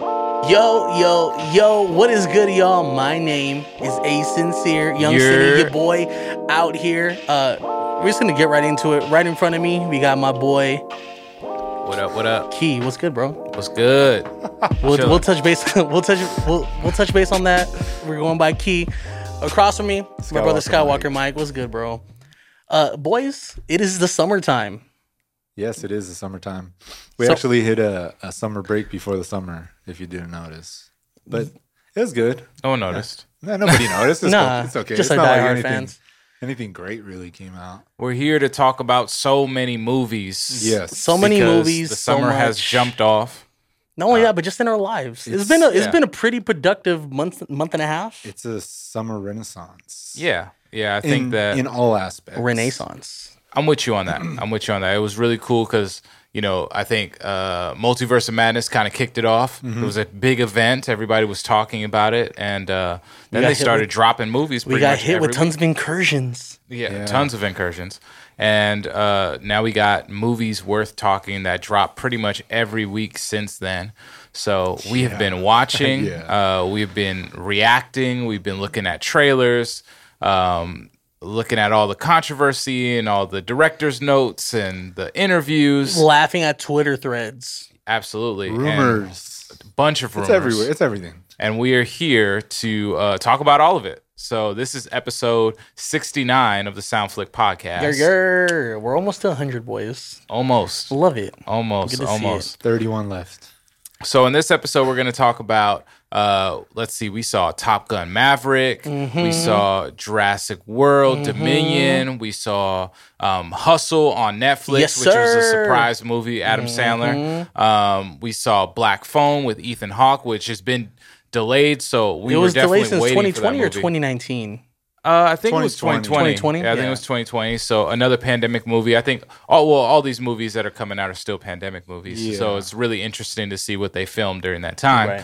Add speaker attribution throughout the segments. Speaker 1: Yo, yo, yo, what is good, y'all? My name is A Sincere, Young
Speaker 2: You're-
Speaker 1: City, your boy out here. Uh, we're just gonna get right into it. Right in front of me, we got my boy
Speaker 2: What up? What up?
Speaker 1: Key. What's good, bro?
Speaker 2: What's good?
Speaker 1: We'll,
Speaker 2: Chillin'.
Speaker 1: we'll touch base. we'll touch. We'll, we'll touch base on that. We're going by Key. Across from me, my brother
Speaker 3: Skywalker
Speaker 1: Skywalker Mike. What's good, bro? Uh, boys, it is the summertime.
Speaker 3: Yes, it is the summertime. We
Speaker 1: So-
Speaker 3: actually hit a, a summer break before the summer, if you didn't notice. But it was good.
Speaker 2: No one noticed.
Speaker 3: Nah, nobody noticed. It's,
Speaker 1: Nah,
Speaker 3: cool. it's okay.
Speaker 1: just
Speaker 3: it's
Speaker 1: like
Speaker 3: not
Speaker 1: Die Hard
Speaker 3: anything,
Speaker 1: fans.
Speaker 3: anything great really came out.
Speaker 2: We're here to talk about so many movies.
Speaker 3: Yes.
Speaker 1: So many
Speaker 2: because
Speaker 1: movies.
Speaker 2: The
Speaker 1: so
Speaker 2: summer has
Speaker 1: much.
Speaker 2: jumped off.
Speaker 1: Not only that, but just in our lives. it's
Speaker 3: it's-
Speaker 1: been a, it's
Speaker 2: Uh, yeah.
Speaker 1: been a pretty productive month month and a half.
Speaker 3: It's a summer renaissance.
Speaker 2: Yeah. Yeah. I
Speaker 3: In,
Speaker 2: think that
Speaker 3: in all aspects.
Speaker 1: Renaissance.
Speaker 2: I'm with you on that. I'm with you on that. It was really cool because you know I think uh, Multiverse of Madness kind of kicked it off. It was a big event. Everybody was talking about it, and uh, then
Speaker 1: got
Speaker 2: they
Speaker 1: hit
Speaker 2: started
Speaker 1: with-
Speaker 2: dropping movies.
Speaker 1: We
Speaker 2: pretty
Speaker 1: got
Speaker 2: much
Speaker 1: hit with
Speaker 2: every
Speaker 1: tons of incursions.
Speaker 2: Yeah,
Speaker 3: Yeah.
Speaker 2: tons of incursions. And uh, now we got movies worth talking that drop pretty much every week since then. So we have been watching,
Speaker 3: Yeah.
Speaker 2: uh, we've been reacting, we've been looking at trailers, um, looking at all the controversy and all the director's notes and the interviews.
Speaker 1: Laughing at Twitter threads.
Speaker 2: Absolutely. And
Speaker 3: Rumors.
Speaker 2: a bunch of rumors.
Speaker 3: It's everywhere. It's everything.
Speaker 2: and we are here to uh, talk about all of it. So this is episode 69 of the Sound Flick podcast.
Speaker 1: Yer, yer. We're almost to 100, boys.
Speaker 2: Almost.
Speaker 1: Love it.
Speaker 2: Oh,
Speaker 1: Good
Speaker 2: Almost,
Speaker 1: to see
Speaker 2: almost.
Speaker 3: 31 left.
Speaker 2: So in this episode, we're going to talk about. Uh, let's see. We saw Top Gun: Maverick.
Speaker 1: Mm-hmm.
Speaker 2: We saw Jurassic World: Dominion. We saw um, Hustle on Netflix,
Speaker 1: Yes,
Speaker 2: which was a
Speaker 1: sir. Mm-hmm.
Speaker 2: surprise movie. Adam Sandler. Um, we saw Black Phone with Ethan Hawke, which has been delayed. So we
Speaker 1: it
Speaker 2: were
Speaker 1: was
Speaker 2: definitely
Speaker 1: delayed since
Speaker 2: waiting
Speaker 1: 2020
Speaker 2: for
Speaker 1: or
Speaker 2: that movie.
Speaker 1: 2019.
Speaker 2: Uh, I think it was
Speaker 3: 2020.
Speaker 2: 2020. Yeah, I think
Speaker 1: Yeah.
Speaker 2: it was 2020. So another pandemic movie. I think all well, all these movies that are coming out are still pandemic movies.
Speaker 3: Yeah.
Speaker 2: So it's really interesting to see what they filmed during that time.
Speaker 1: Right.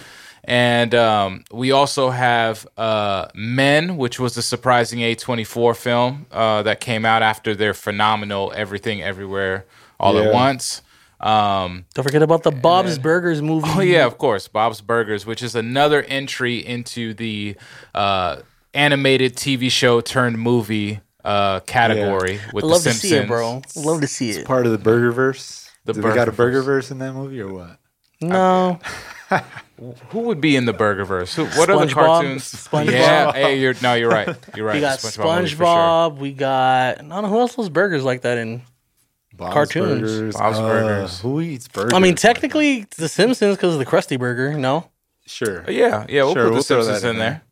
Speaker 2: And um, we also have uh, Men, which was a surprising A24 film uh, that came out after their phenomenal Everything Everywhere All
Speaker 3: Yeah.
Speaker 2: at Once. Um,
Speaker 1: Don't forget about the Bob's Burgers movie.
Speaker 2: Oh yeah, of course, Bob's Burgers, which is another entry into the uh, animated TV show turned movie uh, category with
Speaker 1: Love
Speaker 2: the
Speaker 1: to
Speaker 2: Simpsons.
Speaker 1: see it, bro. Love to see it.
Speaker 3: Part of the burger verse.
Speaker 2: The
Speaker 3: Did we got a
Speaker 2: Burgerverse.
Speaker 3: burger verse in that movie or what?
Speaker 1: No.
Speaker 2: Who would be in the Burgerverse? Who, what other
Speaker 1: SpongeBob.
Speaker 2: cartoons?
Speaker 1: SpongeBob.
Speaker 2: Yeah, hey, you're no, you're right. You're right.
Speaker 1: We got
Speaker 2: movie for sure.
Speaker 1: SpongeBob. We got. I don't know who else was burgers like that in.
Speaker 3: Bob's
Speaker 1: Cartoons.
Speaker 3: Burgers.
Speaker 2: Bob's
Speaker 3: Uh,
Speaker 2: Burgers.
Speaker 3: Who eats burgers?
Speaker 1: I mean,
Speaker 3: like that?
Speaker 1: technically, it's The Simpsons because of the Krusty Burger. No,
Speaker 3: Sure.
Speaker 2: But yeah, yeah, we'll
Speaker 3: Sure,
Speaker 2: put the
Speaker 3: we'll throw
Speaker 2: Simpsons
Speaker 3: that
Speaker 2: in,
Speaker 3: in
Speaker 2: there.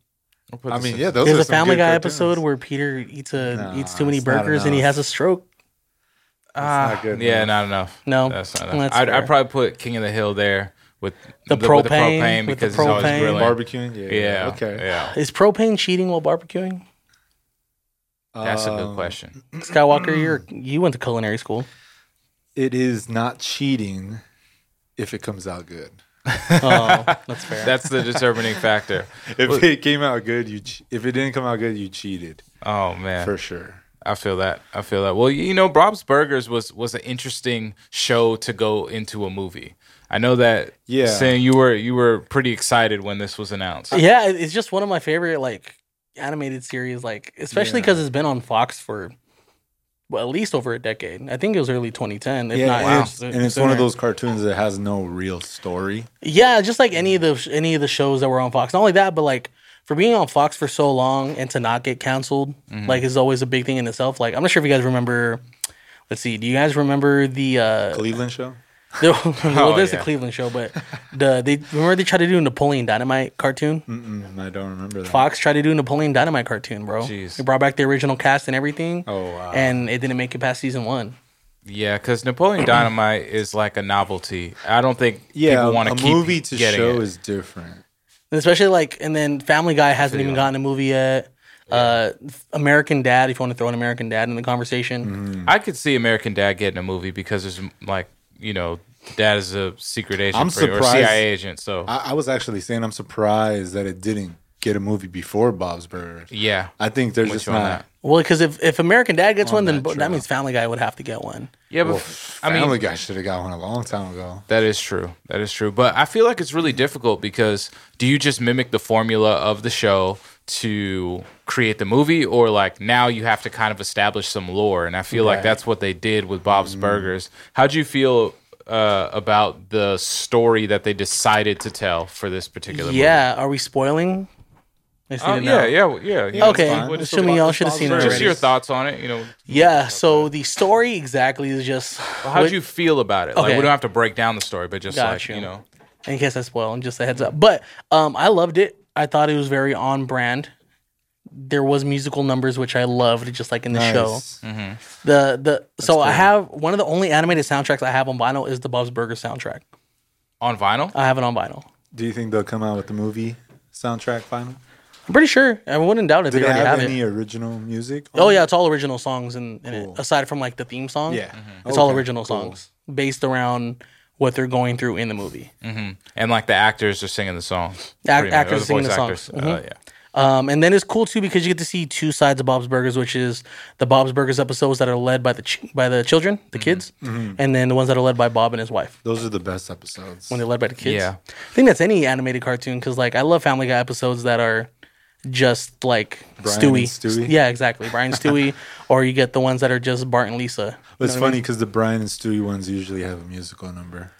Speaker 2: We'll put
Speaker 3: I
Speaker 2: the
Speaker 3: mean,
Speaker 2: Simpsons.
Speaker 3: yeah, those
Speaker 1: there's
Speaker 3: are
Speaker 1: a
Speaker 3: some
Speaker 1: Family
Speaker 3: good
Speaker 1: Guy
Speaker 3: cartoons.
Speaker 1: episode where Peter eats a
Speaker 3: Nah,
Speaker 1: eats too many
Speaker 3: it's not
Speaker 1: burgers and he
Speaker 3: enough.
Speaker 1: has a stroke.
Speaker 2: Ah,
Speaker 3: not good
Speaker 2: yeah,
Speaker 3: enough.
Speaker 2: not enough.
Speaker 1: No,
Speaker 2: That's not enough.
Speaker 1: that's
Speaker 2: I'd, I'd
Speaker 1: fair.
Speaker 2: probably put King of the Hill there with
Speaker 1: The
Speaker 2: with the
Speaker 1: propane,
Speaker 2: propane
Speaker 1: with the
Speaker 2: because it's always
Speaker 1: propane.
Speaker 2: grilling.
Speaker 3: Oh, barbecuing. Yeah.
Speaker 2: yeah.
Speaker 3: Okay.
Speaker 2: Yeah.
Speaker 1: Is propane cheating while barbecuing?
Speaker 2: That's a good
Speaker 3: Um,
Speaker 2: question.
Speaker 1: Skywalker, you're
Speaker 3: Mm.
Speaker 1: you went to culinary school.
Speaker 3: It is not cheating if it comes out good.
Speaker 1: Oh, that's fair.
Speaker 2: That's the determining factor.
Speaker 3: If it came out good, you che- if it didn't come out good, you cheated
Speaker 2: Oh man,
Speaker 3: for sure.
Speaker 2: I feel that. I feel that. Well, you know, Bob's Burgers was was an interesting show to go into a movie. I know that.
Speaker 3: Yeah.
Speaker 2: saying you were you were pretty excited when this was announced.
Speaker 1: yeah, it- it's just one of my favorite like animated series, like especially
Speaker 3: Yeah.
Speaker 1: because it's been on Fox for well, at least over a decade. I think it was early 2010. If
Speaker 3: Yeah,
Speaker 1: not,
Speaker 3: and it's,
Speaker 1: so-
Speaker 3: and it's one of
Speaker 1: sooner.
Speaker 3: those cartoons that has no real story.
Speaker 1: Yeah, just like any of the any of the shows that were on Fox. Not only that, but like for being on Fox for so long and to not get canceled, like is always a big thing in itself. Like I'm not sure if you guys remember. Let's see. Do you guys remember the uh,
Speaker 3: Cleveland show.
Speaker 1: There, well,
Speaker 2: Oh,
Speaker 1: there's
Speaker 2: yeah.
Speaker 1: a Cleveland show, but the they remember they tried to do a Napoleon Dynamite cartoon.
Speaker 3: Mm-mm, Mm, I don't remember that.
Speaker 1: Fox tried to do a Napoleon Dynamite cartoon, bro.
Speaker 2: Jeez.
Speaker 1: They brought back the original cast and everything,
Speaker 3: Oh wow.
Speaker 1: and it didn't make it past season one.
Speaker 2: Yeah, because Napoleon Dynamite is like a novelty. I don't think
Speaker 3: yeah,
Speaker 2: people want to
Speaker 3: a
Speaker 2: keep
Speaker 3: movie to
Speaker 2: getting
Speaker 3: show
Speaker 2: it.
Speaker 3: is different.
Speaker 1: And especially like, and then Family Guy hasn't even gotten a movie yet. Uh, American Dad, if you want to throw an American Dad in the conversation,
Speaker 2: I could see American Dad getting a movie because there's like you know. Dad is a secret agent
Speaker 3: I'm
Speaker 2: for, or
Speaker 3: surprised-
Speaker 2: CIA agent, so
Speaker 3: I, I was actually saying I'm surprised that it didn't get a movie before Bob's Burgers.
Speaker 2: Yeah.
Speaker 3: I think there's
Speaker 2: With
Speaker 3: just
Speaker 2: you on
Speaker 3: not.
Speaker 1: Well, because if, if American Dad
Speaker 2: Oh,
Speaker 1: gets
Speaker 3: On
Speaker 1: one, then
Speaker 3: that
Speaker 1: bo- that
Speaker 3: trail.
Speaker 1: means Family Guy would have to get one.
Speaker 2: Yeah, but
Speaker 3: Well,
Speaker 2: f- I mean,
Speaker 3: Family Guy should have got one a long time ago.
Speaker 2: That is true. That is true. But I feel like it's really difficult because do you just mimic the formula of the show to create the movie, or like now you have to kind of establish some lore? And I feel like that's what they did with
Speaker 1: Mm-hmm.
Speaker 2: Bob's Burgers. How do you feel uh, about the story that they decided to tell for this particular
Speaker 1: Yeah, are we spoiling? I just need
Speaker 2: movie?
Speaker 1: to
Speaker 2: Uh, yeah,
Speaker 1: know.
Speaker 2: yeah, yeah, yeah.
Speaker 1: Okay,
Speaker 2: it's fine. What is-
Speaker 1: assuming y'all should have seen it
Speaker 2: Just
Speaker 1: already.
Speaker 2: your thoughts on it. You know,
Speaker 1: Yeah, so the story exactly is just.
Speaker 2: how would you feel about it? Like,
Speaker 1: Okay.
Speaker 2: we don't have to break down the story, but just
Speaker 1: Got
Speaker 2: like
Speaker 1: you.
Speaker 2: you know,
Speaker 1: in case I spoil, and just a heads up. But um, I loved it. I thought it was very on brand. There was musical numbers which I loved, just like in the show.
Speaker 3: Nice.
Speaker 1: The the so I have one of the only animated soundtracks I have on vinyl is the Bob's Burgers soundtrack.
Speaker 2: on vinyl.
Speaker 1: I have it on vinyl.
Speaker 3: Do you think they'll come out with the movie soundtrack final?
Speaker 1: I'm pretty sure. I wouldn't doubt it.
Speaker 3: Do
Speaker 1: They
Speaker 3: they
Speaker 1: already
Speaker 3: have
Speaker 1: have
Speaker 3: any
Speaker 1: it.
Speaker 3: original music?
Speaker 1: Oh yeah, it's all original songs in, in
Speaker 3: Cool.
Speaker 1: it, aside from like the theme song.
Speaker 3: Yeah.
Speaker 1: it's all
Speaker 3: Okay,
Speaker 1: original
Speaker 3: cool.
Speaker 1: songs based around what they're going through in the movie.
Speaker 2: and like the actors are singing the songs.
Speaker 1: Ac-
Speaker 2: pretty much,
Speaker 1: actors
Speaker 2: or the
Speaker 1: singing
Speaker 2: voice
Speaker 1: the
Speaker 2: actors.
Speaker 1: songs. Mm-hmm.
Speaker 2: Uh, yeah.
Speaker 1: Um, and then it's cool too because you get to see two sides of Bob's Burgers, which is the Bob's Burgers episodes that are led by the ch- by the children, the
Speaker 3: Mm-hmm.
Speaker 1: kids, and then the ones that are led by Bob and his wife.
Speaker 3: Those are the best episodes.
Speaker 1: When they're led by the kids,
Speaker 2: Yeah.
Speaker 1: I think that's any animated cartoon because like I love Family Guy episodes that are just like
Speaker 3: Brian and
Speaker 1: Stewie.
Speaker 3: Stewie?
Speaker 1: yeah, exactly, Brian and Stewie, or you get the ones that are just Bart and Lisa.
Speaker 3: But it's funny because the Brian and Stewie ones usually have a musical number.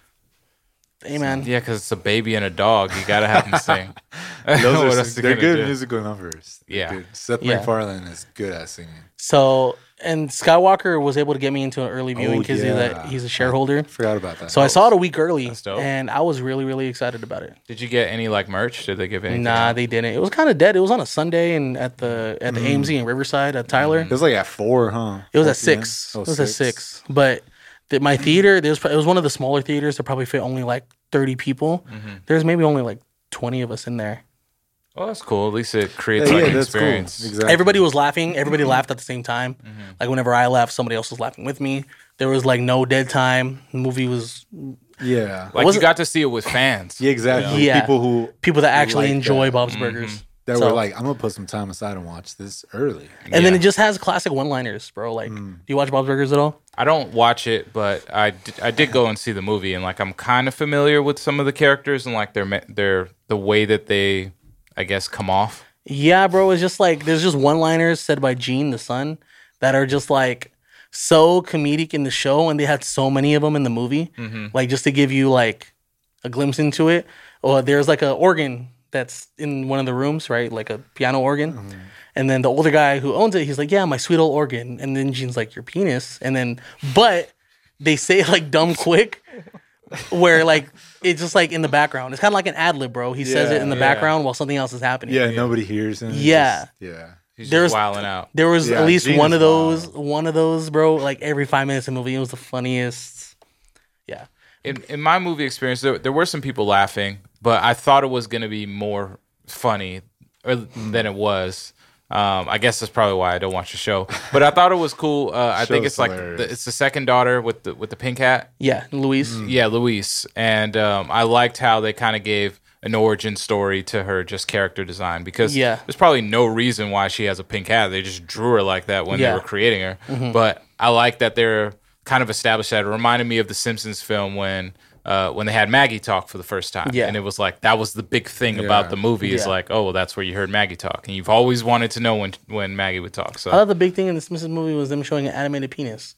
Speaker 1: Hey man,
Speaker 2: Yeah, because it's a baby and a dog. You gotta have them sing.
Speaker 3: Those
Speaker 2: What
Speaker 3: are,
Speaker 2: else
Speaker 3: some-
Speaker 2: you
Speaker 3: they're
Speaker 2: gonna
Speaker 3: good
Speaker 2: do?
Speaker 3: musical numbers. They're
Speaker 2: Yeah.
Speaker 3: good. Seth
Speaker 1: Yeah.
Speaker 3: MacFarlane is good at singing.
Speaker 1: so and Skywalker was able to get me into an early viewing because he's
Speaker 3: Oh, yeah.
Speaker 1: a he's a shareholder.
Speaker 3: Forgot about that.
Speaker 1: So I saw it a week early,
Speaker 2: dope.
Speaker 1: and I was really really excited about it.
Speaker 2: Did you get any like merch? Did they give anything?
Speaker 1: Nah, they didn't. It was kind of dead. It was on a Sunday and at the at the
Speaker 3: Mm-hmm.
Speaker 1: AMC in Riverside at Tyler.
Speaker 3: it was like at four, huh?
Speaker 1: It was at
Speaker 3: 4 p.m.?
Speaker 1: six.
Speaker 3: Mm-hmm. Oh,
Speaker 1: it was at six. But the, my theater, there was pro- it was one of the smaller theaters that probably fit only like thirty people.
Speaker 3: Mm-hmm.
Speaker 1: There's maybe only like twenty of us in there.
Speaker 2: Oh, that's cool. At least it creates
Speaker 3: Yeah,
Speaker 2: like
Speaker 3: yeah,
Speaker 2: an
Speaker 3: that's cool.
Speaker 2: experience.
Speaker 3: Exactly.
Speaker 1: Everybody was laughing. Everybody
Speaker 3: Mm-hmm.
Speaker 1: laughed at the same time. Like whenever I laughed, somebody else was laughing with me. There was like no dead time. The movie was
Speaker 3: yeah.
Speaker 2: Like you
Speaker 1: Wasn't-
Speaker 2: got to see it with fans.
Speaker 3: yeah, exactly.
Speaker 1: Yeah.
Speaker 3: People who
Speaker 1: people that actually
Speaker 3: Like that. Mm-hmm.
Speaker 1: enjoy Bob's Burgers.
Speaker 3: that
Speaker 1: So-
Speaker 3: were like, I'm gonna put some time aside and watch this early.
Speaker 1: And then
Speaker 2: Yeah.
Speaker 1: it just has classic one-liners, bro. Like,
Speaker 3: Mm.
Speaker 1: do you watch Bob's Burgers at all?
Speaker 2: I don't watch it, but I did, I did go and see the movie, and like I'm kind of familiar with some of the characters and like their ma- their the way that they, I guess, come off.
Speaker 1: Yeah, bro. It's just like there's just one liners said by Gene the son that are just like so comedic in the show, and they had so many of them in the movie.
Speaker 2: Mm-hmm.
Speaker 1: Like just to give you like a glimpse into it. Or there's like a organ that's in one of the rooms, right? Like a piano organ.
Speaker 2: Mm-hmm.
Speaker 1: And then the older guy who owns it, he's like, "Yeah, my sweet old organ." And then Gene's like, "Your penis." And then, but they say it like dumb quick. Where like it's just like in the background. It's kind of like an ad lib, bro. He says it in the
Speaker 2: Yeah, yeah.
Speaker 1: background while something else is happening.
Speaker 3: Yeah, nobody hears him. It's
Speaker 1: Yeah.
Speaker 3: just- yeah.
Speaker 2: He's
Speaker 1: There's-
Speaker 2: just wilding out.
Speaker 1: There was
Speaker 3: Yeah,
Speaker 1: at least
Speaker 3: Gene
Speaker 1: one
Speaker 3: is
Speaker 1: of those, one of those, bro. Like every five minutes in the movie, it was the funniest. Yeah,
Speaker 2: in, in my movie experience, there, there were some people laughing, but I thought it was going to be more funny or, than it was. Um, I guess that's probably why I don't watch the show. But I thought it was cool. Uh, I think
Speaker 3: Show's
Speaker 2: it's like
Speaker 3: hilarious.
Speaker 2: the, it's the second daughter with the with the pink hat.
Speaker 1: yeah, Luis.
Speaker 3: Mm.
Speaker 2: Yeah, Luis, and um, I liked how they kind of gave an origin story to her just character design because
Speaker 1: Yeah.
Speaker 2: there's probably no reason why she has a pink hat. They just drew her like that when
Speaker 1: Yeah. Mm-hmm.
Speaker 2: they were creating her. But I like that they're kind of established that. It reminded me of the Simpsons film when. Uh, when they had Maggie talk for the first time,
Speaker 1: Yeah.
Speaker 2: and it was like that was the big thing about the movie is
Speaker 1: Yeah.
Speaker 2: like, oh, well, that's where you heard Maggie talk, and you've always wanted to know when when Maggie would talk. So
Speaker 1: I thought the big thing in the Simpsons movie was them showing an animated penis.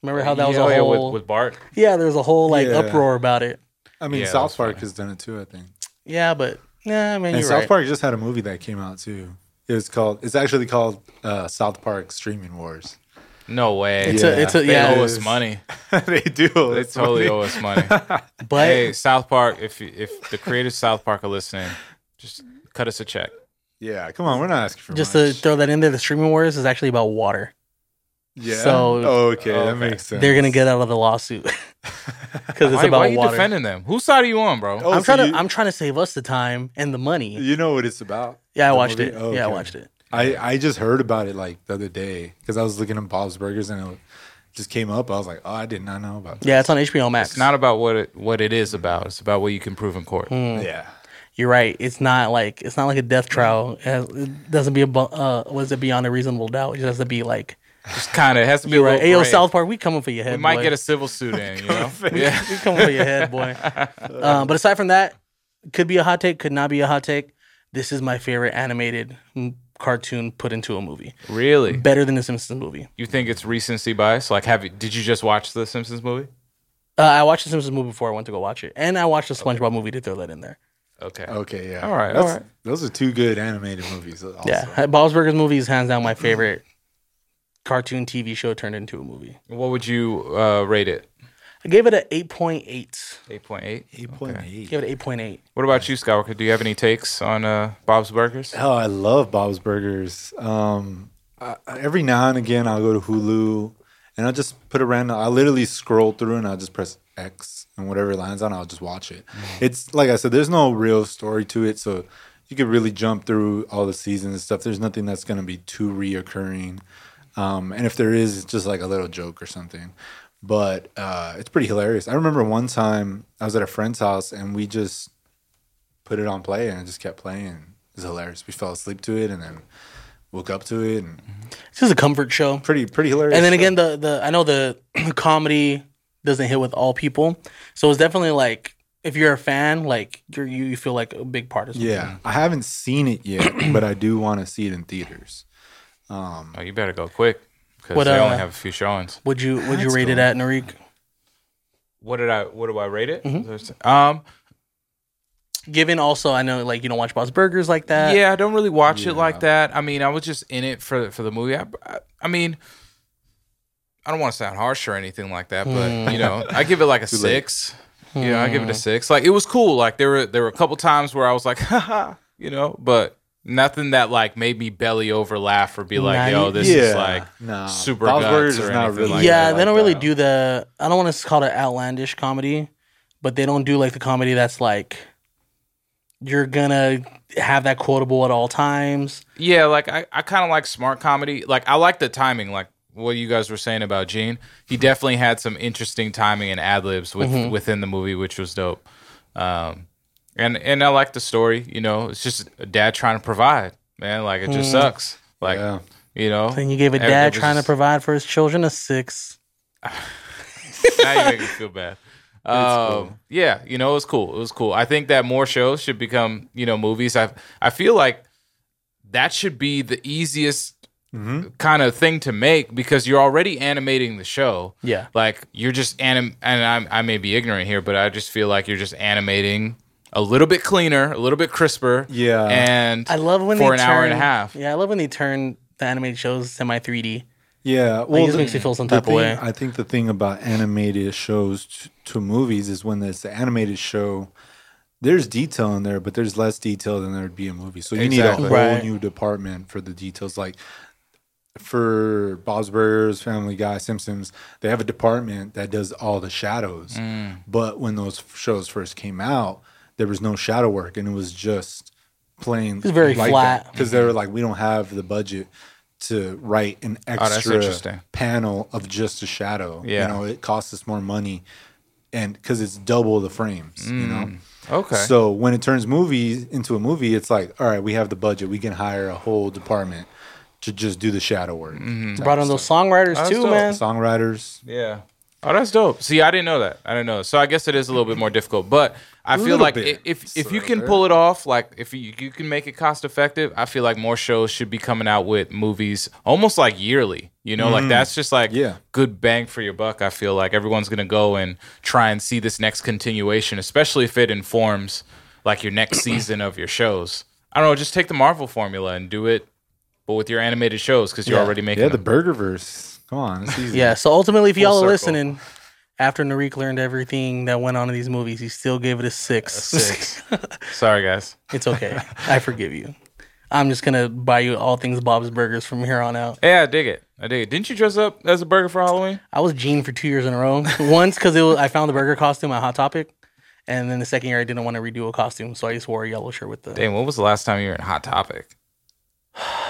Speaker 1: Remember how that was
Speaker 3: Oh,
Speaker 2: Yeah,
Speaker 1: a
Speaker 2: Oh, yeah,
Speaker 1: whole?
Speaker 2: with, with Bart.
Speaker 1: yeah, there was a whole like
Speaker 3: Yeah.
Speaker 1: uproar about it.
Speaker 3: I mean,
Speaker 2: Yeah, that was
Speaker 3: South Park has done it too, I think.
Speaker 1: Yeah, but yeah, I mean,
Speaker 3: And
Speaker 1: you're
Speaker 3: South
Speaker 1: right.
Speaker 3: Park just had a movie that came out too. It was called. It's actually called uh, South Park Streaming Wars.
Speaker 2: No way,
Speaker 1: It's
Speaker 3: Yeah.
Speaker 1: a, it's a,
Speaker 2: they
Speaker 1: yeah,
Speaker 2: owe
Speaker 3: It
Speaker 2: us
Speaker 3: is.
Speaker 2: money.
Speaker 3: they do.
Speaker 2: They totally owe us money.
Speaker 1: but
Speaker 2: hey, South Park, if if the creators of South Park are listening, just cut us a check.
Speaker 3: Yeah, come on, we're not asking for
Speaker 1: just to
Speaker 3: much.
Speaker 1: throw that in there, the streaming wars is actually about water.
Speaker 3: yeah.
Speaker 1: so-
Speaker 3: oh, okay, that
Speaker 2: Okay.
Speaker 3: makes sense.
Speaker 1: They're gonna get out of the lawsuit because it's
Speaker 2: Why,
Speaker 1: about
Speaker 2: why are you
Speaker 1: water.
Speaker 2: defending them? Whose side are you on, bro?
Speaker 3: Oh,
Speaker 1: I'm
Speaker 3: so
Speaker 1: trying to
Speaker 3: you-
Speaker 1: I'm trying to save us the time and the money.
Speaker 3: You know what it's about?
Speaker 1: Yeah, I
Speaker 3: The
Speaker 1: watched
Speaker 3: movie?
Speaker 1: it.
Speaker 3: Oh,
Speaker 1: Yeah, I
Speaker 3: okay.
Speaker 1: watched it.
Speaker 3: I I just heard about it like the other day because I was looking at Bob's Burgers and it just came up. I was like, oh, I did not know about. That.
Speaker 1: Yeah, it's on HBO Max. Hmm.
Speaker 2: It's not about what it what it is about. It's about what you can prove in court.
Speaker 3: Yeah.
Speaker 1: you're right. It's not like it's not like a death trial. It, has, it doesn't be a bu- uh, was it beyond a reasonable doubt? It just has to be like
Speaker 2: Just kind of has to be a
Speaker 1: you're right.
Speaker 2: little
Speaker 1: Ayo
Speaker 2: gray.
Speaker 1: South Park, we coming for your head.
Speaker 2: We might
Speaker 1: boy.
Speaker 2: get a civil suit in, you know. yeah.
Speaker 1: we coming for your head, boy. Uh, but aside from that, could be a hot take, could not be a hot take. This is my favorite animated mm, cartoon put into a movie.
Speaker 2: Really?
Speaker 1: Better than the Simpsons movie.
Speaker 2: You think it's recency bias? Like, have you, did you just watch the Simpsons movie?
Speaker 1: Uh, I watched the Simpsons movie before I went to go watch it, and I watched the SpongeBob movie to throw that in there.
Speaker 2: Okay.
Speaker 1: Oh.
Speaker 3: Okay, yeah.
Speaker 2: All right,
Speaker 3: That's-
Speaker 2: all right.
Speaker 3: Those are two good animated movies. Also.
Speaker 1: Yeah, uh, Bob's Burgers movie is hands down my favorite cartoon TV show turned into a movie.
Speaker 2: What would you uh, rate it?
Speaker 1: I gave it an eight point eight.
Speaker 2: Eight point eight.
Speaker 3: Eight point eight.
Speaker 1: Give it eight point eight.
Speaker 2: What about you, Skywalker? Do you have any takes on uh, Bob's Burgers?
Speaker 3: Oh, I love Bob's Burgers. Um, I, I- every now and again, I'll go to Hulu and I'll just put a random. I literally scroll through and I'll just press X and whatever it lands on, I'll just watch it. It's like I said, there's no real story to it, so you could really jump through all the seasons and stuff. There's nothing that's going to be too reoccurring, um, and if there is, it's just like a little joke or something. But uh, it's pretty hilarious. I remember one time I was at a friend's house and we just put it on play and it just kept playing. It was hilarious. We fell asleep to it and then woke up to it and
Speaker 1: This is a comfort show.
Speaker 3: pretty pretty hilarious.
Speaker 1: And then
Speaker 3: show.
Speaker 1: again, the the I know the comedy doesn't hit with all people, so it's definitely like if you're a fan, like you're, you you feel like a big part of something.
Speaker 3: yeah,
Speaker 2: Mm-hmm.
Speaker 3: I haven't seen it yet, but I do want to see it in theaters.
Speaker 2: Oh, you better go quick because
Speaker 1: What,
Speaker 2: they only
Speaker 1: uh,
Speaker 2: have a few showings.
Speaker 1: Would you would you
Speaker 3: That's
Speaker 1: rate it
Speaker 3: cool.
Speaker 1: at Narik?
Speaker 2: What did I? What do I rate it? Um,
Speaker 1: Given also, I know like you don't watch Bob's Burgers like that.
Speaker 2: yeah, I don't really watch it like that. I mean, I was just in it for for the movie. I, I, I mean, I don't want to sound harsh or anything like that, but you know, I give it like a six. Yeah, I give it a six. Like it was cool. Like there were there were a couple times where I was like, haha, you know, but nothing that like made me belly over laugh or be like,
Speaker 1: Nah,
Speaker 2: yo,
Speaker 1: you-
Speaker 2: this is like
Speaker 3: nah.
Speaker 2: super
Speaker 3: Bob's
Speaker 2: guts
Speaker 3: Burgers
Speaker 2: or
Speaker 3: is not
Speaker 2: anything
Speaker 3: really
Speaker 2: like
Speaker 1: yeah,
Speaker 2: that.
Speaker 1: they don't
Speaker 3: like
Speaker 1: really
Speaker 3: that.
Speaker 1: do the. I don't want to call it outlandish comedy, but they don't do like the comedy that's like you're gonna have that quotable at all times.
Speaker 2: Yeah, like I, I kind of like smart comedy. Like I like the timing, like what you guys were saying about Gene. He definitely had some interesting timing and ad libs with, within the movie, which was dope. Um, and and I like the story. You know, it's just a dad trying to provide, man. Like it just sucks. Like
Speaker 3: Yeah.
Speaker 2: you know,
Speaker 1: Then you gave a
Speaker 2: Every- it
Speaker 1: dad
Speaker 2: was
Speaker 1: trying to
Speaker 2: just-
Speaker 1: provide for his children a six.
Speaker 2: now you make me feel bad. Um, Yeah, you know, it was cool. It was cool. I think that more shows should become, you know, movies. I I feel like that should be the easiest
Speaker 1: Mm-hmm.
Speaker 2: kind of thing to make because you're already animating the show.
Speaker 1: Yeah.
Speaker 2: like you're just anim. And I'm, I may be ignorant here, but I just feel like you're just animating a little bit cleaner, a little bit crisper.
Speaker 3: Yeah.
Speaker 2: and
Speaker 1: I love when
Speaker 2: for
Speaker 1: they
Speaker 2: an
Speaker 1: turn,
Speaker 2: hour and a half.
Speaker 1: Yeah, I love when they turn the animated shows semi 3D.
Speaker 3: Yeah, well,
Speaker 1: just makes you feel some
Speaker 3: the
Speaker 1: type of
Speaker 3: thing-
Speaker 1: way.
Speaker 3: I think the thing about animated shows t- to movies is when it's an animated show, there's detail in there, but there's less detail than there would be in movies. So you
Speaker 2: Exactly.
Speaker 3: need a whole
Speaker 1: Right.
Speaker 3: new department for the details. Like for Bob's Burgers, Family Guy, Simpsons, they have a department that does all the shadows.
Speaker 1: Mm.
Speaker 3: But when those f- shows first came out, there was no shadow work, and it was just plain. It
Speaker 1: was very flat.
Speaker 3: because they were like, we don't have the budget to write an
Speaker 1: Oh,
Speaker 2: that's
Speaker 3: extra
Speaker 2: interesting.
Speaker 3: panel of just a shadow.
Speaker 2: Yeah.
Speaker 3: You know, it costs us more money and because it's double the frames, you know?
Speaker 2: Mm, Okay.
Speaker 3: So when it turns movies into a movie, it's like, all right, we have the budget. We can hire a whole department to just do the shadow work.
Speaker 2: Mm-hmm. Mm.
Speaker 1: Brought on those songwriters
Speaker 2: That's
Speaker 1: too,
Speaker 2: dope.
Speaker 1: man.
Speaker 3: Songwriters.
Speaker 2: Yeah. Oh, that's dope. See, I didn't know that. I didn't know. So I guess it is a little bit more difficult, but I feel
Speaker 3: little
Speaker 2: like
Speaker 3: bit.
Speaker 2: i- if if you
Speaker 3: So
Speaker 2: can
Speaker 3: there-
Speaker 2: pull it off, like if you, you can make it cost effective, I feel like more shows should be coming out with movies almost like yearly. You know, like that's just like
Speaker 3: Mm-hmm. Yeah.
Speaker 2: good bang for your buck. I feel like everyone's gonna go and try and see this next continuation, especially if it informs like your next season of your shows. I don't know. Just take the Marvel formula and do it, but with your animated shows because you're
Speaker 1: Yeah.
Speaker 2: already making
Speaker 3: Yeah, the
Speaker 2: them.
Speaker 3: Burgerverse. Come on. It's easy.
Speaker 1: Yeah, so ultimately, if y'all
Speaker 2: circle.
Speaker 1: are listening, after Narik learned everything that went on in these movies, he still gave it a six.
Speaker 2: six. Sorry, guys.
Speaker 1: it's okay. I forgive you. I'm just gonna buy you all things Bob's Burgers from here on out.
Speaker 2: Yeah, I dig it. I dig it. Didn't you dress up as a burger for Halloween?
Speaker 1: I was Gene for two years in a row. Once because it was I found the burger costume at Hot Topic, and then the second year I didn't want to redo a costume, so I just wore a yellow shirt with the
Speaker 2: Damn, when was the last time you were in Hot Topic?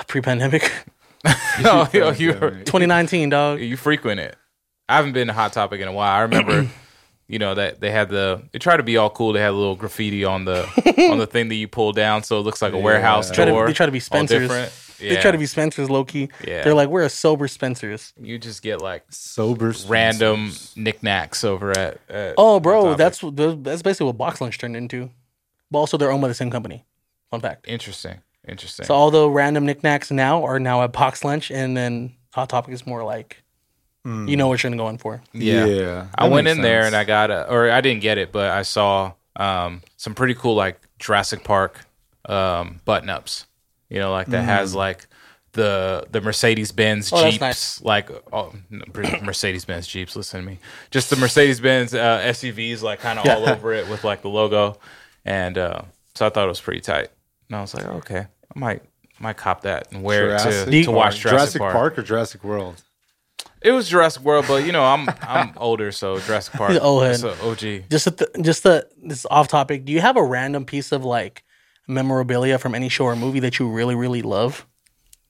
Speaker 1: pre-pandemic
Speaker 2: no, yo, you were-
Speaker 1: 2019 dog.
Speaker 2: you frequent it. I haven't been to Hot Topic in a while. I remember you know that they had the they try to be all cool. They had a little graffiti on the on the thing that you pull down, so it looks like a warehouse
Speaker 1: Try to-
Speaker 2: door.
Speaker 1: they try to be
Speaker 2: all
Speaker 1: Spencers.
Speaker 2: different. Yeah.
Speaker 1: They try to be Spencers low key.
Speaker 2: Yeah.
Speaker 1: They're like, we're a sober Spencers.
Speaker 2: You just get like
Speaker 3: Sober.
Speaker 2: random knickknacks over at. at
Speaker 1: Oh, bro,
Speaker 2: topic.
Speaker 1: that's that's basically what Box Lunch turned into. But also, they're owned by the same company. Fun fact.
Speaker 2: interesting. Interesting.
Speaker 1: So all the random knickknacks now are now at Box Lunch, and then Hot Topic is more like,
Speaker 2: Hmm.
Speaker 3: Mm.
Speaker 1: you know what you're gonna go in for.
Speaker 2: yeah.
Speaker 3: yeah
Speaker 2: I
Speaker 3: that
Speaker 2: went in
Speaker 3: makes
Speaker 2: there
Speaker 3: sense.
Speaker 2: and I got a, or I didn't get it, but I saw um, some pretty cool like Jurassic Park um, button ups. You know, like that has like the the Mercedes Benz
Speaker 1: Oh, that's
Speaker 2: Jeeps,
Speaker 1: nice.
Speaker 2: like oh, Mercedes Benz Jeeps. Listen to me, just the Mercedes Benz uh, SUVs, like kind of all over it with like the logo, and uh, so I thought it was pretty tight. And I was like, "Oh, okay, I might might cop that and wear
Speaker 3: Jurassic
Speaker 2: it to, to
Speaker 3: Park.
Speaker 2: watch Jurassic, Park.
Speaker 3: or Jurassic World?
Speaker 2: It was Jurassic World, but you know I'm I'm older, so Jurassic Park.
Speaker 1: He's an old head.
Speaker 2: it's a OG.
Speaker 1: Just at the, just the this is off topic. Do you have a random piece of like memorabilia from any show or movie that you really really love?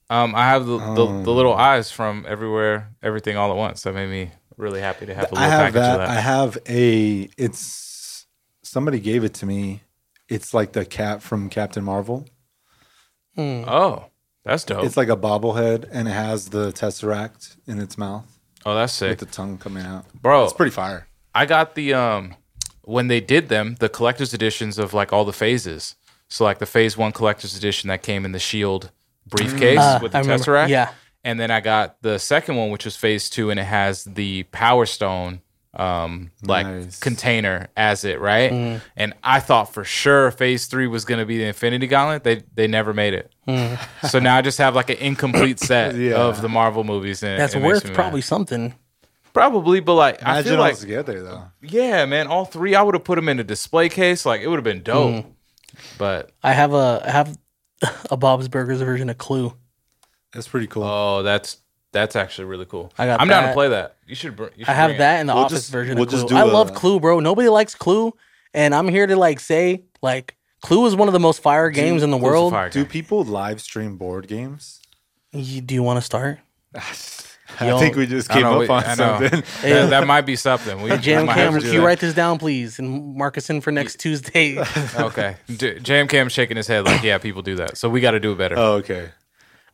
Speaker 2: Um, I have the, the, the little
Speaker 3: Um.
Speaker 2: eyes from everywhere, everything all at once. That made me really happy to have a little
Speaker 3: I have
Speaker 2: package
Speaker 3: that.
Speaker 2: of
Speaker 3: I
Speaker 2: that.
Speaker 3: have a. It's somebody gave it to me. It's like the cat from Captain Marvel.
Speaker 2: oh, that's dope.
Speaker 3: It's like a bobblehead, and it has the tesseract in its mouth
Speaker 2: oh, that's
Speaker 3: with
Speaker 2: sick,
Speaker 3: the tongue coming out.
Speaker 2: bro.
Speaker 3: It's pretty fire.
Speaker 2: I got the um when they did them, the collector's editions of like all the phases. So like the phase one collector's edition that came in the Shield E briefcase
Speaker 1: Ah,
Speaker 2: with the
Speaker 1: I remember.
Speaker 2: Tesseract.
Speaker 1: Yeah.
Speaker 2: And then I got the second one, which was phase two, and it has the Power Stone um like
Speaker 3: Nice.
Speaker 2: container as it, right?
Speaker 1: Mm.
Speaker 2: And I thought for sure phase three was gonna be the Infinity Gauntlet. They they never made it.
Speaker 1: Mm.
Speaker 2: so now I just have like an incomplete set
Speaker 3: Yeah.
Speaker 2: of the Marvel movies and it-
Speaker 1: That's
Speaker 2: it makes me
Speaker 1: worth
Speaker 2: mad.
Speaker 1: probably something.
Speaker 2: probably, but like I
Speaker 3: Imagine
Speaker 2: feel
Speaker 3: all
Speaker 2: like
Speaker 3: together though.
Speaker 2: yeah, man, all three. I would have put them in a display case. Like it would have been
Speaker 1: Mm.
Speaker 2: dope. But
Speaker 1: I have a I have a Bob's Burgers version of Clue.
Speaker 3: That's pretty cool.
Speaker 2: oh, that's that's actually really cool. I
Speaker 1: I got
Speaker 2: am down to
Speaker 1: that.
Speaker 2: play that. You should. Br- you should
Speaker 1: I have
Speaker 2: bring it.
Speaker 1: that in the
Speaker 3: We'll
Speaker 1: office
Speaker 3: just-
Speaker 1: version
Speaker 3: we'll
Speaker 1: of
Speaker 3: just
Speaker 1: Clue.
Speaker 3: do
Speaker 1: I
Speaker 3: a-
Speaker 1: love Clue, bro. Nobody likes Clue, and I'm here to like say like Clue is one of the most fire games in the
Speaker 2: Who's the
Speaker 1: world.
Speaker 2: fire
Speaker 3: Do
Speaker 2: guy?
Speaker 3: people live stream board games?
Speaker 1: You, do you want to start?
Speaker 3: I
Speaker 1: Yo,
Speaker 3: think we just
Speaker 2: I don't
Speaker 3: came
Speaker 2: know,
Speaker 3: up
Speaker 2: we-
Speaker 3: on
Speaker 2: I know.
Speaker 3: something.
Speaker 2: that, that might be something. We, we
Speaker 1: Jam
Speaker 2: might have
Speaker 1: cam,
Speaker 2: to
Speaker 1: if
Speaker 2: do
Speaker 1: you
Speaker 2: that.
Speaker 1: write this down, please, and mark us in for next Tuesday.
Speaker 2: Okay, D- Jam Cam's shaking his head like, yeah, people do that. So we got to do it better.
Speaker 3: Oh, okay.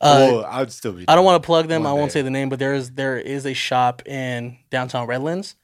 Speaker 1: Uh,
Speaker 3: well, I'd still be.
Speaker 1: I don't want to plug them.
Speaker 3: One
Speaker 1: I won't
Speaker 3: day.
Speaker 1: say the name, but there is there is a shop in downtown Redlands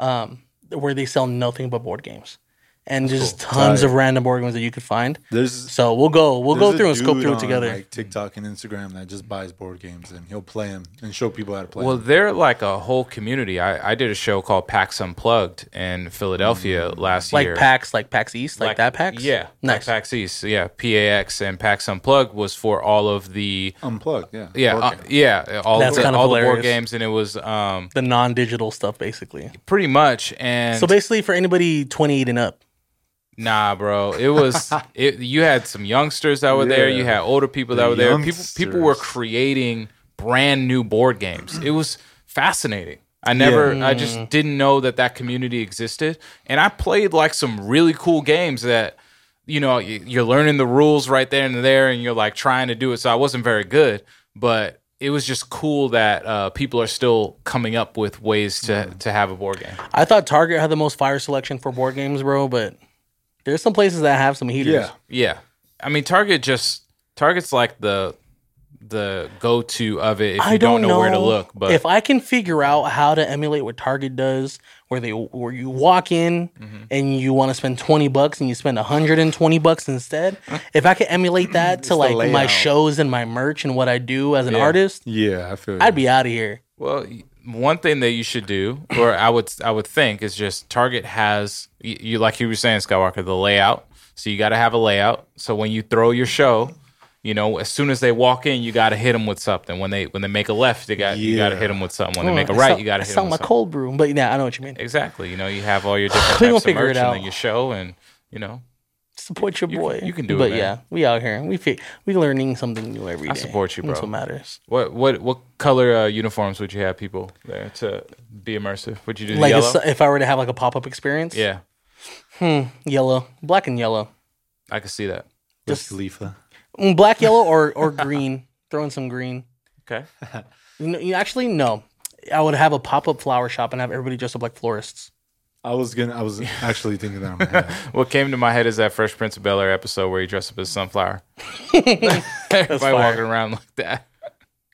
Speaker 1: um, where they sell nothing but board games and just tons of random board games that you could find.
Speaker 3: There's
Speaker 1: So we'll go we'll
Speaker 3: there's
Speaker 1: go
Speaker 3: a
Speaker 1: through and scope
Speaker 3: dude
Speaker 1: through it
Speaker 3: on,
Speaker 1: together.
Speaker 3: Like TikTok and Instagram that just buys board games and he'll play them and show people how to play.
Speaker 2: Well,
Speaker 3: 'em.
Speaker 2: they're like a whole community. I, I did a show called PAX Unplugged in Philadelphia last
Speaker 1: Mm. like
Speaker 2: year.
Speaker 1: packs, like packs East, like, that packs.
Speaker 2: Yeah,
Speaker 1: nice.
Speaker 2: Like PAX East. Yeah, PAX and PAX Unplugged was for all of the
Speaker 3: unplugged. Yeah.
Speaker 2: Yeah,
Speaker 3: Board
Speaker 2: uh,
Speaker 3: games.
Speaker 2: yeah, all
Speaker 1: That's
Speaker 2: the,
Speaker 1: kind of
Speaker 2: all the board
Speaker 1: hilarious.
Speaker 2: games, and it was um,
Speaker 1: the non-digital stuff, basically.
Speaker 2: pretty much. And
Speaker 1: So basically, for anybody twenty-eight and up,
Speaker 2: nah, bro, it was it. You had some youngsters that were there.
Speaker 3: Yeah.
Speaker 2: You had older people that
Speaker 3: The
Speaker 2: were there. People people were
Speaker 3: youngsters.
Speaker 2: creating brand new board games. It was fascinating. I never, I
Speaker 3: Mm.
Speaker 2: just didn't know that that community existed, and I played like some really cool games that. You know, you- you're learning the rules right there and there, and you're like trying to do it. So I wasn't very good, but it was just cool that uh, people are still coming up with ways to
Speaker 3: Mm.
Speaker 2: to have a board game.
Speaker 1: I thought Target had the most fire selection for board games, bro. But there's some places that have some heaters.
Speaker 3: Yeah.
Speaker 2: Yeah. I mean Target just Target's like the the go to of it if
Speaker 1: I
Speaker 2: you
Speaker 1: don't, know
Speaker 2: where to look. But
Speaker 1: if I can figure out how to emulate what Target does, where they where you walk in
Speaker 3: Mm-hmm.
Speaker 1: and you want to spend twenty bucks and you spend hundred and twenty bucks instead, if I can emulate that to like my
Speaker 3: layout.
Speaker 1: shows and my merch and what I do as an
Speaker 2: Yeah.
Speaker 1: artist,
Speaker 3: Yeah, I feel.
Speaker 1: I'd be out of here.
Speaker 2: well y- one thing that you should do, or I would I would think, is just Target has you, you like you were saying, Skywalker, the layout. So you gotta have a layout. So when you throw your show, you know, as soon as they walk in, you gotta hit them with something. When they when they make a left, they got you
Speaker 3: Yeah.
Speaker 2: gotta hit them with something. When they make a
Speaker 1: I
Speaker 2: right,
Speaker 1: sell-
Speaker 2: you gotta
Speaker 1: I
Speaker 2: hit
Speaker 1: sell
Speaker 2: them
Speaker 1: my
Speaker 2: with something.
Speaker 1: cold brew, but yeah, I know what you mean.
Speaker 2: Exactly. You know, you have all your different
Speaker 1: We gonna
Speaker 2: types of
Speaker 1: figure it
Speaker 2: merch and
Speaker 1: out.
Speaker 2: then your show and you know,
Speaker 1: Support your boy.
Speaker 2: you can do it,
Speaker 1: but
Speaker 2: man.
Speaker 1: yeah, we out here. We fi- we learning something new every day. I
Speaker 2: support you,
Speaker 1: That's
Speaker 2: bro.
Speaker 1: what matters.
Speaker 2: What what what color uh, uniforms would you have people there to be immersive? Would you do the
Speaker 1: Like
Speaker 2: yellow?
Speaker 1: it's- if I were to have like a pop up experience,
Speaker 2: yeah,
Speaker 1: yellow, black and yellow.
Speaker 2: I could see that.
Speaker 3: just Khalifa.
Speaker 1: Mm, black, yellow, or or green. Throw in some green.
Speaker 2: Okay,
Speaker 1: No, you- actually, no. I would have a pop up flower shop and have everybody dressed up like florists.
Speaker 3: I was gonna. I was actually thinking that. In my head.
Speaker 2: What came to my head is that Fresh Prince of Bel Air episode where he dressed up as a sunflower. Everybody
Speaker 1: fire.
Speaker 2: walking around like that.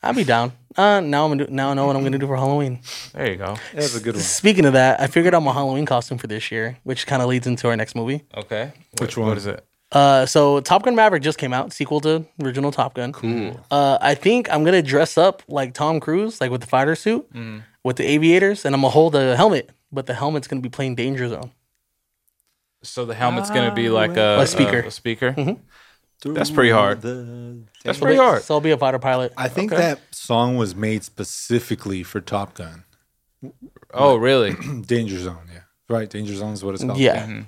Speaker 1: I'd be down. Uh, now I'm gonna do, now I know what I'm gonna do for Halloween.
Speaker 2: There you go.
Speaker 3: That was a good one.
Speaker 1: Speaking of that, I figured out my Halloween costume for this year, which kind of leads into our next movie.
Speaker 2: Okay.
Speaker 3: Which
Speaker 2: What-
Speaker 3: one?
Speaker 2: What is it?
Speaker 1: Uh, so Top Gun Maverick just came out, sequel to original Top Gun. Cool. Uh, I think I'm gonna dress up like Tom Cruise, like with the fighter suit,
Speaker 2: Mm-hmm.
Speaker 1: with the aviators, and I'm gonna hold a helmet, but the helmet's gonna be playing Danger Zone.
Speaker 2: So the helmet's gonna be like a,
Speaker 1: Uh, A speaker. Mm-hmm.
Speaker 2: A, speaker. That's pretty hard. That's pretty hard.
Speaker 1: So I'll be a fighter pilot.
Speaker 3: I think
Speaker 2: Okay.
Speaker 3: that song was made specifically for Top Gun.
Speaker 2: Oh, really?
Speaker 3: Danger Zone, yeah. Right, Danger Zone is what it's called.
Speaker 1: yeah.
Speaker 2: Mm-hmm.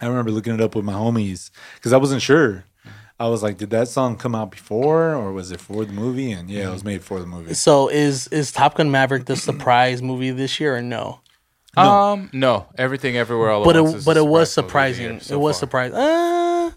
Speaker 3: I remember looking it up with my homies because I wasn't sure. I was like, did that song come out before or was it for the movie? And yeah, it was made for the movie.
Speaker 1: So is is Top Gun Maverick the surprise movie this year or no?
Speaker 2: Um, no. Everything everywhere all
Speaker 1: But
Speaker 2: at once. is
Speaker 1: it
Speaker 2: a
Speaker 1: but it was
Speaker 2: surprise movie
Speaker 1: surprising.
Speaker 2: of the year so
Speaker 1: it was
Speaker 2: far.
Speaker 1: surprising. Uh,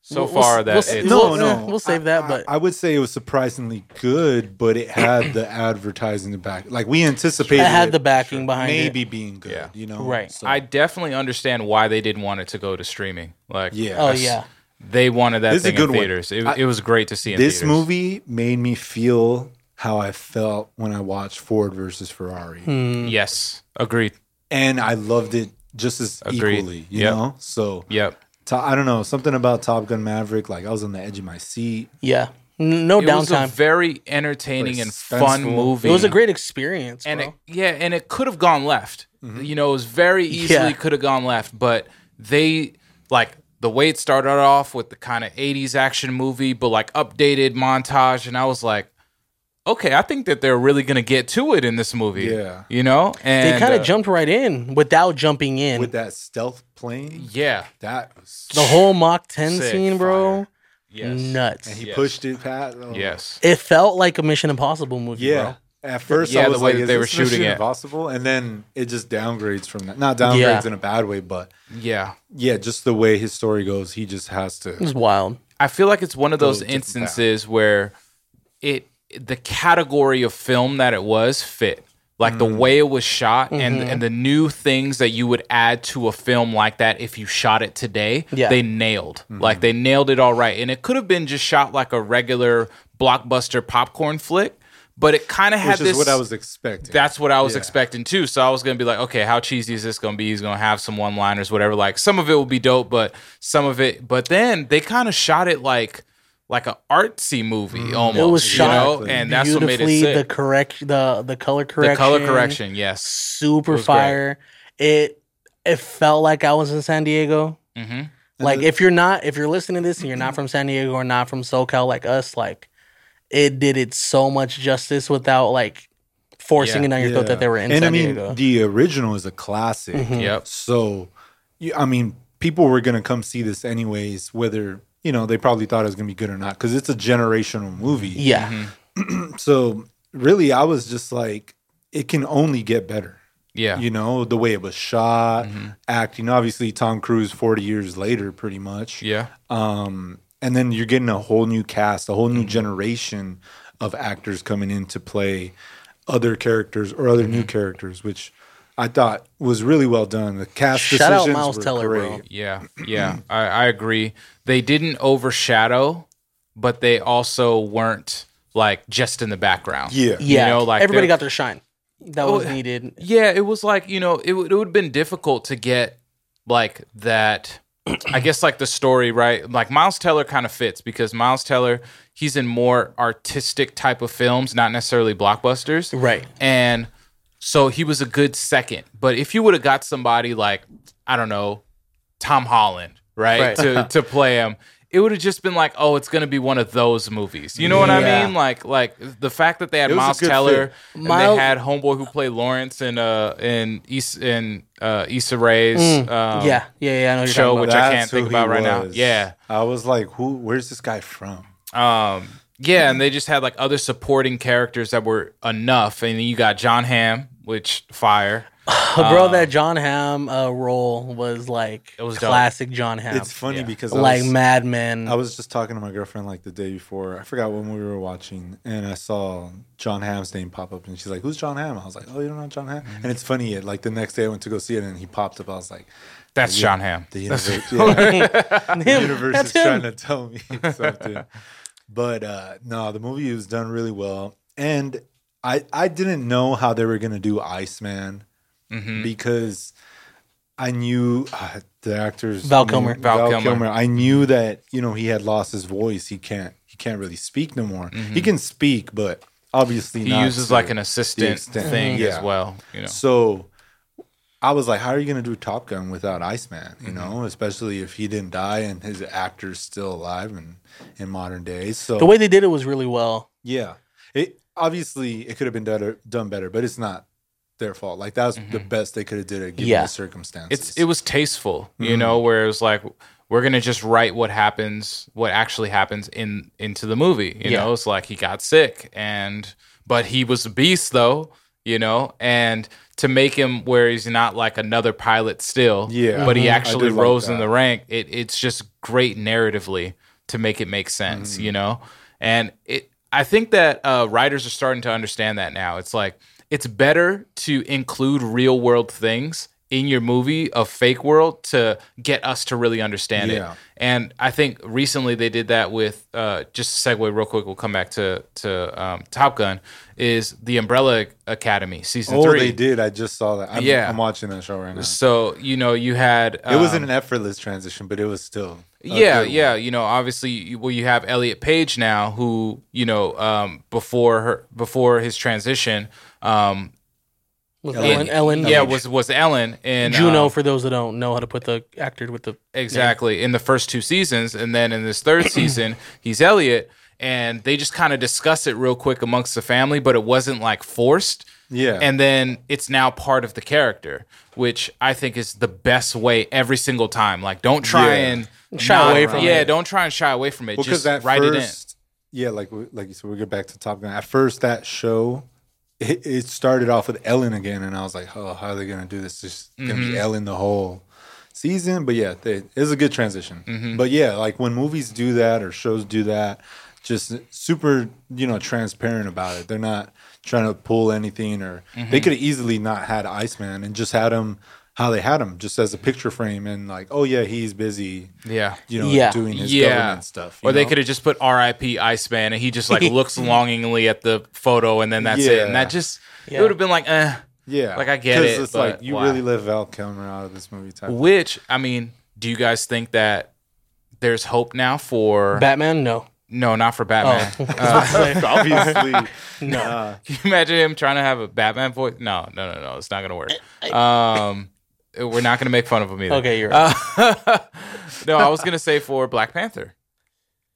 Speaker 2: so
Speaker 1: we'll-
Speaker 2: far that
Speaker 1: we'll-
Speaker 2: it's,
Speaker 1: we'll-
Speaker 3: no,
Speaker 1: eh,
Speaker 3: no.
Speaker 1: we'll save
Speaker 3: I-
Speaker 1: that,
Speaker 3: I-
Speaker 1: but-
Speaker 3: I, would say it was surprisingly good, but it had the advertising back. Like we anticipated,
Speaker 1: I had the backing behind it.
Speaker 3: maybe being good.
Speaker 2: Yeah.
Speaker 3: you know,
Speaker 1: Right.
Speaker 3: So,
Speaker 2: I definitely understand why they didn't want it to go to streaming. Like,
Speaker 3: Yeah.
Speaker 1: Oh
Speaker 2: that's-
Speaker 1: yeah.
Speaker 2: they wanted that
Speaker 3: This is a
Speaker 2: thing
Speaker 3: good
Speaker 2: in
Speaker 3: one.
Speaker 2: theaters. It,
Speaker 3: I-
Speaker 2: it was great to see in
Speaker 3: this
Speaker 2: theaters.
Speaker 3: movie made me feel how I felt when I watched Ford versus Ferrari,
Speaker 2: Hmm. Mm. Yes, agreed.
Speaker 3: and I loved it just as
Speaker 2: Agreed.
Speaker 3: equally. You
Speaker 2: Yep.
Speaker 3: know, so
Speaker 2: Yep.
Speaker 3: To- I don't know something about Top Gun Maverick. Like I was on the edge of my seat.
Speaker 2: Hmm.
Speaker 1: Yeah. N- No
Speaker 2: It was a
Speaker 1: downtime.
Speaker 2: very entertaining and fun
Speaker 3: Suspenseful.
Speaker 2: movie.
Speaker 1: it was a great experience,
Speaker 2: and
Speaker 1: bro.
Speaker 2: it, yeah, and it could have gone left.
Speaker 3: Mm-hmm.
Speaker 2: You know, it was very easily
Speaker 1: Yeah.
Speaker 2: could have gone left, but they like the way it started off with the kind of '80s action movie, but like updated montage, and I was like, okay, I think that they're really gonna get to it in this movie.
Speaker 3: Yeah.
Speaker 2: you know, and
Speaker 1: they kind of
Speaker 2: uh,
Speaker 1: jumped right in without jumping in.
Speaker 3: with that stealth plane.
Speaker 2: Yeah,
Speaker 3: That
Speaker 2: Oh,
Speaker 3: was,
Speaker 1: the whole Mach 10
Speaker 2: Sick
Speaker 1: scene, bro.
Speaker 2: yes,
Speaker 1: Nuts.
Speaker 3: and he
Speaker 2: Yes.
Speaker 3: pushed it past. oh.
Speaker 2: yes.
Speaker 1: It felt like a Mission Impossible movie,
Speaker 3: yeah.
Speaker 1: bro.
Speaker 3: At first,
Speaker 2: Yeah,
Speaker 3: I
Speaker 2: the
Speaker 3: was
Speaker 2: way
Speaker 3: like,
Speaker 2: that
Speaker 3: "Is
Speaker 2: they
Speaker 3: this
Speaker 2: were shooting
Speaker 3: Mission
Speaker 2: it.
Speaker 3: Impossible?" And then it just downgrades from that. Not downgrades
Speaker 1: Yeah.
Speaker 3: in a bad way, but
Speaker 2: Yeah,
Speaker 3: yeah, just the way his story goes, he just has to.
Speaker 1: It was wild.
Speaker 2: I feel like it's one of those
Speaker 3: different path.
Speaker 2: instances where it the category of film that it was fit. Like the
Speaker 3: Mm.
Speaker 2: way it was shot and
Speaker 3: Mm-hmm.
Speaker 2: and the new things that you would add to a film like that if you shot it today,
Speaker 1: Yeah.
Speaker 2: they nailed.
Speaker 3: Mm-hmm.
Speaker 2: Like they nailed it all right. And it could have been just shot like a regular blockbuster popcorn flick, but it kind of had
Speaker 3: Which
Speaker 2: this
Speaker 3: is what I was expecting.
Speaker 2: that's what I was
Speaker 3: Yeah.
Speaker 2: expecting too. So I was gonna be like, okay, how cheesy is this gonna be? He's gonna have some one liners, whatever. Like some of it will be dope, but some of it. But then they kind of shot it like like an artsy movie almost.
Speaker 1: Mm. It was
Speaker 2: you
Speaker 1: shot
Speaker 2: know? and that's what made it
Speaker 1: beautifully.
Speaker 2: sick.
Speaker 1: The correct, the the color
Speaker 2: The,
Speaker 1: correction,
Speaker 2: color correction, yes.
Speaker 1: super
Speaker 2: great.
Speaker 1: fire. It it felt like I was in San Diego.
Speaker 2: hmm
Speaker 1: Like if you're not, if you're listening to this and you're not from San Diego or not from SoCal like us, like it did it so much justice without like forcing
Speaker 2: Yeah.
Speaker 1: it down your
Speaker 3: Yeah.
Speaker 1: throat that they were in
Speaker 3: and
Speaker 1: San
Speaker 3: I mean,
Speaker 1: Diego. Mm-hmm.
Speaker 3: the original is a classic.
Speaker 2: Yep.
Speaker 3: So, you- I mean, people were going to come see this anyways, whether, you know, they probably thought it was going to be good or not, because it's a generational movie.
Speaker 1: yeah,
Speaker 2: Mm-hmm.
Speaker 3: So, really, I was just like, it can only get better.
Speaker 2: Yeah.
Speaker 3: You know, the way it was shot,
Speaker 1: Mm-hmm.
Speaker 3: acting. Obviously, Tom Cruise 40 years later, pretty much.
Speaker 2: yeah.
Speaker 3: Um, and then you're getting a whole new cast, a whole
Speaker 2: Mm-hmm.
Speaker 3: new generation of actors coming in to play other characters or other
Speaker 2: Mm-hmm.
Speaker 3: new characters, which I thought was really well done. The cast
Speaker 1: Shout out
Speaker 3: decisions
Speaker 1: Miles
Speaker 3: were
Speaker 1: Teller, bro.
Speaker 3: great.
Speaker 2: Yeah, yeah, I, I agree. They didn't overshadow, but they also weren't like just in the background.
Speaker 3: Yeah.
Speaker 1: yeah.
Speaker 2: you know, like
Speaker 1: everybody
Speaker 2: they're-
Speaker 1: got their shine that was needed.
Speaker 2: Yeah, it was like, you know, it, would- it would have been difficult to get like that. I guess like the story, right? Like Miles Teller kind of fits because Miles Teller, he's in more artistic type of films, not necessarily blockbusters.
Speaker 1: Right.
Speaker 2: And so he was a good second. But if you would have got somebody like, I don't know, Tom Holland, right,
Speaker 1: Right.
Speaker 2: to to play him, it would have just been like, oh, it's gonna be one of those movies. You know what I
Speaker 1: Yeah.
Speaker 2: mean? Like, like the fact that they had
Speaker 3: It was a
Speaker 2: Miles
Speaker 3: good
Speaker 2: Teller,
Speaker 3: fit.
Speaker 2: and
Speaker 1: Miles-
Speaker 2: they had homeboy who played Lawrence in uh in East in uh Issa Rae's
Speaker 3: Mm,
Speaker 2: um,
Speaker 1: yeah, yeah, yeah. I know what you're
Speaker 2: show,
Speaker 1: talking
Speaker 2: which
Speaker 1: about.
Speaker 2: I
Speaker 3: That's
Speaker 2: can't think
Speaker 3: who
Speaker 2: about
Speaker 3: he
Speaker 2: right now.
Speaker 3: was.
Speaker 2: Yeah,
Speaker 3: I was like, who where's this guy from?
Speaker 2: um, yeah, and they just had like other supporting characters that were enough, and then you got John Hamm, which fire.
Speaker 1: bro, that John Hamm uh, role was like
Speaker 2: um, It was dope.
Speaker 1: classic John Hamm.
Speaker 3: It's funny
Speaker 2: Yeah.
Speaker 3: because I
Speaker 1: like
Speaker 3: was-
Speaker 1: Mad Men.
Speaker 3: I was just talking to my girlfriend like the day before. I forgot when we were watching, and I saw John Hamm's name pop up, and she's like, "Who's John Hamm?" I was like, "Oh, you don't know John Hamm?"
Speaker 2: Mm-hmm.
Speaker 3: And it's funny. It, like the next day, I went to go see it, and he popped up. I was like,
Speaker 2: That's
Speaker 3: Yeah.
Speaker 2: John Hamm.
Speaker 3: "The universe, yeah, the universe
Speaker 1: That's
Speaker 3: is
Speaker 1: him.
Speaker 3: trying to tell me something." but uh, no, the movie was done really well, and I I didn't know how they were gonna do Iceman
Speaker 2: Mm-hmm. Mm.
Speaker 3: because I knew uh, the actors
Speaker 1: Val Kilmer.
Speaker 2: Val Kilmer.
Speaker 3: I knew that you know he had lost his voice. He can't he can't really speak no more. He can speak, but obviously
Speaker 2: Mm-hmm. He
Speaker 3: not
Speaker 2: uses
Speaker 3: to-
Speaker 2: like an assistant
Speaker 3: extent. Mm-hmm.
Speaker 2: thing
Speaker 3: Yeah.
Speaker 2: as well. You know.
Speaker 3: So I was like, how are you going to do Top Gun without Iceman?
Speaker 2: Mm-hmm.
Speaker 3: You know, especially if he didn't die and his actor's still alive and in modern days. So
Speaker 1: the way they did it was really well.
Speaker 3: yeah, it obviously it could have been done done better, but it's not their fault. Like that was the best they could have did it given
Speaker 1: Yeah.
Speaker 3: the circumstances.
Speaker 2: Mm-hmm. it's it was tasteful, you
Speaker 3: Mm-hmm.
Speaker 2: know, where it was like we're gonna just write what happens, what actually happens in into the movie. You
Speaker 1: Yeah.
Speaker 2: know, it's like he got sick and but he was a beast though, you know, and to make him where he's not like another pilot still,
Speaker 3: Yeah.
Speaker 2: but he
Speaker 3: Mhm. I
Speaker 2: actually
Speaker 3: did like
Speaker 2: rose in
Speaker 3: that.
Speaker 2: the rank. It it's just great narratively to make it make sense,
Speaker 3: Mm.
Speaker 2: you know, and it. I think that uh, writers are starting to understand that now. It's like it's better to include real world things in your movie of fake world to get us to really understand
Speaker 3: Yeah.
Speaker 2: it. And I think recently they did that with uh, just a segue real quick. We'll come back to to um, Top Gun. Is the Umbrella Academy season
Speaker 3: oh,
Speaker 2: three?
Speaker 3: they did. I just saw that. I'm,
Speaker 2: Yeah.
Speaker 3: I'm watching that show right now.
Speaker 2: So you know you had
Speaker 3: It wasn't
Speaker 2: um,
Speaker 3: an effortless transition, but it was still a
Speaker 2: yeah,
Speaker 3: good one.
Speaker 2: yeah. You know, obviously, you, well, you have Elliot Page now, who you know um, before her before his transition. Um,
Speaker 1: With
Speaker 3: Ellen-
Speaker 1: Ellen, Ellen, uh,
Speaker 2: yeah, was was Ellen and
Speaker 1: Juno.
Speaker 2: um,
Speaker 1: for those that don't know how to put the actor with the
Speaker 2: exactly in the first two seasons, and then in this third season, he's Elliot, and they just kind of discuss it real quick amongst the family, but it wasn't like forced.
Speaker 3: Yeah.
Speaker 2: and then it's now part of the character, which I think is the best way every single time. Like, don't try
Speaker 3: Yeah.
Speaker 2: and.
Speaker 1: Shy
Speaker 2: not-
Speaker 1: away from
Speaker 2: yeah,
Speaker 1: it.
Speaker 2: don't try and shy away from it.
Speaker 3: Well,
Speaker 2: just
Speaker 3: because that
Speaker 2: write it in.
Speaker 3: first, yeah, like we- like you said, we will get back to Top Gun. At first, that show, it, it started off with Ellen again, and I was like, oh, how are they gonna do this? It's just
Speaker 2: Mm-hmm.
Speaker 3: gonna be Ellen the whole season. But yeah, they, it was a good transition.
Speaker 2: Mm-hmm.
Speaker 3: But yeah, like when movies do that or shows do that, just super, you know, transparent about it. They're not trying to pull anything, or
Speaker 2: Mm-hmm.
Speaker 3: they could have easily not had Iceman and just had him. How they had him just as a picture frame and like, oh yeah, he's busy,
Speaker 2: Yeah.
Speaker 3: you know,
Speaker 1: Yeah.
Speaker 3: doing his
Speaker 2: yeah.
Speaker 3: government stuff.
Speaker 2: Or
Speaker 3: you
Speaker 2: they
Speaker 3: know?
Speaker 2: could have just put R.I.P. Iceman, and he just like looks longingly at the photo, and then that's it. And
Speaker 3: Yeah.
Speaker 2: that just
Speaker 1: Yeah.
Speaker 2: it would have been like, eh.
Speaker 3: Yeah,
Speaker 2: Like, I get
Speaker 3: 'Cause
Speaker 2: it,
Speaker 3: It's
Speaker 2: but
Speaker 3: like you
Speaker 2: why?
Speaker 3: really let Val Kilmer out of this movie type.
Speaker 2: Which I mean, do you guys think that there's hope now for?
Speaker 1: Batman. No,
Speaker 2: no, not for Batman.
Speaker 1: Oh.
Speaker 3: Obviously, Uh,
Speaker 1: no.
Speaker 2: Can you imagine him trying to have a Batman voice? No, no, no, no. It's not gonna work. Um, we're not gonna make fun of him either.
Speaker 1: Okay, you're right.
Speaker 2: Uh, no, I was gonna say for Black Panther.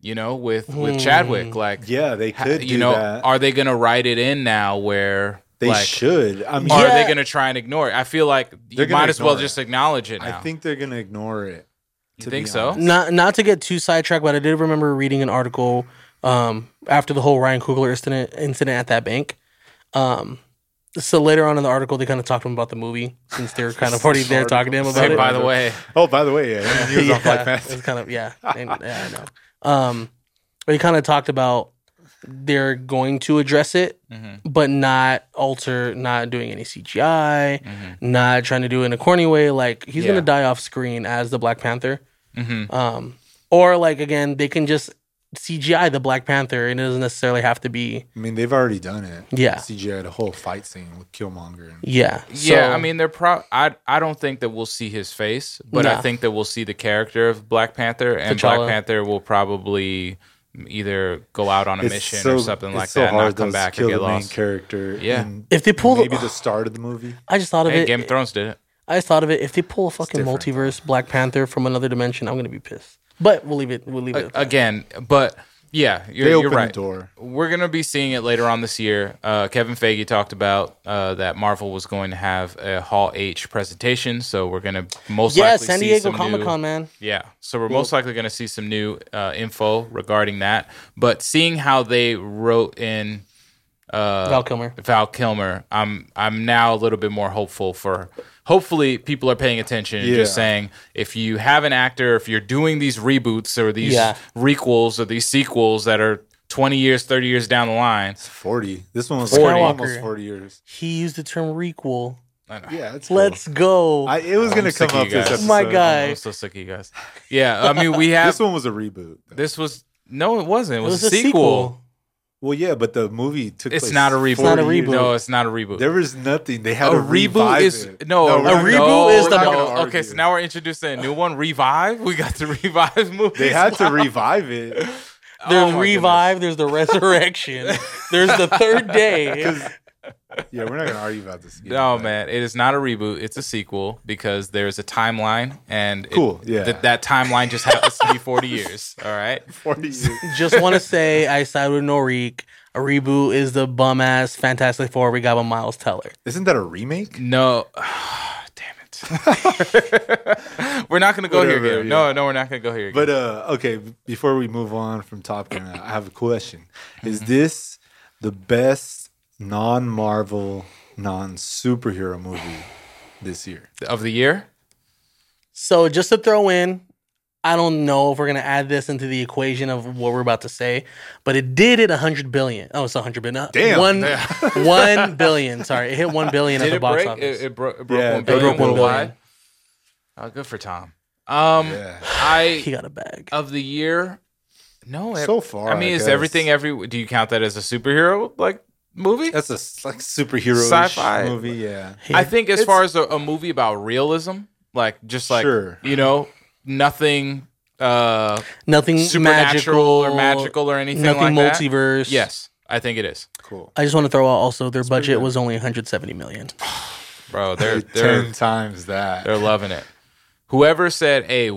Speaker 2: You know, with
Speaker 1: Hmm.
Speaker 2: with Chadwick, like
Speaker 3: yeah, they
Speaker 2: ha-
Speaker 3: could. do
Speaker 2: you know,
Speaker 3: that.
Speaker 2: are they gonna write it in now where
Speaker 3: they
Speaker 2: like
Speaker 3: should. I mean,
Speaker 2: are
Speaker 1: Yeah.
Speaker 2: they gonna try and ignore it? I feel like you
Speaker 3: They're gonna
Speaker 2: might as well
Speaker 3: ignore it.
Speaker 2: just acknowledge it now.
Speaker 3: I think they're gonna ignore it.
Speaker 2: you
Speaker 3: to
Speaker 2: think
Speaker 3: be
Speaker 2: so?
Speaker 3: honest.
Speaker 1: not not to get too sidetracked, but I did remember reading an article um, after the whole Ryan Coogler incident incident at that bank. Um, so later on in the article, they kind of talked to him about the movie since they were kind of already there talking to him about
Speaker 2: Hey,
Speaker 1: it.
Speaker 2: by the way,
Speaker 3: Oh, by the way, yeah, he was on Black Panther.
Speaker 1: It's kind of yeah, and- yeah, I know. Um, but he kind of talked about they're going to address it, but not alter, not doing any CGI, not trying to do it in a corny way. Like he's
Speaker 2: Yeah.
Speaker 1: gonna die off screen as the Black Panther.
Speaker 2: mm-hmm.
Speaker 1: Um, or like again, they can just CGI the Black Panther, and it doesn't necessarily have to be
Speaker 3: I mean, they've already done it.
Speaker 1: Yeah.
Speaker 3: CGI had a whole fight scene with Killmonger. And,
Speaker 1: yeah,
Speaker 2: yeah,
Speaker 1: So,
Speaker 2: I mean, they're pro. I I don't think that we'll see his face, but I
Speaker 1: Nah.
Speaker 2: think that we'll see the character of Black Panther, and
Speaker 1: T'Challa.
Speaker 2: Black Panther will probably either go out on a mission or something
Speaker 3: it's
Speaker 2: like
Speaker 3: so
Speaker 2: that,
Speaker 3: hard
Speaker 2: not come
Speaker 3: though,
Speaker 2: back
Speaker 3: to kill
Speaker 2: and get
Speaker 3: the main
Speaker 2: lost.
Speaker 3: character.
Speaker 2: Yeah.
Speaker 3: in
Speaker 1: if they pull,
Speaker 3: maybe
Speaker 1: the,
Speaker 3: the start of the movie.
Speaker 1: I just thought of
Speaker 2: Hey,
Speaker 1: it.
Speaker 2: Game of Thrones did it.
Speaker 1: I just thought of it. If they pull a fucking
Speaker 3: different, though.
Speaker 1: multiverse Black Panther from another dimension, I'm gonna be pissed. But we'll leave it. We'll leave it. at that.
Speaker 2: again, but yeah, you're,
Speaker 3: They
Speaker 2: you're
Speaker 3: open
Speaker 2: right.
Speaker 3: the door.
Speaker 2: We're gonna be seeing it later on this year. Uh, Kevin Feige talked about uh, that Marvel was going to have a Hall H presentation, so we're gonna most
Speaker 1: Yeah,
Speaker 2: likely
Speaker 1: San
Speaker 2: see
Speaker 1: Diego
Speaker 2: some
Speaker 1: Comic
Speaker 2: new-
Speaker 1: Con, man.
Speaker 2: Yeah, so we're most likely going to see some new uh, info regarding that. But seeing how they wrote in uh,
Speaker 1: Val Kilmer.
Speaker 2: Val Kilmer. I'm I'm now a little bit more hopeful for. Hopefully, people are paying attention and just
Speaker 3: Yeah.
Speaker 2: saying if you have an actor, if you're doing these reboots or these
Speaker 1: Yeah.
Speaker 2: requels or these sequels that are 20 years, 30 years down the line,
Speaker 3: Forty. This one was
Speaker 1: 40.
Speaker 3: almost
Speaker 1: Skywalker.
Speaker 3: forty years.
Speaker 1: He used the term requel.
Speaker 3: Yeah, it's
Speaker 1: Let's go.
Speaker 3: Cool. I, it was
Speaker 2: I'm
Speaker 3: gonna
Speaker 2: sick
Speaker 3: come
Speaker 2: of
Speaker 3: up
Speaker 2: you
Speaker 3: this
Speaker 2: guys.
Speaker 3: episode.
Speaker 1: Oh My God.
Speaker 2: I'm so sick of you guys. Yeah, I mean, we have
Speaker 3: This one was a reboot.
Speaker 2: this was no, it wasn't. It
Speaker 1: it
Speaker 2: was,
Speaker 1: was
Speaker 2: a sequel.
Speaker 3: Well, yeah, but the movie took.
Speaker 2: It's
Speaker 3: place
Speaker 2: not a reboot.
Speaker 3: 40
Speaker 1: not a
Speaker 3: years.
Speaker 1: reboot.
Speaker 2: No, it's not a reboot.
Speaker 3: There was nothing. They
Speaker 2: a
Speaker 3: had to
Speaker 2: reboot
Speaker 3: revive
Speaker 2: is
Speaker 3: it.
Speaker 2: no,
Speaker 3: we're
Speaker 1: a
Speaker 3: not gonna-
Speaker 1: reboot is
Speaker 3: we're
Speaker 1: the-
Speaker 3: not gonna
Speaker 2: no, okay.
Speaker 3: argue.
Speaker 2: So now we're introducing a new one. Revive. We got to revive movies.
Speaker 3: they had to revive it.
Speaker 2: Oh my
Speaker 1: There's
Speaker 2: goodness.
Speaker 1: revive. There's the resurrection. there's the third day.
Speaker 3: Yeah, we're not gonna argue about this. either,
Speaker 2: No
Speaker 3: but-
Speaker 2: Oh, man, it is not a reboot. It's a sequel because there's a timeline, and it-
Speaker 3: Cool, yeah.
Speaker 2: th- that timeline just happens to be 40 years. All right,
Speaker 3: Forty years.
Speaker 1: Just want to say I side with Norik. A reboot is the bum ass Fantastic Four we got by Miles Teller.
Speaker 3: Isn't that a remake?
Speaker 2: no, damn it. we're not gonna go
Speaker 3: Whatever,
Speaker 2: here again.
Speaker 3: yeah.
Speaker 2: No, no, we're not gonna go here again.
Speaker 3: But uh, okay, before we move on from Top Gun, I have a question. Is
Speaker 2: Mm-hmm.
Speaker 3: this the best non-Marvel, non-superhero movie this year?
Speaker 2: of the year,
Speaker 1: So just to throw in, I don't know if we're gonna add this into the equation of what we're about to say, but it did hit hundred billion. Oh, it's hundred billion.
Speaker 3: Damn.
Speaker 1: one one billion. Sorry, it hit one billion at
Speaker 2: did
Speaker 1: the
Speaker 2: it
Speaker 1: box
Speaker 2: break?
Speaker 1: office.
Speaker 2: It, it, bro- it broke
Speaker 3: Yeah,
Speaker 2: one
Speaker 3: it
Speaker 2: billion
Speaker 1: broke one
Speaker 2: worldwide.
Speaker 1: billion.
Speaker 2: Oh, good for Tom. Um,
Speaker 3: Yeah.
Speaker 1: he
Speaker 2: I
Speaker 1: got a bag.
Speaker 3: Uh,
Speaker 2: of the year. No, it-
Speaker 3: So far,
Speaker 2: I mean,
Speaker 3: I
Speaker 2: is
Speaker 3: guess.
Speaker 2: everything every? Do you count that as a superhero like movie?
Speaker 3: That's a s- like superhero
Speaker 2: Sci-fi.
Speaker 3: sci-fi movie. Yeah,
Speaker 2: I think as
Speaker 3: It's-
Speaker 2: far as a, a movie about realism, like just like
Speaker 3: Sure.
Speaker 2: you know, nothing uh
Speaker 1: Nothing
Speaker 2: supernatural
Speaker 1: magical
Speaker 2: or magical or anything
Speaker 1: Nothing
Speaker 2: like that.
Speaker 1: multiverse.
Speaker 2: Yes, I think it is,
Speaker 3: cool.
Speaker 1: I just want to throw out also their budget was only 170 million.
Speaker 2: bro. They're they're
Speaker 3: Ten times that.
Speaker 2: they're loving it. Whoever said, "Hey,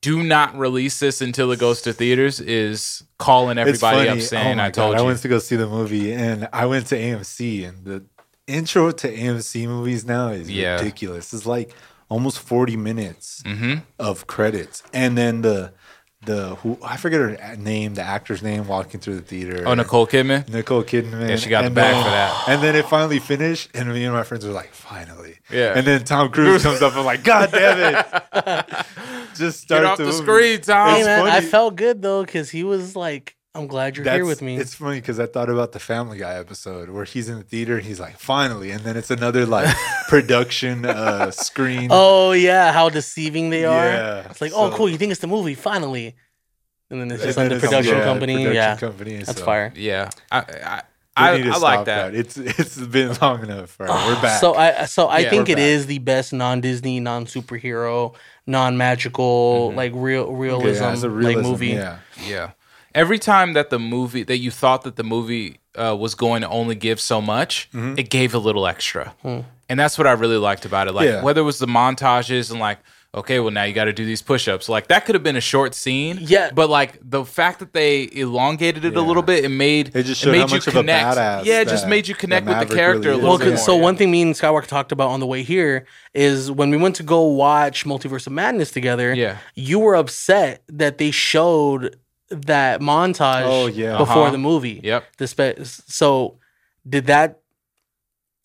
Speaker 2: do not release this until it goes to theaters," is calling everybody up
Speaker 3: Oh
Speaker 2: saying,
Speaker 3: my
Speaker 2: "I told
Speaker 3: God, I
Speaker 2: you."
Speaker 3: went to go see the movie, and I went to AMC, and the intro to AMC movies now is
Speaker 2: Yeah.
Speaker 3: ridiculous. It's like almost forty minutes
Speaker 2: Mhm.
Speaker 3: of credits, and then the the who I forget her name, the actor's name, walking through the theater.
Speaker 2: oh, Nicole Kidman.
Speaker 3: Nicole Kidman.
Speaker 2: Yeah, she got the
Speaker 3: and
Speaker 2: bag
Speaker 3: then-
Speaker 2: for that.
Speaker 3: And then it finally finished, and me and my friends were like, "Finally!"
Speaker 2: Yeah.
Speaker 3: And then Tom Cruise comes up, I'm like, "God damn it!" Just start
Speaker 2: Get off the,
Speaker 3: movie.
Speaker 2: screen, Tom.
Speaker 1: Hey man, I
Speaker 3: funny.
Speaker 1: felt good though because he was like, "I'm glad you're here
Speaker 3: That's-
Speaker 1: with me."
Speaker 3: It's funny because I thought about the Family Guy episode where he's in the theater and he's like, "Finally!" And then it's another like production uh, screen.
Speaker 1: Oh yeah, how deceiving they are!
Speaker 3: Yeah,
Speaker 1: it's like, oh
Speaker 3: so-
Speaker 1: cool, you think it's the movie finally, and then it's
Speaker 3: And
Speaker 1: just
Speaker 3: then
Speaker 1: like the
Speaker 3: it's-
Speaker 1: production
Speaker 3: yeah, the
Speaker 1: company.
Speaker 3: production
Speaker 1: yeah,
Speaker 3: company.
Speaker 1: that's
Speaker 3: so
Speaker 1: fire.
Speaker 2: Yeah, I I,
Speaker 3: we
Speaker 2: I,
Speaker 3: need to
Speaker 2: I like
Speaker 3: stop
Speaker 2: that.
Speaker 3: It's it's been long enough. All right, we're back.
Speaker 1: Ah, So I so I
Speaker 2: Yeah.
Speaker 1: think
Speaker 3: We're
Speaker 1: it
Speaker 3: back.
Speaker 1: is the best non Disney, non superhero, non magical, like real realism,
Speaker 3: Mm-hmm. Yeah, it's a
Speaker 1: um, like
Speaker 3: realism,
Speaker 1: movie.
Speaker 3: Yeah.
Speaker 2: Yeah. Every time that the movie that you thought that the movie uh, was going to only give so much,
Speaker 3: Mm-hmm.
Speaker 2: it gave a little extra,
Speaker 1: Hmm.
Speaker 2: and that's what I really liked about it. Like
Speaker 3: Yeah.
Speaker 2: whether it was the montages and like, okay, well now you got to do these push-ups. Like that could have been a short scene,
Speaker 1: Yeah.
Speaker 2: But like the fact that they elongated it a little bit, it made
Speaker 3: It just showed
Speaker 2: made
Speaker 3: how much of a
Speaker 2: connect.
Speaker 3: badass
Speaker 2: Yeah, it just
Speaker 3: that-
Speaker 2: made you
Speaker 3: that
Speaker 2: connect with the
Speaker 3: Maverick
Speaker 2: character
Speaker 3: really
Speaker 2: a
Speaker 3: is.
Speaker 2: little
Speaker 1: Well,
Speaker 2: bit.
Speaker 1: c-
Speaker 2: more,
Speaker 1: so
Speaker 2: yeah.
Speaker 1: one thing me and Skywalker talked about on the way here is when we went to go watch Multiverse of Madness together.
Speaker 2: Yeah.
Speaker 1: you were upset that they showed that montage.
Speaker 3: Oh, yeah.
Speaker 1: before
Speaker 2: Uh-huh.
Speaker 1: the movie.
Speaker 2: Yep.
Speaker 1: The spe- so did that?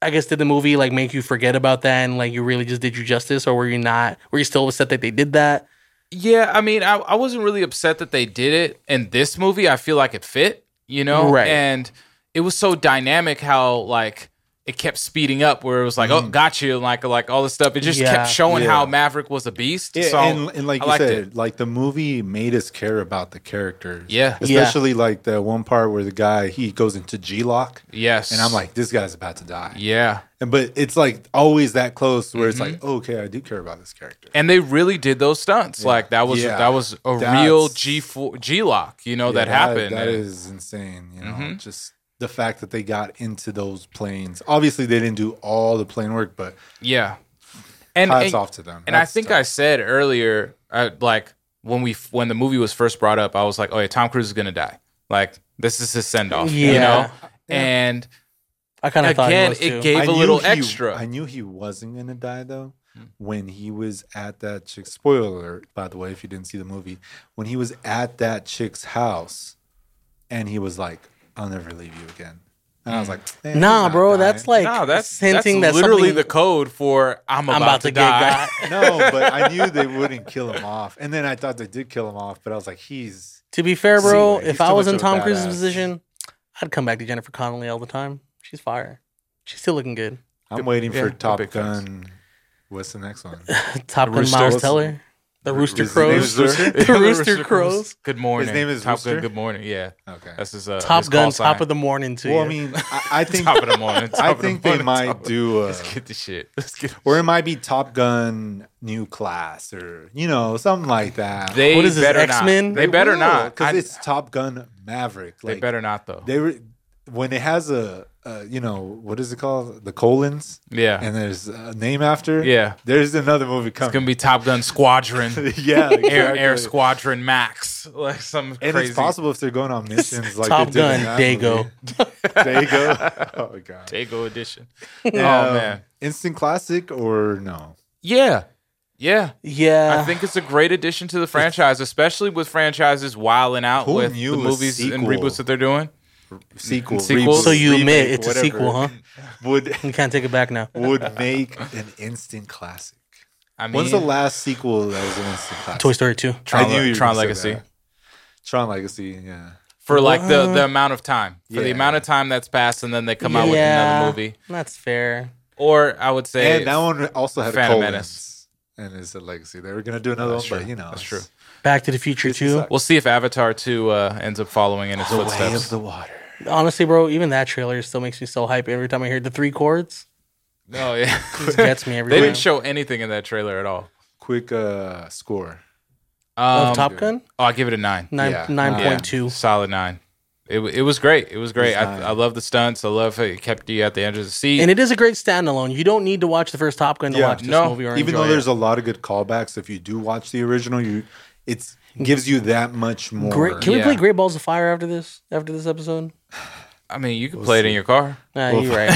Speaker 1: I guess did the movie like make you forget about that and like you really just did you justice or were you not? Were you still upset that they did that?
Speaker 2: Yeah, I mean, I, I wasn't really upset that they did it in this movie. I feel like it fit, you know?
Speaker 1: Right.
Speaker 2: And it was so dynamic how, like, it kept speeding up where it was like, oh, got you, and like, like all this stuff. It just
Speaker 1: Mm. Yeah.
Speaker 2: kept showing
Speaker 3: Yeah.
Speaker 2: how Maverick was a beast.
Speaker 3: Yeah,
Speaker 2: so
Speaker 3: and, and like
Speaker 2: I
Speaker 3: you
Speaker 2: liked
Speaker 3: said,
Speaker 2: it.
Speaker 3: like the movie made us care about the characters.
Speaker 2: Yeah.
Speaker 1: Yeah.
Speaker 3: Especially like the one part where the guy he goes into G Lock
Speaker 2: Yes.
Speaker 3: and I'm like, this guy's about to die.
Speaker 2: yeah. Mm-hmm.
Speaker 3: And but it's like always that close where it's like, okay, I do care about this character.
Speaker 2: And they really did those stunts. Like that was
Speaker 3: Yeah.
Speaker 2: that was a
Speaker 3: That's-
Speaker 2: real G four G lock, you know, that
Speaker 3: Yeah,
Speaker 2: happened. Mm-hmm.
Speaker 3: That
Speaker 2: And-
Speaker 3: is insane. You know, just the fact that they got into those planes. Obviously they didn't do all the plane work, but
Speaker 2: yeah. And
Speaker 3: hats
Speaker 2: and-
Speaker 3: off to them.
Speaker 2: and I think I said earlier, I, like when we when the movie was first brought up, I was like, "Oh yeah, Tom Cruise is gonna die. Like this is his send off, you
Speaker 1: Yeah.
Speaker 2: know." And
Speaker 1: I kind of thought
Speaker 2: Again,
Speaker 1: it was
Speaker 2: it
Speaker 1: too.
Speaker 2: gave-
Speaker 3: I
Speaker 2: a
Speaker 3: knew
Speaker 2: little
Speaker 3: he-
Speaker 2: extra. Hmm.
Speaker 3: I knew he wasn't gonna die though. When he was at that chick, spoiler alert, by the way, if you didn't see the movie, when he was at that chick's house, and he was like, "I'll never leave you again," And I
Speaker 2: Hmm.
Speaker 3: was like, eh, he's
Speaker 1: Nah,
Speaker 3: not
Speaker 1: bro,
Speaker 3: dying.
Speaker 1: that's like
Speaker 2: no, that's that's
Speaker 1: hinting that
Speaker 2: literally
Speaker 1: something-
Speaker 2: the code for I'm about,
Speaker 1: I'm
Speaker 2: to,
Speaker 1: about to get
Speaker 2: die.
Speaker 1: got.
Speaker 3: no, but I knew they wouldn't kill him off. And then I thought they did kill him off, but I was like, he's
Speaker 1: To be fair, bro,
Speaker 3: See, he's
Speaker 1: if I
Speaker 3: too
Speaker 1: was
Speaker 3: much
Speaker 1: in
Speaker 3: of a
Speaker 1: Tom Cruise's
Speaker 3: badass.
Speaker 1: position, I'd come back to Jennifer Connelly all the time. She's fire. She's still looking good.
Speaker 3: I'm waiting
Speaker 2: yeah,
Speaker 3: for
Speaker 2: good
Speaker 3: Top
Speaker 2: big guns.
Speaker 3: Gun. What's the next one?
Speaker 1: Top Gun
Speaker 2: Rooster.
Speaker 1: Miles Teller, the Rooster
Speaker 3: His name
Speaker 1: Crows,
Speaker 3: is Rooster?
Speaker 1: The Rooster Crows.
Speaker 2: Good morning.
Speaker 3: His name is
Speaker 2: Top Gun.
Speaker 3: Rooster?
Speaker 2: Good morning. Yeah,
Speaker 3: Okay.
Speaker 2: that's his. Uh,
Speaker 1: Top
Speaker 2: his call
Speaker 1: Gun,
Speaker 2: sign.
Speaker 1: top of the morning too.
Speaker 3: well, I mean, I, I think
Speaker 2: top of the morning. top
Speaker 3: I
Speaker 2: of the
Speaker 3: think they
Speaker 2: morning, top
Speaker 3: might
Speaker 2: of-
Speaker 3: do a,
Speaker 2: Let's get the shit. Let's get.
Speaker 3: or it might be Top Gun New Class or you know something like that.
Speaker 2: They
Speaker 1: What is this,
Speaker 2: better
Speaker 1: X-Men?
Speaker 2: Not. They, better not. I-
Speaker 3: because it's Top Gun Maverick.
Speaker 2: they
Speaker 3: Like,
Speaker 2: better not though.
Speaker 3: They were when it has a, a you know what is it called the colons
Speaker 2: yeah,
Speaker 3: and there's a name after.
Speaker 2: Yeah.
Speaker 3: there's another movie coming.
Speaker 2: it's gonna be Top Gun Squadron,
Speaker 3: yeah,
Speaker 2: Air Air
Speaker 3: exactly.
Speaker 2: Squadron Max, like some
Speaker 3: And
Speaker 2: crazy.
Speaker 3: it's possible if they're going on missions like
Speaker 1: Top
Speaker 3: they did in
Speaker 1: Gun,
Speaker 3: that
Speaker 1: Dago.
Speaker 3: movie. Dago. Oh god.
Speaker 2: Dago edition.
Speaker 3: Um,
Speaker 2: Oh, man.
Speaker 3: Instant classic or no?
Speaker 2: Yeah, yeah.
Speaker 1: yeah,
Speaker 3: Ah.
Speaker 2: I think it's a great addition to the franchise, especially with franchises wilding out
Speaker 3: Who
Speaker 2: with the
Speaker 3: knew a
Speaker 2: movies and
Speaker 3: sequel?
Speaker 2: reboots that they're doing.
Speaker 3: Sequel.
Speaker 2: Sequel.
Speaker 3: reboot,
Speaker 1: so. You admit
Speaker 3: remake,
Speaker 1: it's a
Speaker 3: whatever,
Speaker 1: sequel, huh?
Speaker 3: Would
Speaker 1: You can't take it back now.
Speaker 3: would make an instant classic.
Speaker 2: I mean,
Speaker 3: When's the last sequel that was an instant classic?
Speaker 1: Toy Story two.
Speaker 2: Tron,
Speaker 3: you were
Speaker 2: Tron
Speaker 3: gonna say
Speaker 2: Legacy
Speaker 3: that. Tron Legacy, yeah.
Speaker 2: for like the, the amount of time for the
Speaker 3: Yeah.
Speaker 2: amount of time that's passed, and then they come out with another movie.
Speaker 1: That's fair.
Speaker 2: Or I would say
Speaker 3: and that one also had
Speaker 2: Phantom
Speaker 3: a colon.
Speaker 2: Menace.
Speaker 3: And it's a legacy. They were gonna do another
Speaker 2: That's
Speaker 3: one,
Speaker 2: true.
Speaker 3: but you know,
Speaker 2: That's
Speaker 3: it's
Speaker 2: true.
Speaker 1: Back to the Future
Speaker 3: This is
Speaker 1: two.
Speaker 3: like-
Speaker 2: We'll see if Avatar 2 uh, ends up following in its
Speaker 3: The way
Speaker 2: footsteps.
Speaker 3: of the water.
Speaker 1: Honestly, bro, even that trailer still makes me so hype every time I hear the three chords.
Speaker 2: No, Oh, yeah.
Speaker 1: It gets me every
Speaker 2: they
Speaker 1: time.
Speaker 2: didn't show anything in that trailer at all.
Speaker 3: Quick uh score.
Speaker 2: Um,
Speaker 1: of Top Gun
Speaker 2: Oh, I give it a nine.
Speaker 1: nine
Speaker 3: Yeah.
Speaker 1: nine
Speaker 2: Yeah,
Speaker 1: point two.
Speaker 2: Solid nine. It, wa- it was great. It was great.
Speaker 3: It was
Speaker 2: I,
Speaker 3: nine.
Speaker 2: I love the stunts. I love how it kept you at the edge of the seat.
Speaker 1: And it is a great standalone. You don't need to watch the first Top Gun to
Speaker 3: Yeah.
Speaker 1: watch this
Speaker 2: No,
Speaker 1: movie or
Speaker 3: Even
Speaker 1: enjoy
Speaker 3: though
Speaker 1: it.
Speaker 3: there's a lot of good callbacks, if you do watch the original, you it's gives you that much more.
Speaker 1: Great. Can
Speaker 2: Yeah.
Speaker 1: we play Great Balls of Fire after this? After this episode?
Speaker 2: I mean, you could play it in your car.
Speaker 1: Nah, you're right.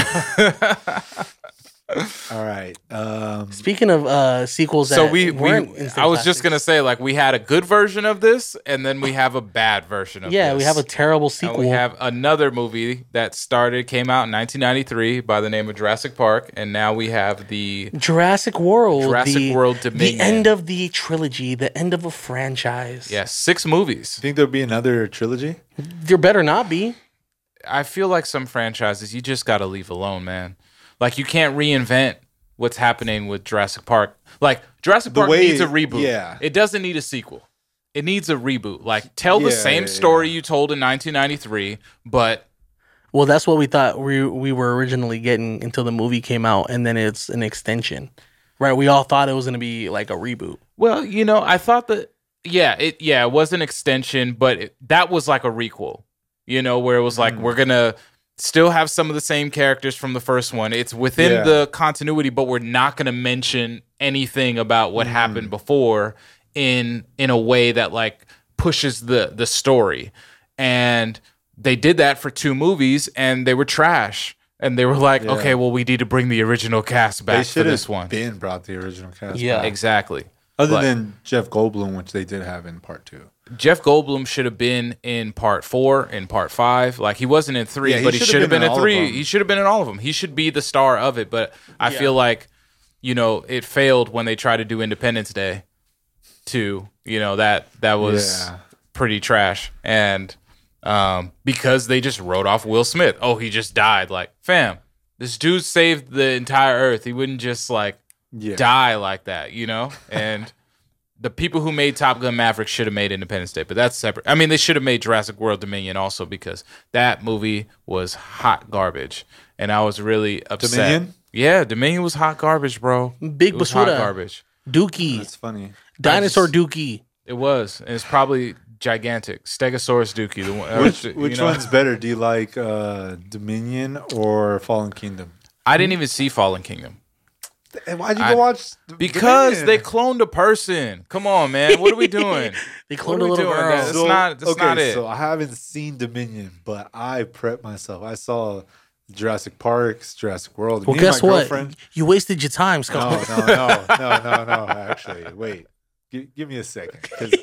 Speaker 3: All right. Um
Speaker 1: Speaking of uh, sequels, that
Speaker 2: So we, we
Speaker 1: weren't
Speaker 2: I was
Speaker 1: instant
Speaker 2: just
Speaker 1: classics.
Speaker 2: gonna say like we had a good version of this, and then we have a bad version of
Speaker 1: yeah,
Speaker 2: this.
Speaker 1: we have a terrible
Speaker 2: And
Speaker 1: sequel.
Speaker 2: we have another movie that started came out in 1993 by the name of Jurassic Park, and now we have the
Speaker 1: Jurassic World,
Speaker 2: Jurassic
Speaker 1: the,
Speaker 2: World
Speaker 1: the
Speaker 2: Dominion.
Speaker 1: end of the trilogy, the end of a franchise.
Speaker 2: yeah six movies.
Speaker 3: do you think there'll be another trilogy?
Speaker 1: there better not be.
Speaker 2: I feel like some franchises you just gotta leave alone, man. Like you can't reinvent what's happening with Jurassic Park. Like Jurassic
Speaker 3: The
Speaker 2: Park
Speaker 3: way-
Speaker 2: needs a reboot.
Speaker 3: yeah.
Speaker 2: It doesn't need a sequel. It needs a reboot. Like tell the
Speaker 3: Yeah,
Speaker 2: same
Speaker 3: yeah,
Speaker 2: story you told in 1993, but
Speaker 1: Well, that's what we thought we we were originally getting until the movie came out, and then it's an extension, right? We all thought it was going to be like a reboot.
Speaker 2: well, you know, I thought that yeah, it yeah, it was an extension, but it, that was like a requel. You know, where it was
Speaker 3: Hmm.
Speaker 2: like we're going to still have some of the same characters from the first one. It's within
Speaker 3: Yeah.
Speaker 2: the continuity, but we're not going to mention anything about
Speaker 3: Hmm.
Speaker 2: what happened before in in a way that like pushes the the story. And they did that for two movies and they were trash. And they were like, okay, well, we need to bring the original cast
Speaker 3: They
Speaker 2: back for
Speaker 3: should
Speaker 2: this
Speaker 3: have
Speaker 2: one.
Speaker 3: been brought the original cast.
Speaker 1: Yeah.
Speaker 3: back.
Speaker 2: Exactly.
Speaker 3: Other
Speaker 2: Like-
Speaker 3: than Jeff Goldblum, which they did have in part two.
Speaker 2: Jeff Goldblum should have been in part four, in part five. Like he wasn't in three,
Speaker 3: Yeah, he
Speaker 2: but he should have been,
Speaker 3: all
Speaker 2: in
Speaker 3: of
Speaker 2: three.
Speaker 3: them.
Speaker 2: He should have been in all of them. He should be the star of it. But I feel like, you know, it failed when they tried to do Independence Day, too. You know that that was
Speaker 3: Yeah.
Speaker 2: pretty trash, and um, because they just wrote off Will Smith. Oh, he just died. Like, fam, this dude saved the entire Earth. He wouldn't just like
Speaker 3: Yeah.
Speaker 2: die like that, you know? And the people who made Top Gun Maverick should have made Independence Day, but that's separate. I mean, they should have made Jurassic World Dominion also because that movie was hot garbage. And I was really upset.
Speaker 3: Dominion?
Speaker 2: Yeah, Dominion was hot garbage, bro.
Speaker 1: Big
Speaker 2: It was hot
Speaker 1: basura.
Speaker 2: garbage.
Speaker 1: Dookie,
Speaker 3: That's funny.
Speaker 1: dinosaur Dookie.
Speaker 2: It was. And it's probably gigantic. Stegosaurus Dookie. The one, uh,
Speaker 3: Which,
Speaker 2: you
Speaker 3: which
Speaker 2: know.
Speaker 3: one's better? Do you like uh, Dominion or Fallen Kingdom?
Speaker 2: I didn't even see Fallen Kingdom.
Speaker 3: And why'd you
Speaker 2: I-
Speaker 3: go watch? D-
Speaker 2: Because they
Speaker 3: Dominion?
Speaker 2: cloned a person. Come on, man. What are we doing?
Speaker 1: They
Speaker 2: What
Speaker 1: cloned
Speaker 2: are
Speaker 1: a
Speaker 2: we
Speaker 1: little
Speaker 2: doing?
Speaker 1: girl.
Speaker 2: That's not- that's not it.
Speaker 3: So I haven't seen Dominion, but I prepped myself. I saw Jurassic Parks, Jurassic World.
Speaker 1: Well,
Speaker 3: Me and
Speaker 1: guess
Speaker 3: my
Speaker 1: what?
Speaker 3: girlfriend-
Speaker 1: You wasted your time, Scott.
Speaker 3: No, no, no, no, no, no. Actually, wait. Gi- give me a second. 'cause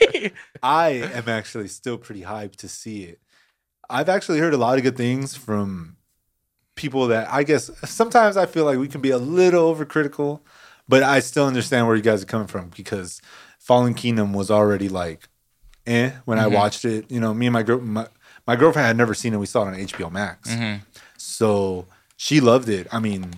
Speaker 3: I am actually still pretty hyped to see it. I've actually heard a lot of good things from people that I guess sometimes I feel like we can be a little overcritical, but I still understand where you guys are coming from because Fallen Kingdom was already like, eh, when I watched it. You know, me and my girl, my, my girlfriend had never seen it. We saw it on HBO Max, so she loved it. I mean.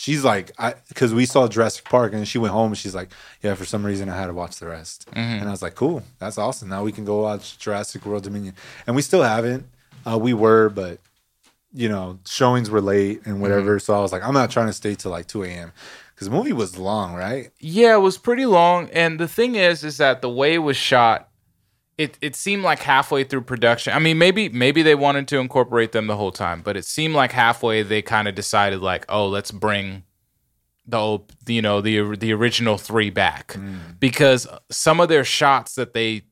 Speaker 3: She's like, I because we saw Jurassic Park and she went home and she's like, yeah, for some reason I had to watch the rest.
Speaker 2: Mm-hmm.
Speaker 3: And I was like, cool, that's awesome. Now we can go watch Jurassic World Dominion, and we still haven't. Uh, we were, but you know, showings were late
Speaker 2: Mm-hmm.
Speaker 3: and whatever. So I was like, I'm not trying to stay till like 2 a.m. because the movie was long, right?
Speaker 2: Yeah, it was pretty long. And the thing is, is that the way it was shot, it, it seemed like halfway through production. I mean, maybe maybe they wanted to incorporate them the whole time, but it seemed like halfway they kind of decided like, oh, let's bring the old, you know, the the original three back because some of their shots that they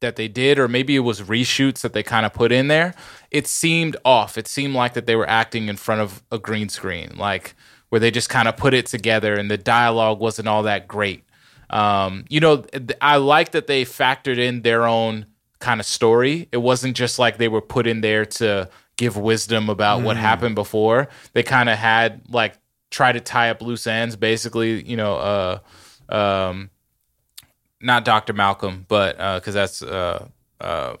Speaker 2: that they did, or maybe it was reshoots that they kind of put in there, it seemed off. It seemed like that they were acting in front of a green screen, like where they just kind of put it together and the dialogue wasn't all that great. Um, you know, th- I like that they factored in their own kind of story. It wasn't just like they were put in there to give wisdom about what happened before. They kind of had like try to tie up loose ends, basically, you know, uh, um, not Dr. Malcolm, but because that's uh, uh,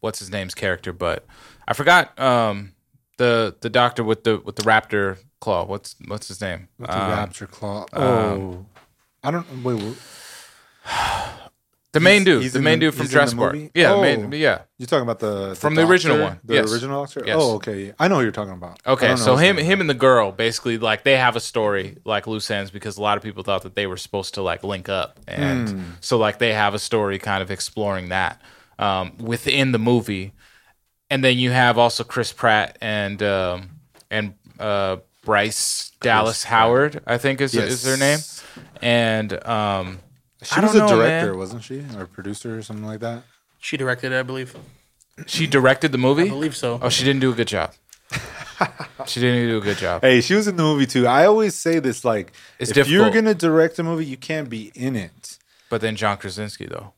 Speaker 2: what's his name's character, but I forgot um, the the doctor with the with the raptor claw. What's what's his name? Uh,
Speaker 3: With the Rapture Claw.
Speaker 2: um,
Speaker 3: Oh, I don't wait. wait
Speaker 2: The main
Speaker 3: He's-
Speaker 2: dude,
Speaker 3: he's
Speaker 2: the
Speaker 3: in
Speaker 2: main
Speaker 3: the-
Speaker 2: dude from
Speaker 3: he's in the
Speaker 2: Jurassic Park.
Speaker 3: movie?
Speaker 2: Yeah, the
Speaker 3: Oh.
Speaker 2: main, yeah.
Speaker 3: you're talking about the,
Speaker 2: From the original
Speaker 3: doctor?
Speaker 2: one,
Speaker 3: the
Speaker 2: yes.
Speaker 3: original doctor.
Speaker 2: Yes.
Speaker 3: Oh, okay. I know who you're talking about. I
Speaker 2: Okay,
Speaker 3: don't know
Speaker 2: so
Speaker 3: his
Speaker 2: him
Speaker 3: name.
Speaker 2: him and the girl basically like they have a story like loose ends because a lot of people thought that they were supposed to like link up and
Speaker 3: Hmm.
Speaker 2: so like they have a story kind of exploring that um, within the movie, and then you have also Chris Pratt and um, and uh, Bryce Dallas Howard I think is is their name
Speaker 3: Yes.
Speaker 2: and um,
Speaker 3: She
Speaker 2: I
Speaker 3: was
Speaker 2: don't
Speaker 3: a
Speaker 2: know,
Speaker 3: director,
Speaker 2: man.
Speaker 3: wasn't she, or a producer or something like that?
Speaker 1: She directed it, I believe.
Speaker 2: she directed the movie.
Speaker 1: I believe so.
Speaker 2: Oh, she didn't do a good job. she didn't do a good job.
Speaker 3: Hey, she was in the movie too. I always say this: like,
Speaker 2: It's
Speaker 3: if you're
Speaker 2: difficult.
Speaker 3: gonna direct a movie, you can't be in it.
Speaker 2: But then John Krasinski though,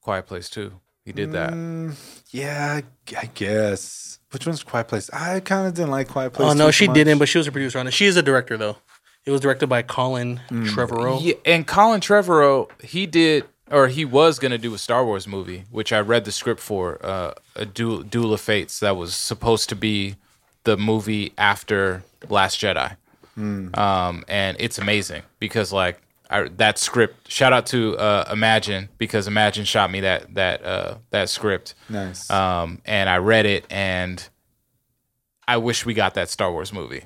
Speaker 2: Quiet Place too. He did that.
Speaker 3: Mm, yeah, I- I guess. Which one's Quiet Place? I kind of didn't like Quiet Place.
Speaker 1: Oh no,
Speaker 3: too
Speaker 1: she
Speaker 3: much.
Speaker 1: didn't, but she was a producer on it. She is a director though. It was directed by Colin Trevorrow.
Speaker 2: Mm. Yeah, and Colin Trevorrow, he did or he was gonna do a Star Wars movie, which I read the script for, uh, a Duel, Duel of Fates that was supposed to be the movie after Last Jedi. um, and it's amazing because like I, that script. Shout out to uh, Imagine because Imagine shot me that that uh, that script.
Speaker 3: Nice.
Speaker 1: Uh,
Speaker 2: Um, and I read it, and I wish we got that Star Wars movie.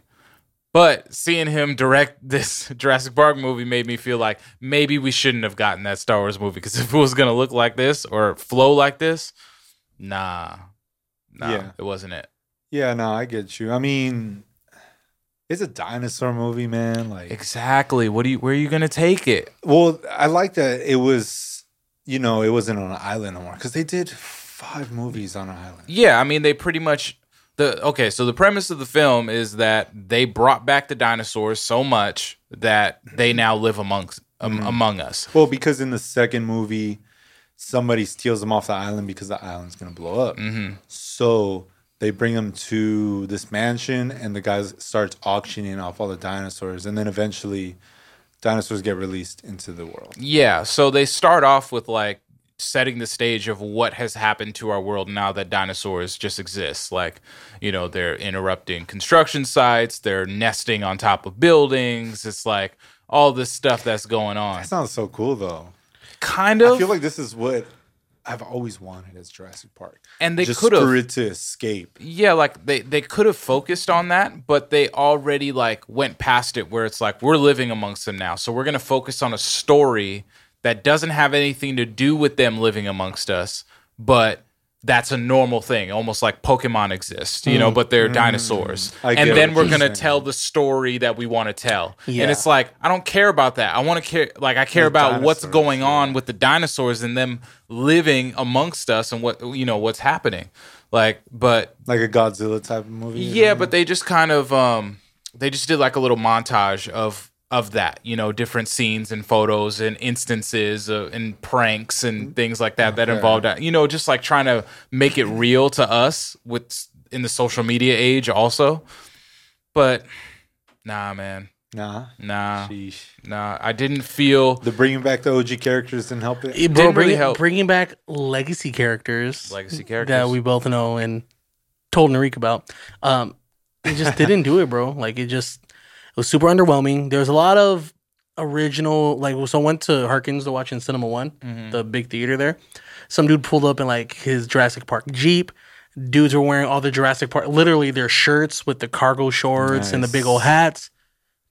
Speaker 2: But seeing him direct this Jurassic Park movie made me feel like maybe we shouldn't have gotten that Star Wars movie because if it was gonna look like this or flow like this, nah, nah,
Speaker 3: Yeah.
Speaker 2: it wasn't it.
Speaker 3: Yeah, no, I get you. I mean, it's a dinosaur movie, man. Like,
Speaker 2: Exactly. What do you? Where are you gonna take it?
Speaker 3: well, I like that it was, you know, it wasn't on an island no more because they did five movies on an island.
Speaker 2: Yeah, I mean they pretty much the okay, so the premise of the film is that they brought back the dinosaurs so much that they now live amongst um, among us.
Speaker 3: Well, because in the second movie, somebody steals them off the island because the island's gonna blow up.
Speaker 2: Mm-hmm.
Speaker 3: So they bring them to this mansion, and the guy starts auctioning off all the dinosaurs, and then eventually, dinosaurs get released into the world.
Speaker 2: Yeah, so they start off with like setting the stage of what has happened to our world now that dinosaurs just exist. Like, you know, they're interrupting construction sites, they're nesting on top of buildings. It's like all this stuff that's going on.
Speaker 3: That sounds so cool, though.
Speaker 2: Kind of
Speaker 3: I feel like this is what I've always wanted as Jurassic Park.
Speaker 2: and they
Speaker 3: Just
Speaker 2: could have
Speaker 3: for it to escape.
Speaker 2: yeah like they they could have focused on that but they already like went past it where it's like we're living amongst them now so we're going to focus on a story that doesn't have anything to do with them living amongst us but that's a normal thing almost like pokemon exist you know but they're dinosaurs
Speaker 3: Mm. I get
Speaker 2: and then
Speaker 3: what
Speaker 2: we're
Speaker 3: you're
Speaker 2: going to
Speaker 3: saying.
Speaker 2: tell the story that we want to tell
Speaker 1: Yeah.
Speaker 2: and it's like i don't care about that i want to care like i care about what's
Speaker 3: dinosaurs,
Speaker 2: going on with the dinosaurs and them living amongst us and what you know what's happening like but
Speaker 3: Like a Godzilla type of movie.
Speaker 2: yeah, but they just kind of um they just did like a little montage of of that, you know, different scenes and photos and instances of, and Mm-hmm. pranks and things like that that involved, you know, just like trying to make it real to us with in the social media age also. But nah, man,
Speaker 3: Nah.
Speaker 2: nah,
Speaker 3: Sheesh.
Speaker 2: nah. I didn't feel
Speaker 3: The bringing back the OG characters didn't help it.
Speaker 1: It- bro,
Speaker 2: Didn't
Speaker 1: bring,
Speaker 2: really help.
Speaker 1: bringing back legacy characters
Speaker 2: legacy characters.
Speaker 1: that we both know and told Narik about. Um, it just didn't do it, bro. Like it just it was super underwhelming. There was a lot of original like so I went to Harkins to watch in Cinema One, the big theater there. Some dude pulled up in like his Jurassic Park Jeep. Dudes were wearing all the Jurassic Park literally their shirts with the cargo shorts and the
Speaker 3: Nice.
Speaker 1: big old hats.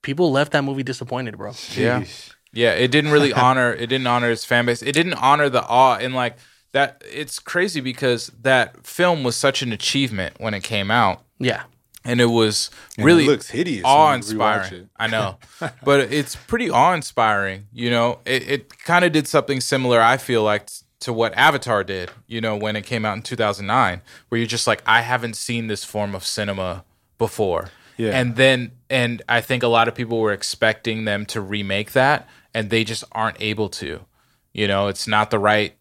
Speaker 1: People left that movie disappointed, bro.
Speaker 2: Yeah.
Speaker 3: Sheesh.
Speaker 2: Yeah, it didn't really honor it didn't honor its fan base. It didn't honor the awe and like that it's crazy because that film was such an achievement when it came out
Speaker 1: Yeah.
Speaker 2: and it was
Speaker 3: And
Speaker 2: really
Speaker 3: it looks hideous. when you
Speaker 2: awe
Speaker 3: rewatch it.
Speaker 2: inspiring. I know, but it's pretty awe inspiring. You know, it, it kind of did something similar. I feel like t- to what Avatar did. You know, when it came out in two thousand nine, where you're just like, I haven't seen this form of cinema before.
Speaker 3: Yeah.
Speaker 2: And then, and I think a lot of people were expecting them to remake that, and they just aren't able to. You know, it's not the right,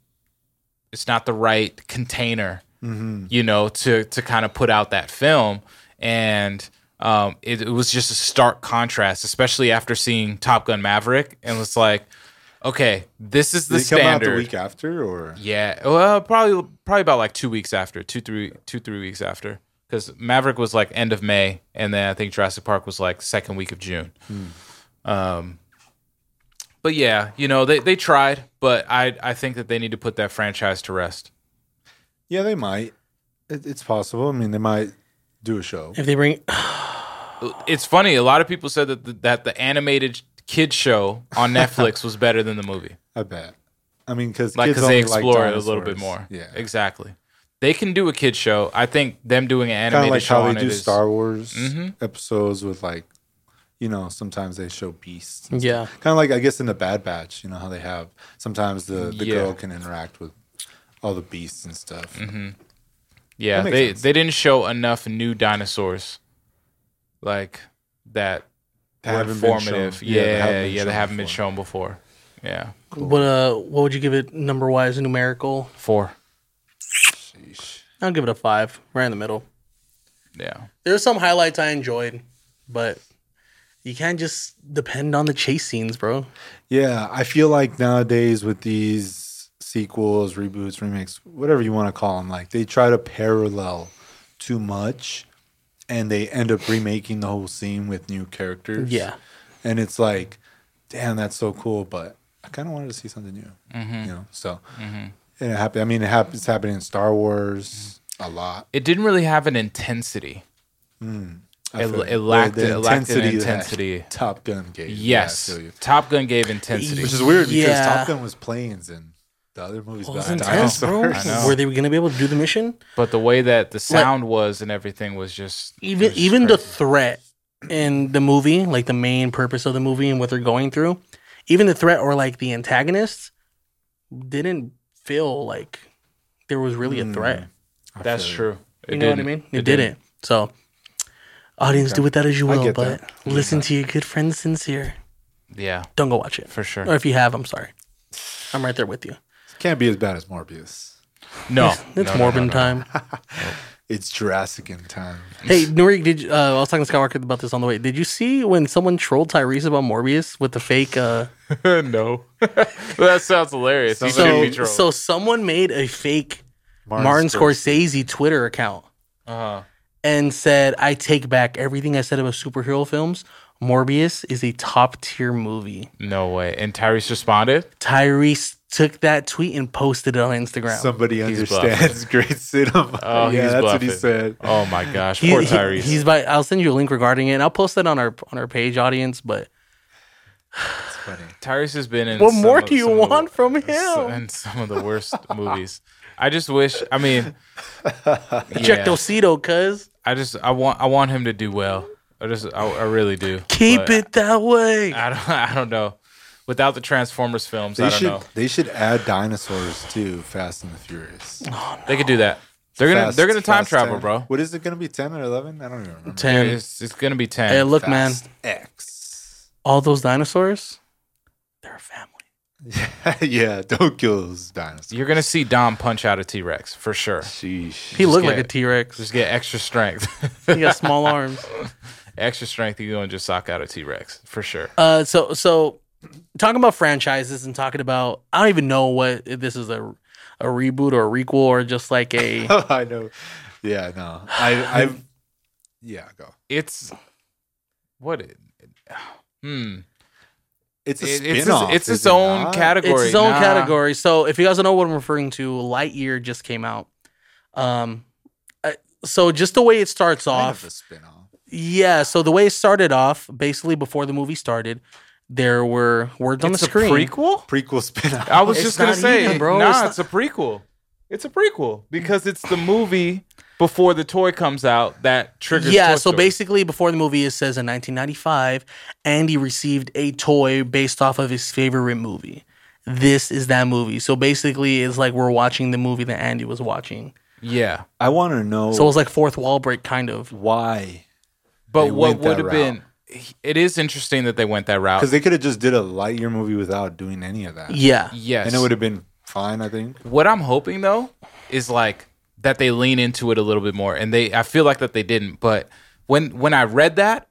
Speaker 2: it's not the right container
Speaker 3: Mm-hmm.
Speaker 2: you know, to to kind of put out that film, and um, it, it was just a stark contrast, especially after seeing Top Gun Maverick, and it's like, okay, this is the
Speaker 3: Did it come out
Speaker 2: standard.
Speaker 3: the week after or?
Speaker 2: Yeah, well, probably probably about like two weeks after, two three two three weeks after, because Maverick was like end of May, and then I think Jurassic Park was like second week of June. Um,
Speaker 3: Hmm.
Speaker 2: but yeah, you know they they tried, but I I think that they need to put that franchise to rest.
Speaker 3: Yeah, they might. It, it's possible. I mean, they might do a show.
Speaker 1: If they bring
Speaker 2: It's funny. A lot of people said that the, that the animated kid show on Netflix was better than the movie,
Speaker 3: I bet. I mean, because
Speaker 2: like because they explore
Speaker 3: like
Speaker 2: it a little bit
Speaker 3: dinosaurs.
Speaker 2: more.
Speaker 3: Yeah,
Speaker 2: exactly. They can do a kid show. I think them doing an
Speaker 3: kind of
Speaker 2: animated
Speaker 3: like
Speaker 2: show
Speaker 3: how
Speaker 2: on
Speaker 3: they
Speaker 2: it
Speaker 3: do
Speaker 2: is-
Speaker 3: Star Wars
Speaker 2: Mhm.
Speaker 3: episodes with like, you know, sometimes they show beasts.
Speaker 1: Yeah.
Speaker 3: Kind of like I guess in the Bad Batch, you know how they have sometimes the the
Speaker 2: Yeah. Mm-hmm.
Speaker 3: girl can interact with all the beasts and stuff.
Speaker 2: Yeah,
Speaker 3: That makes
Speaker 2: they
Speaker 3: sense.
Speaker 2: they didn't show enough new dinosaurs, like that
Speaker 3: They
Speaker 2: were
Speaker 3: haven't been
Speaker 2: informative.
Speaker 3: shown.
Speaker 2: Yeah,
Speaker 3: Yeah, they
Speaker 2: yeah,
Speaker 3: haven't
Speaker 2: they
Speaker 3: been shown
Speaker 2: haven't been
Speaker 3: before.
Speaker 2: shown before. Yeah,
Speaker 1: what uh what would you give it number wise numerical?
Speaker 2: four.
Speaker 3: Sheesh.
Speaker 1: I'll give it a five, right in the middle.
Speaker 2: Yeah,
Speaker 1: There's some highlights I enjoyed, but you can't just depend on the chase scenes, bro.
Speaker 3: Yeah, I feel like nowadays with these sequels, reboots, remakes, whatever you want to call them, like they try to parallel too much and they end up remaking the whole scene with new characters.
Speaker 1: Yeah.
Speaker 3: And it's like, damn, that's so cool, but I kind of wanted to see something new.
Speaker 2: Mm-hmm.
Speaker 3: You know, so and it happened. I mean, it happens. It's happening in Star Wars
Speaker 2: Mm-hmm.
Speaker 3: a lot.
Speaker 2: it didn't really have an intensity.
Speaker 3: I
Speaker 2: It-
Speaker 3: feel
Speaker 2: it lacked-
Speaker 3: the
Speaker 2: it lacked an
Speaker 3: that
Speaker 2: intensity.
Speaker 3: Top Gun gave. Yeah, I
Speaker 2: Yes,
Speaker 3: feel you.
Speaker 2: Top Gun gave intensity.
Speaker 3: Which is weird because
Speaker 1: Yeah.
Speaker 3: Top Gun was planes and the other movies
Speaker 1: It was
Speaker 3: about
Speaker 1: intense, bro.
Speaker 3: dinosaurs.
Speaker 2: know.
Speaker 1: Were they gonna be able to do the mission?
Speaker 2: But the way that the sound was and everything was just
Speaker 1: Even even the threat in the movie, like the main purpose of the movie and what they're going through, even the threat or like the antagonists didn't feel like there was really
Speaker 3: Mm.
Speaker 1: a
Speaker 3: Hmm.
Speaker 1: threat.
Speaker 3: I
Speaker 2: that's
Speaker 3: feel
Speaker 2: true. It
Speaker 1: You know what I
Speaker 2: didn't.
Speaker 1: mean? It, didn't. So, audience, do with that as you
Speaker 3: I
Speaker 1: will,
Speaker 3: get
Speaker 1: but
Speaker 3: that.
Speaker 1: listen to your good friend sincere.
Speaker 2: Yeah,
Speaker 1: Don't go watch it.
Speaker 2: for sure.
Speaker 1: Or if you have, I'm sorry. I'm right there with you.
Speaker 3: It can't be as bad as Morbius.
Speaker 2: No, no,
Speaker 1: It's
Speaker 2: no, no,
Speaker 1: Morbin
Speaker 2: no.
Speaker 1: time.
Speaker 3: It's Jurassic in time.
Speaker 1: Hey, Nuri, did you, uh, I was talking to Skywalker about this on the way. Did you see when someone trolled Tyrese about Morbius with the fake? Uh,
Speaker 2: no, that sounds hilarious. He shouldn't
Speaker 1: so,
Speaker 2: be trolled.
Speaker 1: so someone made a fake Martin, Scorsese Twitter account
Speaker 2: uh-huh.
Speaker 1: and said, "I take back everything I said about superhero films. Morbius is a top tier movie."
Speaker 2: No way. And Tyrese responded.
Speaker 1: Tyrese took that tweet and posted it on Instagram.
Speaker 3: Somebody understands great cinema.
Speaker 2: Oh,
Speaker 3: yeah,
Speaker 2: he's
Speaker 3: that's what
Speaker 2: bluffing.
Speaker 3: he said.
Speaker 2: Oh my gosh,
Speaker 1: He-
Speaker 2: poor
Speaker 1: he-
Speaker 2: Tyrese.
Speaker 1: he's by. I'll send you a link regarding it. and I'll post that on our on our page, audience. But
Speaker 3: It's funny.
Speaker 2: Tyrese has been in.
Speaker 1: what
Speaker 2: some
Speaker 1: more
Speaker 2: of-
Speaker 1: do you
Speaker 2: some of the-
Speaker 1: want from him?
Speaker 2: so- in some of the worst movies. I just wish. I mean,
Speaker 1: Check
Speaker 2: yeah,
Speaker 1: Dosito, cuz.
Speaker 2: I just I want I want him to do well. I just I, I really do.
Speaker 1: Keep
Speaker 2: But
Speaker 1: it that way.
Speaker 2: I don't I don't know. Without the Transformers films, I
Speaker 3: They
Speaker 2: don't
Speaker 3: should
Speaker 2: know.
Speaker 3: they should add dinosaurs to Fast and the Furious.
Speaker 2: They could do that. They're gonna
Speaker 3: Fast-
Speaker 2: they're gonna time
Speaker 3: Fast
Speaker 2: travel,
Speaker 3: 10.
Speaker 2: bro.
Speaker 3: What is it gonna be? Ten or eleven? I don't even remember.
Speaker 1: 10.
Speaker 2: It's, it's gonna be ten.
Speaker 1: Hey, look, man,
Speaker 3: Fast X.
Speaker 1: all those dinosaurs, they're a family.
Speaker 3: yeah, don't kill those dinosaurs.
Speaker 2: You're gonna see Dom punch out a T Rex for sure.
Speaker 3: Sheesh.
Speaker 1: He looked like
Speaker 2: get-
Speaker 1: a T Rex.
Speaker 2: Just get extra strength.
Speaker 1: He got small arms.
Speaker 2: extra strength. You gonna just sock out a T Rex for sure.
Speaker 1: Uh, so so talking about franchises and talking about I don't even know what if this is a a reboot or a requel or just like a
Speaker 3: I know. Yeah, no. I, I've. Yeah, go.
Speaker 2: It's what? It, hmm.
Speaker 3: It's a
Speaker 2: It-
Speaker 3: spin-off.
Speaker 2: it's it's
Speaker 3: is
Speaker 2: its
Speaker 3: it
Speaker 2: own
Speaker 3: not?
Speaker 2: category.
Speaker 1: it's its own
Speaker 2: Nah.
Speaker 1: category. So if you guys don't know what I'm referring to, Lightyear just came out. Um, uh, so just the way it starts
Speaker 3: Kind
Speaker 1: off,
Speaker 3: of a spin-off.
Speaker 1: yeah. So the way it started off, basically before the movie started, there were words on the
Speaker 2: It's a
Speaker 1: screen.
Speaker 2: prequel.
Speaker 3: Prequel spin-off.
Speaker 2: I was
Speaker 1: It's
Speaker 2: just gonna
Speaker 1: not
Speaker 2: say,
Speaker 1: even, bro.
Speaker 2: nah,
Speaker 1: It's
Speaker 2: it's,
Speaker 1: not-
Speaker 2: a prequel. It's a prequel because it's the movie before the toy comes out that triggers.
Speaker 1: yeah,
Speaker 2: Toy
Speaker 1: so
Speaker 2: Story.
Speaker 1: basically, before the movie, it says in 1995, Andy received a toy based off of his favorite movie. This is that movie. So basically, it's like we're watching the movie that Andy was watching.
Speaker 2: yeah.
Speaker 3: I want to know
Speaker 1: So it was like fourth wall break, kind of.
Speaker 3: why.
Speaker 2: But
Speaker 3: They
Speaker 2: what
Speaker 3: went that
Speaker 2: would have been?
Speaker 3: route.
Speaker 2: It is interesting that they went that route.
Speaker 3: Because they could have just did a Lightyear movie without doing any of that.
Speaker 1: Yeah.
Speaker 2: Yes,
Speaker 3: And it would have been fine, I think.
Speaker 2: What I'm hoping though is like that they lean into it a little bit more, and they I feel like that they didn't. But when when I read that,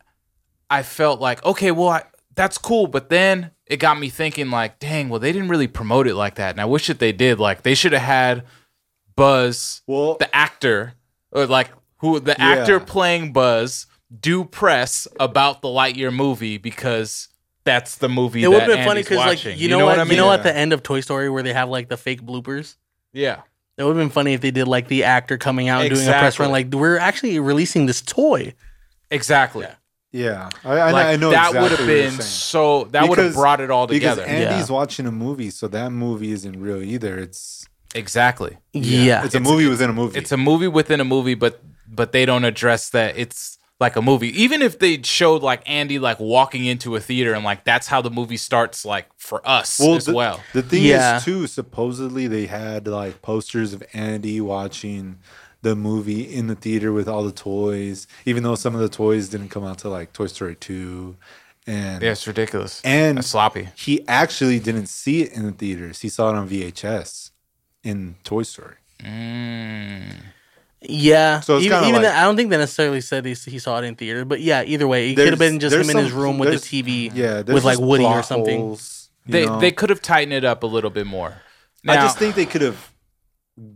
Speaker 2: I felt like okay, well I, that's cool. But then it got me thinking like, dang, well they didn't really promote it like that, and I wish that they did. Like they should have had Buzz,
Speaker 3: Well-
Speaker 2: the actor, or like who the actor playing Buzz do press about the Lightyear movie because. That's the movie.
Speaker 1: It
Speaker 2: would
Speaker 1: would
Speaker 2: have
Speaker 1: have been funny because, like, you know, what,
Speaker 2: I mean?
Speaker 1: you know,
Speaker 3: Yeah.
Speaker 1: at the end of Toy Story where they have like the fake bloopers.
Speaker 2: yeah.
Speaker 1: It would have been funny if they did like the actor coming out and doing a press
Speaker 2: Exactly.
Speaker 1: run, like we're actually releasing this toy.
Speaker 2: Exactly.
Speaker 3: Yeah. I, I,
Speaker 2: like
Speaker 3: I know
Speaker 2: that
Speaker 3: exactly
Speaker 2: would have
Speaker 3: what you're
Speaker 2: been
Speaker 3: saying.
Speaker 2: so that would have
Speaker 3: Because-
Speaker 2: brought it all
Speaker 3: Because
Speaker 2: together.
Speaker 3: Andy's watching a movie, so that movie isn't real either. It's
Speaker 2: exactly.
Speaker 1: Yeah,
Speaker 3: it's a movie within a movie.
Speaker 2: It's a movie within a movie, but but they don't address that it's like a movie. Even if they showed like Andy like walking into a theater and like that's how the movie starts like for us as
Speaker 3: the,
Speaker 2: well.
Speaker 3: The thing
Speaker 1: Yeah.
Speaker 3: is, too, supposedly they had like posters of Andy watching the movie in the theater with all the toys, even though some of the toys didn't come out to like Toy Story 2. And
Speaker 2: Yeah, it's ridiculous.
Speaker 3: and
Speaker 2: That's sloppy.
Speaker 3: he actually didn't see it in the theaters. He saw it on VHS in Toy Story.
Speaker 2: Mm.
Speaker 1: Yeah.
Speaker 3: So it's
Speaker 1: even,
Speaker 3: kinda
Speaker 1: even
Speaker 3: like-
Speaker 1: though- I don't think they necessarily said he, he saw it in theater, but yeah, either way, it could
Speaker 3: There's-
Speaker 1: have been just him
Speaker 3: there's
Speaker 1: in his
Speaker 3: some-
Speaker 1: room with the
Speaker 3: there's-
Speaker 1: TV
Speaker 3: Yeah, there's
Speaker 1: with like
Speaker 3: just
Speaker 1: Woody or
Speaker 3: plot
Speaker 1: something.
Speaker 3: holes, you
Speaker 2: They
Speaker 3: know?
Speaker 2: they could have tightened it up a little bit more. Now,
Speaker 3: I just think they could have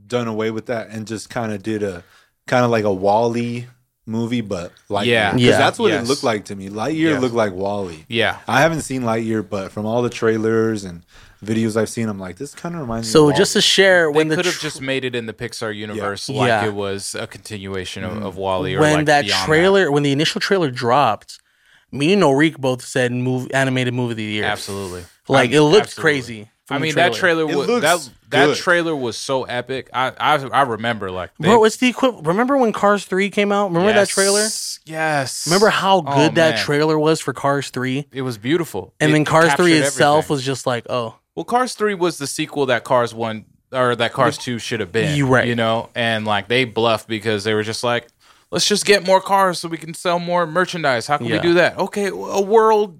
Speaker 3: done away with that and just kind of did a kind of like a Wally movie, but Lightyear.
Speaker 2: Yeah.
Speaker 1: Yeah.
Speaker 3: that's what
Speaker 2: Yes.
Speaker 3: it looked like to me. Lightyear
Speaker 2: Yes.
Speaker 3: looked like Wally.
Speaker 2: yeah.
Speaker 3: I haven't seen Lightyear, but from all the trailers and videos I've seen, I'm like, this kind of reminds me.
Speaker 1: So
Speaker 3: of
Speaker 1: just to
Speaker 3: Wall-E.
Speaker 1: share when
Speaker 2: they
Speaker 1: the
Speaker 2: could have
Speaker 1: tr-
Speaker 2: just made it in the Pixar universe like
Speaker 1: Yeah.
Speaker 2: it was a continuation of, of Wally or
Speaker 1: when
Speaker 2: like
Speaker 1: that
Speaker 2: beyond
Speaker 1: trailer when the initial trailer dropped, me and Norik both said move animated movie of the year.
Speaker 2: Absolutely.
Speaker 1: Like
Speaker 2: I'm-
Speaker 1: it looked
Speaker 2: absolutely.
Speaker 1: crazy. from
Speaker 2: I
Speaker 1: the
Speaker 2: mean that trailer
Speaker 3: It
Speaker 2: was
Speaker 3: looks
Speaker 2: that that
Speaker 3: good.
Speaker 2: trailer was so epic. I I, I remember like they-
Speaker 1: Bro, it's the equivalent. Remember when Cars 3 came out? Remember that
Speaker 2: Yes.
Speaker 1: trailer?
Speaker 2: Yes.
Speaker 1: Remember how
Speaker 2: Oh,
Speaker 1: good that
Speaker 2: man.
Speaker 1: trailer was for Cars 3?
Speaker 2: It was beautiful.
Speaker 1: And
Speaker 2: It
Speaker 1: then Cars 3
Speaker 2: captured
Speaker 1: itself
Speaker 2: everything.
Speaker 1: was just like, oh,
Speaker 2: well. Cars three was the sequel that Cars one or that Cars two should have been.
Speaker 1: You right.
Speaker 2: You know, and like they bluffed because they were just like, let's just get more cars so we can sell more merchandise. How can we
Speaker 1: Yeah.
Speaker 2: do that? Okay, a world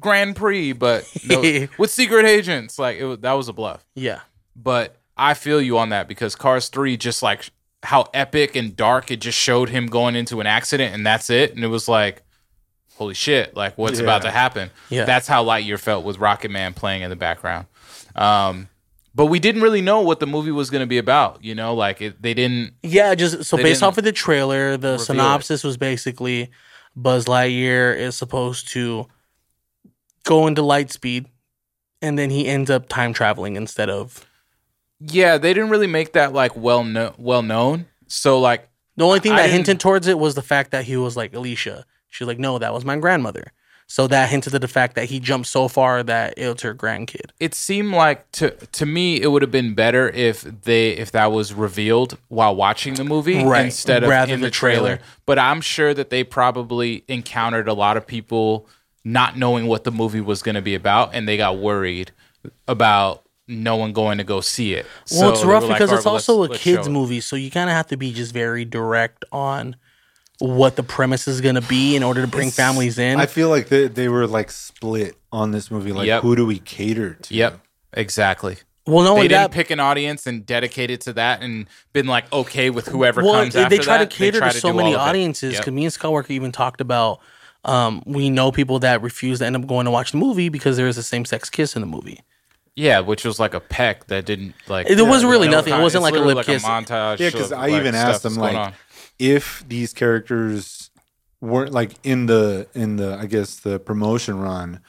Speaker 2: Grand Prix, but no, with secret agents. Like it was, that was a bluff.
Speaker 1: yeah.
Speaker 2: but I feel you on that because Cars 3 just like how epic and dark it just showed him going into an accident and that's it and it was like holy shit like what's about to happen
Speaker 1: Yeah.
Speaker 2: that's how Lightyear felt with Rocket Man playing in the background um but we didn't really know what the movie was going to be about you know like it, they didn't
Speaker 1: Yeah, just so
Speaker 2: They
Speaker 1: based
Speaker 2: didn't
Speaker 1: off of the trailer, the synopsis was basically Buzz Lightyear is supposed to go into light speed and then he ends up time traveling instead of
Speaker 2: yeah they didn't really make that like well known well known so like
Speaker 1: the only thing
Speaker 2: I
Speaker 1: that
Speaker 2: didn't-
Speaker 1: hinted towards it was the fact that he was like Alicia. She's like, No, that was my grandmother. So that hinted to the fact that he jumped so far that it was her grandkid.
Speaker 2: it seemed like to to me it would have been better if they if that was revealed while watching the movie
Speaker 1: Right,
Speaker 2: instead of
Speaker 1: rather
Speaker 2: in
Speaker 1: the
Speaker 2: the trailer.
Speaker 1: trailer.
Speaker 2: But I'm sure that they probably encountered a lot of people not knowing what the movie was going to be about, and they got worried about no one going to go see it.
Speaker 1: Well, it's
Speaker 2: they were
Speaker 1: rough
Speaker 2: like,
Speaker 1: because
Speaker 2: "All right,
Speaker 1: it's
Speaker 2: well,
Speaker 1: also
Speaker 2: let's-
Speaker 1: a
Speaker 2: let's
Speaker 1: kids
Speaker 2: show it."
Speaker 1: movie, so you kind of have to be just very direct on what the premise is going to be in order to bring families in.
Speaker 3: I feel like they, they were like split on this movie. Like,
Speaker 2: Yep.
Speaker 3: who do we cater to?
Speaker 2: Yep, Exactly.
Speaker 1: Well, not
Speaker 2: They
Speaker 1: only
Speaker 2: didn't
Speaker 1: Oh, that,
Speaker 2: pick an audience and dedicated to that and been like okay with whoever
Speaker 1: well,
Speaker 2: comes
Speaker 1: they,
Speaker 2: after
Speaker 1: they try
Speaker 2: that.
Speaker 1: to cater
Speaker 2: try
Speaker 1: to so
Speaker 2: do
Speaker 1: many
Speaker 2: all of it.
Speaker 1: audiences.
Speaker 2: Yep.
Speaker 1: Because me and Skywalker even talked about um, we know people that refuse to end up going to watch the movie because there is a same sex kiss in the movie.
Speaker 2: Yeah, which was like a peck that didn't like.
Speaker 1: There wasn't really
Speaker 2: no
Speaker 1: nothing. It
Speaker 2: con-
Speaker 1: wasn't
Speaker 2: it's
Speaker 1: like a
Speaker 2: literally
Speaker 1: lip kiss.
Speaker 2: montage.
Speaker 3: Yeah, because
Speaker 2: of,
Speaker 3: I even
Speaker 2: stuff
Speaker 3: asked them
Speaker 2: that's going
Speaker 3: like
Speaker 2: on.
Speaker 3: if these characters weren't like in the in the I guess the promotion run,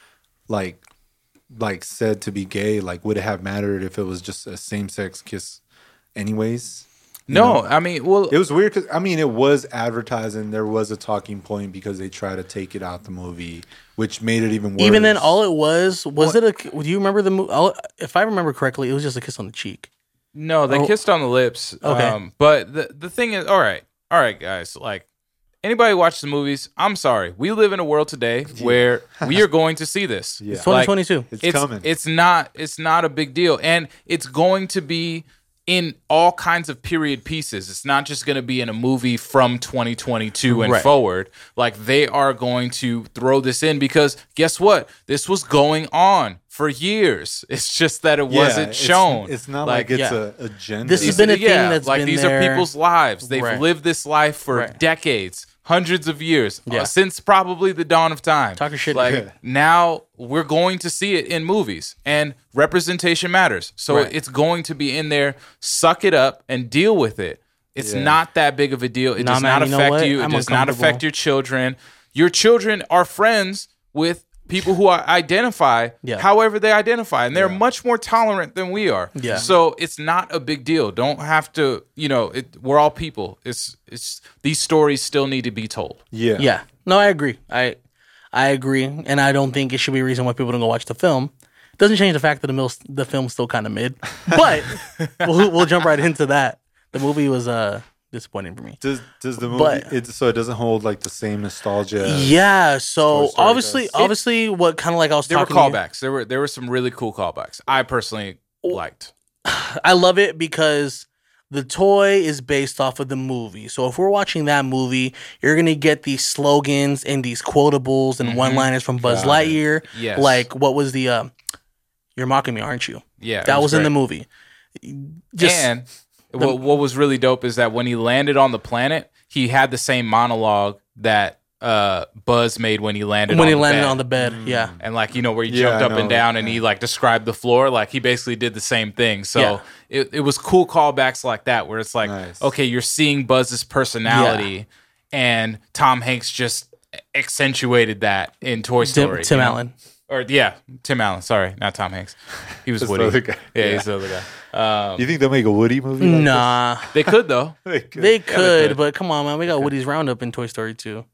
Speaker 3: like like said to be gay, like would it have mattered if it was just a same sex kiss, anyways?
Speaker 2: no, I mean, well,
Speaker 3: It was weird because I mean it was advertising. There was a talking point because they tried to take it out the movie, which made it even worse.
Speaker 1: Even then, all it was was it a? Do you remember the movie? If I remember correctly, it was just a kiss on the cheek.
Speaker 2: no, they
Speaker 1: Oh.
Speaker 2: kissed on the lips.
Speaker 1: Okay.
Speaker 2: um, but the the thing is, all right, all right, guys, like. Anybody who watches the movies? I'm sorry. We live in a world today where we are going to see this.
Speaker 3: Yeah.
Speaker 1: It's 2022.
Speaker 3: it's,
Speaker 2: it's
Speaker 3: coming.
Speaker 2: It's not. It's not a big deal, and it's going to be in all kinds of period pieces. It's not just going to be in a movie from 2022 and
Speaker 1: Right.
Speaker 2: forward. Like they are going to throw this in because guess what? This was going on for years. It's just that it
Speaker 3: Yeah,
Speaker 2: wasn't
Speaker 3: it's-
Speaker 2: shown.
Speaker 3: It's, not like, it's
Speaker 1: yeah.
Speaker 3: a agenda.
Speaker 1: This has been a thing that's
Speaker 2: like
Speaker 1: been
Speaker 2: these are
Speaker 1: there.
Speaker 2: people's lives. They've
Speaker 1: Right.
Speaker 2: lived this life for
Speaker 1: Right.
Speaker 2: decades, hundreds of years, uh,
Speaker 1: Yeah.
Speaker 2: since probably the dawn of time.
Speaker 1: Talk your shit.
Speaker 2: Like
Speaker 1: Yeah.
Speaker 2: now, we're going to see it in movies, and representation matters. So
Speaker 1: Right.
Speaker 2: it's going to be in there. Suck it up and deal with it. It's not that big of a deal. It
Speaker 1: Nah,
Speaker 2: does
Speaker 1: man,
Speaker 2: not
Speaker 1: you know
Speaker 2: affect
Speaker 1: what?
Speaker 2: you. It
Speaker 1: I'm
Speaker 2: does not
Speaker 1: uncomfortable.
Speaker 2: affect your children. Your children are friends with people who are- identify
Speaker 1: Yeah.
Speaker 2: however they identify and they're much more tolerant than we are
Speaker 1: Yeah.
Speaker 2: so it's not a big deal. Don't have to, you know, it, we're all people. It's it's these stories still need to be told.
Speaker 3: yeah,
Speaker 1: Yeah. No, I agree. I I agree, and I don't think it should be a reason why people don't go watch the film. Doesn't change the fact that the mil- the film's still kind of mid, but we'll, we'll jump right into that. The movie was uh disappointing for me.
Speaker 3: Does does the movie
Speaker 1: But-
Speaker 3: it, so it doesn't hold like the same nostalgia?
Speaker 1: Yeah. So
Speaker 3: Uh, Toy Story
Speaker 1: obviously,
Speaker 3: does.
Speaker 1: obviously, what kind of like I was
Speaker 2: There
Speaker 1: talking
Speaker 2: were
Speaker 1: to you-
Speaker 2: callbacks. There were there were some really cool callbacks. I personally liked.
Speaker 1: I love it because the toy is based off of the movie. So if we're watching that movie, you're gonna get these slogans and these quotables and one-liners from Buzz
Speaker 3: Got it.
Speaker 1: Lightyear.
Speaker 2: Mm-hmm. Yes.
Speaker 1: Like what was the? Uh, You're mocking me, aren't you?
Speaker 2: Yeah,
Speaker 1: that was, in the
Speaker 2: great.
Speaker 1: movie. Just
Speaker 2: and what what was really dope is that when he landed on the planet, he had the same monologue that uh, Buzz made when he landed
Speaker 1: when
Speaker 2: on
Speaker 1: he
Speaker 2: the
Speaker 1: landed
Speaker 2: bed.
Speaker 1: on the bed, yeah.
Speaker 2: and like you know where he
Speaker 3: Yeah,
Speaker 2: jumped
Speaker 3: I
Speaker 2: up and
Speaker 3: know.
Speaker 2: down and he like described the floor like he basically did the same thing so
Speaker 1: Yeah.
Speaker 2: it, it was cool callbacks like that where it's like
Speaker 3: Nice.
Speaker 2: okay you're seeing buzz's personality and tom hanks just accentuated that in toy
Speaker 1: Tim,
Speaker 2: story
Speaker 1: Tim
Speaker 2: you know?
Speaker 1: Allen.
Speaker 2: or yeah tim allen sorry not tom hanks he was
Speaker 3: That's
Speaker 2: woody
Speaker 3: the other guy.
Speaker 2: yeah,
Speaker 3: Yeah.
Speaker 2: he's the other guy um,
Speaker 3: You think they'll make a Woody movie? Like
Speaker 1: Nah,
Speaker 2: they could though
Speaker 3: this? Like,
Speaker 1: they
Speaker 2: they
Speaker 1: could,
Speaker 2: could.
Speaker 1: but come on, man. We got Woody's Roundup in Toy Story 2.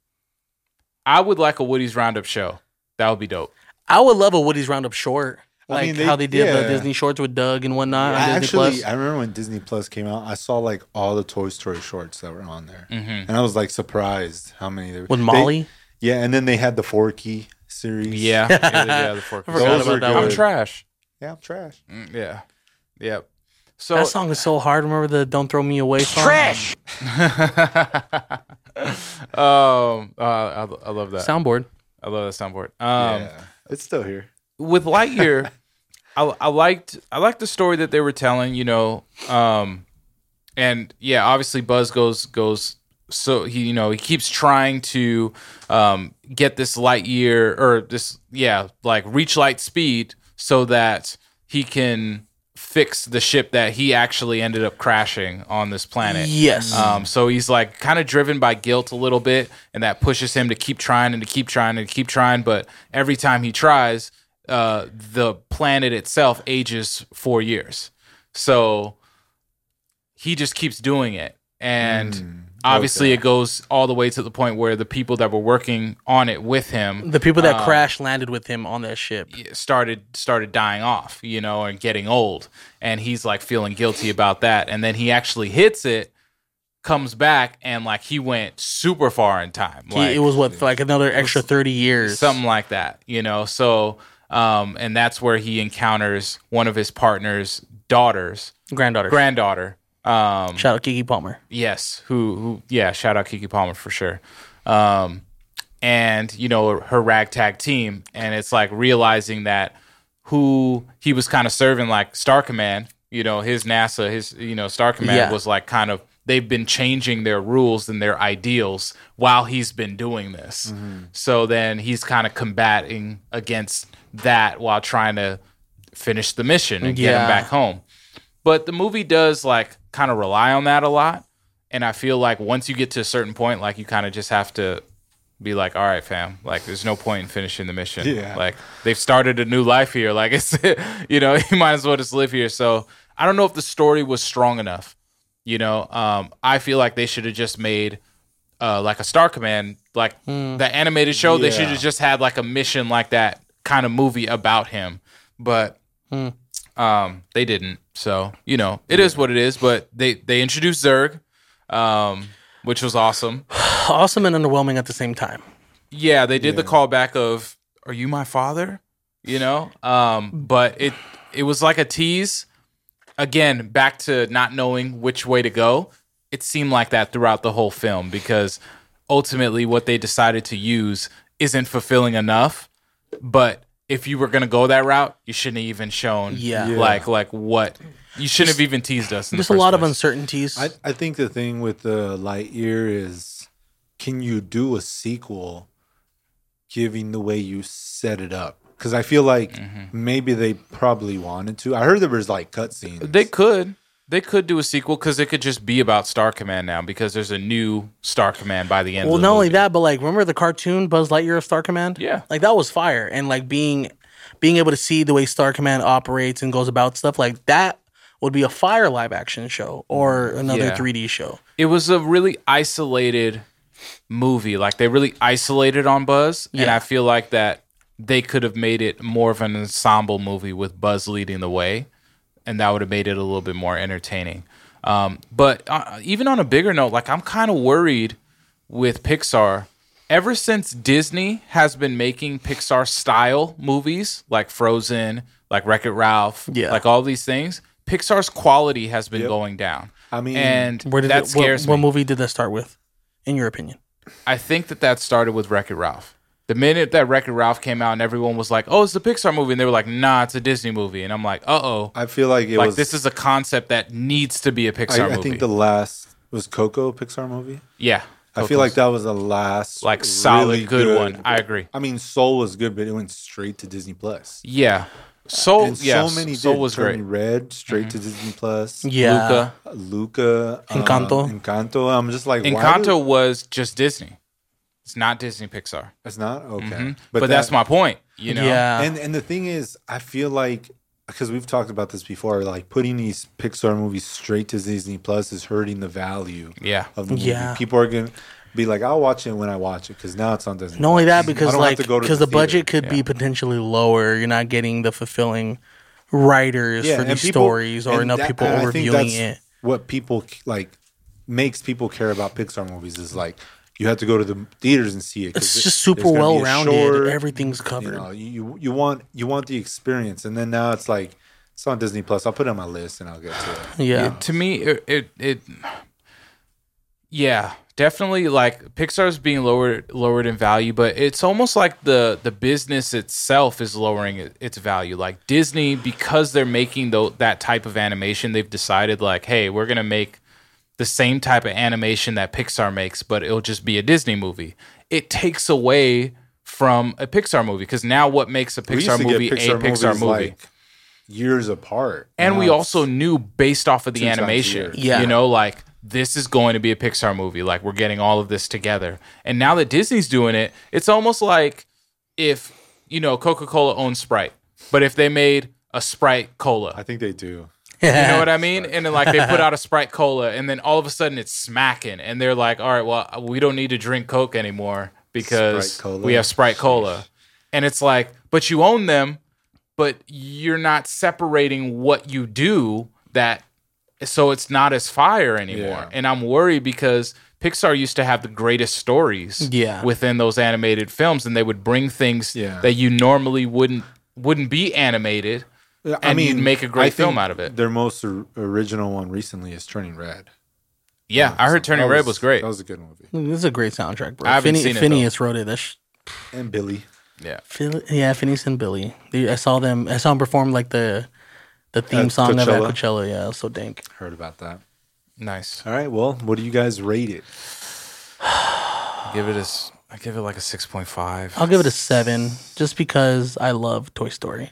Speaker 2: i would like a woody's roundup show that would be dope
Speaker 1: I would love a Woody's Roundup short,
Speaker 3: I
Speaker 1: like
Speaker 3: mean, they-
Speaker 1: how they did the
Speaker 3: yeah.
Speaker 1: Disney shorts with Doug and whatnot.
Speaker 3: I
Speaker 1: on Disney
Speaker 3: actually,
Speaker 1: Plus.
Speaker 3: I remember when Disney Plus came out, I saw like all the Toy Story shorts that were on there,
Speaker 2: mm-hmm.
Speaker 3: and I was like surprised how many there were.
Speaker 1: with
Speaker 3: They-
Speaker 1: Molly.
Speaker 3: yeah, and then they had the Forky series.
Speaker 2: yeah yeah, yeah the fork
Speaker 1: I forgot
Speaker 3: Those
Speaker 1: about
Speaker 3: are
Speaker 1: that
Speaker 2: i'm
Speaker 1: one. Um,
Speaker 3: good.
Speaker 2: trash
Speaker 3: yeah, trash.
Speaker 2: Mm, Yeah. Yep. So
Speaker 1: That song is so hard. Remember the "Don't Throw Me Away" song? Trash
Speaker 2: um, uh, I, I love that.
Speaker 1: soundboard.
Speaker 2: I love that soundboard. Um,
Speaker 3: yeah. It's still here.
Speaker 2: with Lightyear, I, I liked I liked the story that they were telling. You know, um, and yeah, obviously Buzz goes goes. So he, you know, he keeps trying to um, get this Lightyear or this, yeah, like reach light speed so that he can fix the ship that he actually ended up crashing on this planet.
Speaker 1: Yes.
Speaker 2: Um, so he's like kind of driven by guilt a little bit, and that pushes him to keep trying and to keep trying and to keep trying. But every time he tries, uh, the planet itself ages four years. So he just keeps doing it. And obviously, it goes all the way to the point where the people that were working on it with him
Speaker 1: the people
Speaker 3: Uh,
Speaker 1: that crash landed with him on that ship.
Speaker 2: started started dying off, you know, and getting old. And he's like feeling guilty about that. And then he actually hits it, comes back, and like he went super far in time.
Speaker 1: He-
Speaker 2: Like
Speaker 1: it was what like another extra thirty years.
Speaker 2: something like that, you know. So um and that's where he encounters one of his partner's daughters,
Speaker 1: granddaughter.
Speaker 2: granddaughter. Um
Speaker 1: Shout out Kiki Palmer.
Speaker 2: Yes, who who yeah, shout out Kiki Palmer for sure. Um and you know her ragtag team and it's like realizing that who he was kind of serving like Star Command. You know, his NASA, his you know Star Command
Speaker 1: Yeah.
Speaker 2: was like kind of they've been changing their rules and their ideals while he's been doing this. So then he's kind of combating against that while trying to finish the mission and get
Speaker 1: Yeah.
Speaker 2: him back home. But the movie does like kind of rely on that a lot. And I feel like once you get to a certain point, like you kind of just have to be like, all right, fam, like there's no point in finishing the mission.
Speaker 3: Yeah.
Speaker 2: Like they've started a new life here. Like it's, you know, you might as well just live here. So I don't know if the story was strong enough. You know, um, I feel like they should have just made uh, like a Star Command, like the animated show. They should
Speaker 3: Yeah.
Speaker 2: have just had like a mission like that kind of movie about him. But um, they didn't. So you know, it is what it is. But they they introduced Zerg, um, which was awesome.
Speaker 1: Awesome and underwhelming at the same time.
Speaker 2: Yeah, they did the callback of "Are you my father?" You know, um, but it it was like a tease. Again, back to not knowing which way to go. It seemed like that throughout the whole film because ultimately what they decided to use isn't fulfilling enough. But if you were gonna go that route, you shouldn't have even shown
Speaker 1: Yeah. Yeah.
Speaker 2: like like what you shouldn't have even teased us. In
Speaker 1: There's
Speaker 2: the
Speaker 1: a
Speaker 2: first
Speaker 1: lot of
Speaker 2: place.
Speaker 1: uncertainties.
Speaker 3: I, I think the thing with the Lightyear is can you do a sequel giving the way you set it up? Because I feel like
Speaker 2: Mm-hmm.
Speaker 3: maybe they probably wanted to. I heard there was like cutscenes.
Speaker 2: They could. They could do a sequel because it could just be about Star Command now because there's a new Star Command by the end.
Speaker 1: well,
Speaker 2: of the
Speaker 1: not only
Speaker 2: movie.
Speaker 1: that, but like remember the cartoon Buzz Lightyear of Star Command?
Speaker 2: Yeah.
Speaker 1: like that was fire. And like being being able to see the way Star Command operates and goes about stuff like that would be a fire live action show or another
Speaker 2: Yeah.
Speaker 1: 3D show.
Speaker 2: it was a really isolated movie. Like they really isolated on Buzz, and
Speaker 1: Yeah.
Speaker 2: I feel like that they could have made it more of an ensemble movie with Buzz leading the way, and that would have made it a little bit more entertaining. Um, but uh, even on a bigger note, like I'm kind of worried with Pixar. Ever since Disney has been making Pixar style movies like Frozen, like Wreck It Ralph,
Speaker 1: Yeah.
Speaker 2: like all these things, Pixar's quality has been going down.
Speaker 3: I mean,
Speaker 2: and
Speaker 1: Where did
Speaker 2: that
Speaker 1: it- what-
Speaker 2: scares
Speaker 1: what,
Speaker 2: me.
Speaker 1: movie did that start with, in your opinion?
Speaker 2: I think that that started with Wreck It Ralph. The minute that Wreck It Ralph came out and everyone was like, oh, it's the Pixar movie. And they were like, nah, it's a Disney movie. And I'm like, uh oh.
Speaker 3: I feel like it
Speaker 2: Like,
Speaker 3: was.
Speaker 2: this is a concept that needs to be a Pixar
Speaker 3: I,
Speaker 2: movie.
Speaker 3: I think the last was Coco a Pixar movie.
Speaker 2: yeah.
Speaker 3: I feel like that was the last
Speaker 2: Like, solid, good one. I agree.
Speaker 3: I mean, Soul was good, but it went straight to Disney Plus.
Speaker 2: Yeah. Soul,
Speaker 3: And
Speaker 2: yeah.
Speaker 3: so many
Speaker 2: Soul
Speaker 3: did
Speaker 2: was
Speaker 3: turn
Speaker 2: great. Mm-hmm.
Speaker 3: Red straight to Disney Plus.
Speaker 1: Yeah,
Speaker 2: Luca.
Speaker 3: Luca, uh,
Speaker 1: Encanto.
Speaker 3: Encanto. I'm just like why
Speaker 2: Encanto
Speaker 3: do-
Speaker 2: was just Disney. It's not Disney Pixar.
Speaker 3: It's not
Speaker 1: Mm-hmm.
Speaker 3: okay,
Speaker 2: Mhm. But, that's
Speaker 3: that-
Speaker 2: my point. You know?
Speaker 1: yeah.
Speaker 3: And and the thing is, I feel like because we've talked about this before, like putting these Pixar movies straight to Disney Plus is hurting the value
Speaker 2: Yeah.
Speaker 3: of the movie.
Speaker 1: Yeah.
Speaker 3: People are gonna be like, I'll watch it when I watch it because now it's on Disney.
Speaker 1: Not only that,
Speaker 3: I
Speaker 1: because
Speaker 3: don't
Speaker 1: like
Speaker 3: have to go to
Speaker 1: because the,
Speaker 3: the
Speaker 1: budget could be potentially lower. You're not getting the fulfilling writers for
Speaker 3: and
Speaker 1: these
Speaker 3: people-
Speaker 1: stories, or
Speaker 3: and
Speaker 1: enough
Speaker 3: that-
Speaker 1: people
Speaker 3: and I think
Speaker 1: overviewing it.
Speaker 3: that's What people like makes people care about Pixar movies is like you have to go to the theaters and see it. 'cause
Speaker 1: It's
Speaker 3: it-
Speaker 1: just
Speaker 3: there's
Speaker 1: super
Speaker 3: gonna be a
Speaker 1: well rounded.
Speaker 3: short,
Speaker 1: Everything's
Speaker 3: You
Speaker 1: covered.
Speaker 3: know, you you- you want you want the experience, and then now it's like it's on Disney Plus. I'll put it on my list, and I'll get to it.
Speaker 1: yeah.
Speaker 2: It- to me it, it it yeah definitely like pixar's being lowered lowered in value but it's almost like the the business itself is lowering it- its value like disney because they're making tho- that type of animation they've decided like hey we're gonna make the same type of animation that Pixar makes, but it'll just be a Disney movie. It takes away from a Pixar movie because now what makes a Pixar
Speaker 3: We used to get
Speaker 2: movie a Pixar
Speaker 3: movies,
Speaker 2: movie?
Speaker 3: like, years apart,
Speaker 2: and we
Speaker 3: Now
Speaker 2: also knew based off of the
Speaker 3: times a
Speaker 2: animation
Speaker 3: year.
Speaker 1: Yeah.
Speaker 2: you know like this is going to be a pixar movie like we're getting all of this together and now that disney's doing it it's almost like if you know coca-cola owns sprite but if they made a sprite cola
Speaker 3: I think they do.
Speaker 2: you know what I mean? And then like they put out a Sprite Cola, and then all of a sudden it's smacking, and they're like, "All right, well, we don't need to drink Coke anymore because
Speaker 3: Sprite Cola.
Speaker 2: we have Sprite Cola." And it's like, but you own them, but you're not separating what you do that, so it's not as fire anymore.
Speaker 3: Yeah.
Speaker 2: And I'm worried because Pixar used to have the greatest stories
Speaker 1: Yeah.
Speaker 2: within those animated films, and they would bring things
Speaker 3: Yeah.
Speaker 2: that you normally wouldn't wouldn't be animated.
Speaker 3: I
Speaker 2: And
Speaker 3: mean,
Speaker 2: you'd make a great
Speaker 3: I think
Speaker 2: film out of it.
Speaker 3: Their most or- original one recently is Turning Red.
Speaker 2: Yeah, I heard Turning
Speaker 3: That
Speaker 2: Red was great.
Speaker 3: That was a good movie.
Speaker 1: This is a great soundtrack, bro.
Speaker 2: I haven't
Speaker 1: Phine-
Speaker 2: seen it,
Speaker 1: Phineas wrote it. That's
Speaker 3: And Billy,
Speaker 2: Yeah.
Speaker 1: Phil- yeah, Phineas and Billy. They, I saw them. I saw them perform like the the theme
Speaker 3: At
Speaker 1: song of at
Speaker 3: Coachella.
Speaker 1: Coachella. Yeah, it was so dank.
Speaker 3: Heard about that.
Speaker 2: Nice.
Speaker 3: All right. Well, what do you guys rate it?
Speaker 2: Give it a s- I give it like a 6.5.
Speaker 1: I'll give it a seven just because I love Toy Story.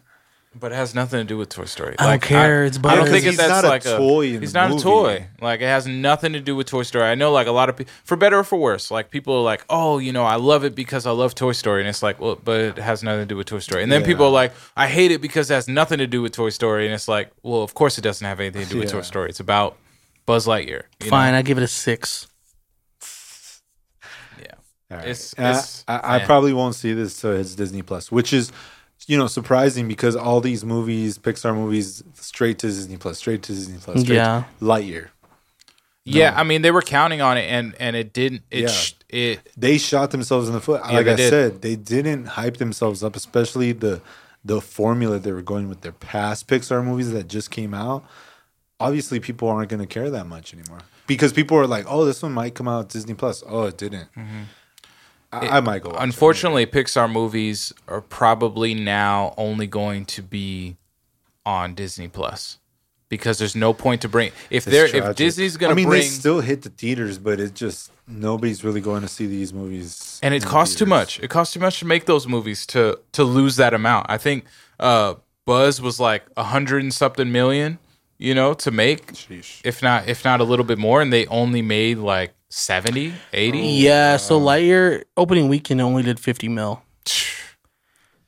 Speaker 2: But it has nothing to do with Toy Story.
Speaker 1: I don't care, it's
Speaker 2: I don't
Speaker 1: better.
Speaker 2: think
Speaker 3: He's
Speaker 2: it's that's
Speaker 3: not a
Speaker 2: like a
Speaker 3: toy in
Speaker 2: He's
Speaker 3: the
Speaker 2: not
Speaker 3: movie.
Speaker 2: a toy. Like it has nothing to do with Toy Story. I know, like a lot of people, for better or for worse, like people are like, "Oh, you know, I love it because I love Toy Story," and it's like, well, but it has nothing to do with Toy Story. And then
Speaker 3: Yeah.
Speaker 2: people are like, "I hate it because it has nothing to do with Toy Story," and it's like, well, of course it doesn't have anything to do with
Speaker 3: Yeah.
Speaker 2: Toy Story. It's about Buzz Lightyear. you know?
Speaker 1: Fine, I give it a six.
Speaker 3: All right.
Speaker 2: It's-
Speaker 3: And I-
Speaker 2: it's-
Speaker 3: I, I
Speaker 2: yeah.
Speaker 3: probably won't see this till it's Disney Plus, which is, you know, surprising because all these movies, Pixar movies, straight to Disney Plus, straight to Disney Plus. Straight
Speaker 1: Yeah.
Speaker 3: To Lightyear.
Speaker 2: Yeah, I mean, they were counting on it, and and it didn't. It
Speaker 3: Yeah.
Speaker 2: sh- it
Speaker 3: They shot themselves in the foot. like
Speaker 2: they
Speaker 3: I
Speaker 2: did.
Speaker 3: said, they didn't hype themselves up, especially the the formula they were going with their past Pixar movies that just came out. Obviously, people aren't going to care that much anymore because people are like, "Oh, this one might come out Disney Plus." Oh, it didn't.
Speaker 2: Mm-hmm.
Speaker 3: I, I might go. watch it.
Speaker 2: Unfortunately, Pixar movies are probably now only going to be on Disney Plus because there's no point to bring if
Speaker 3: It's
Speaker 2: they're if
Speaker 3: tragic.
Speaker 2: Disney's going
Speaker 3: I
Speaker 2: to
Speaker 3: mean,
Speaker 2: bring
Speaker 3: they still hit the theaters, but it just nobody's really going to see these movies.
Speaker 2: and
Speaker 3: in
Speaker 2: it
Speaker 3: the
Speaker 2: costs too
Speaker 3: theaters.
Speaker 2: much. It costs too much to make those movies to to lose that amount. I think uh Buzz was like a hundred and something million, you know, to make
Speaker 3: Sheesh.
Speaker 2: if not if not a little bit more, and they only made like 70, 80.
Speaker 3: Oh.
Speaker 1: Yeah, so
Speaker 2: Uh.
Speaker 1: Lightyear opening weekend only did fifty mil.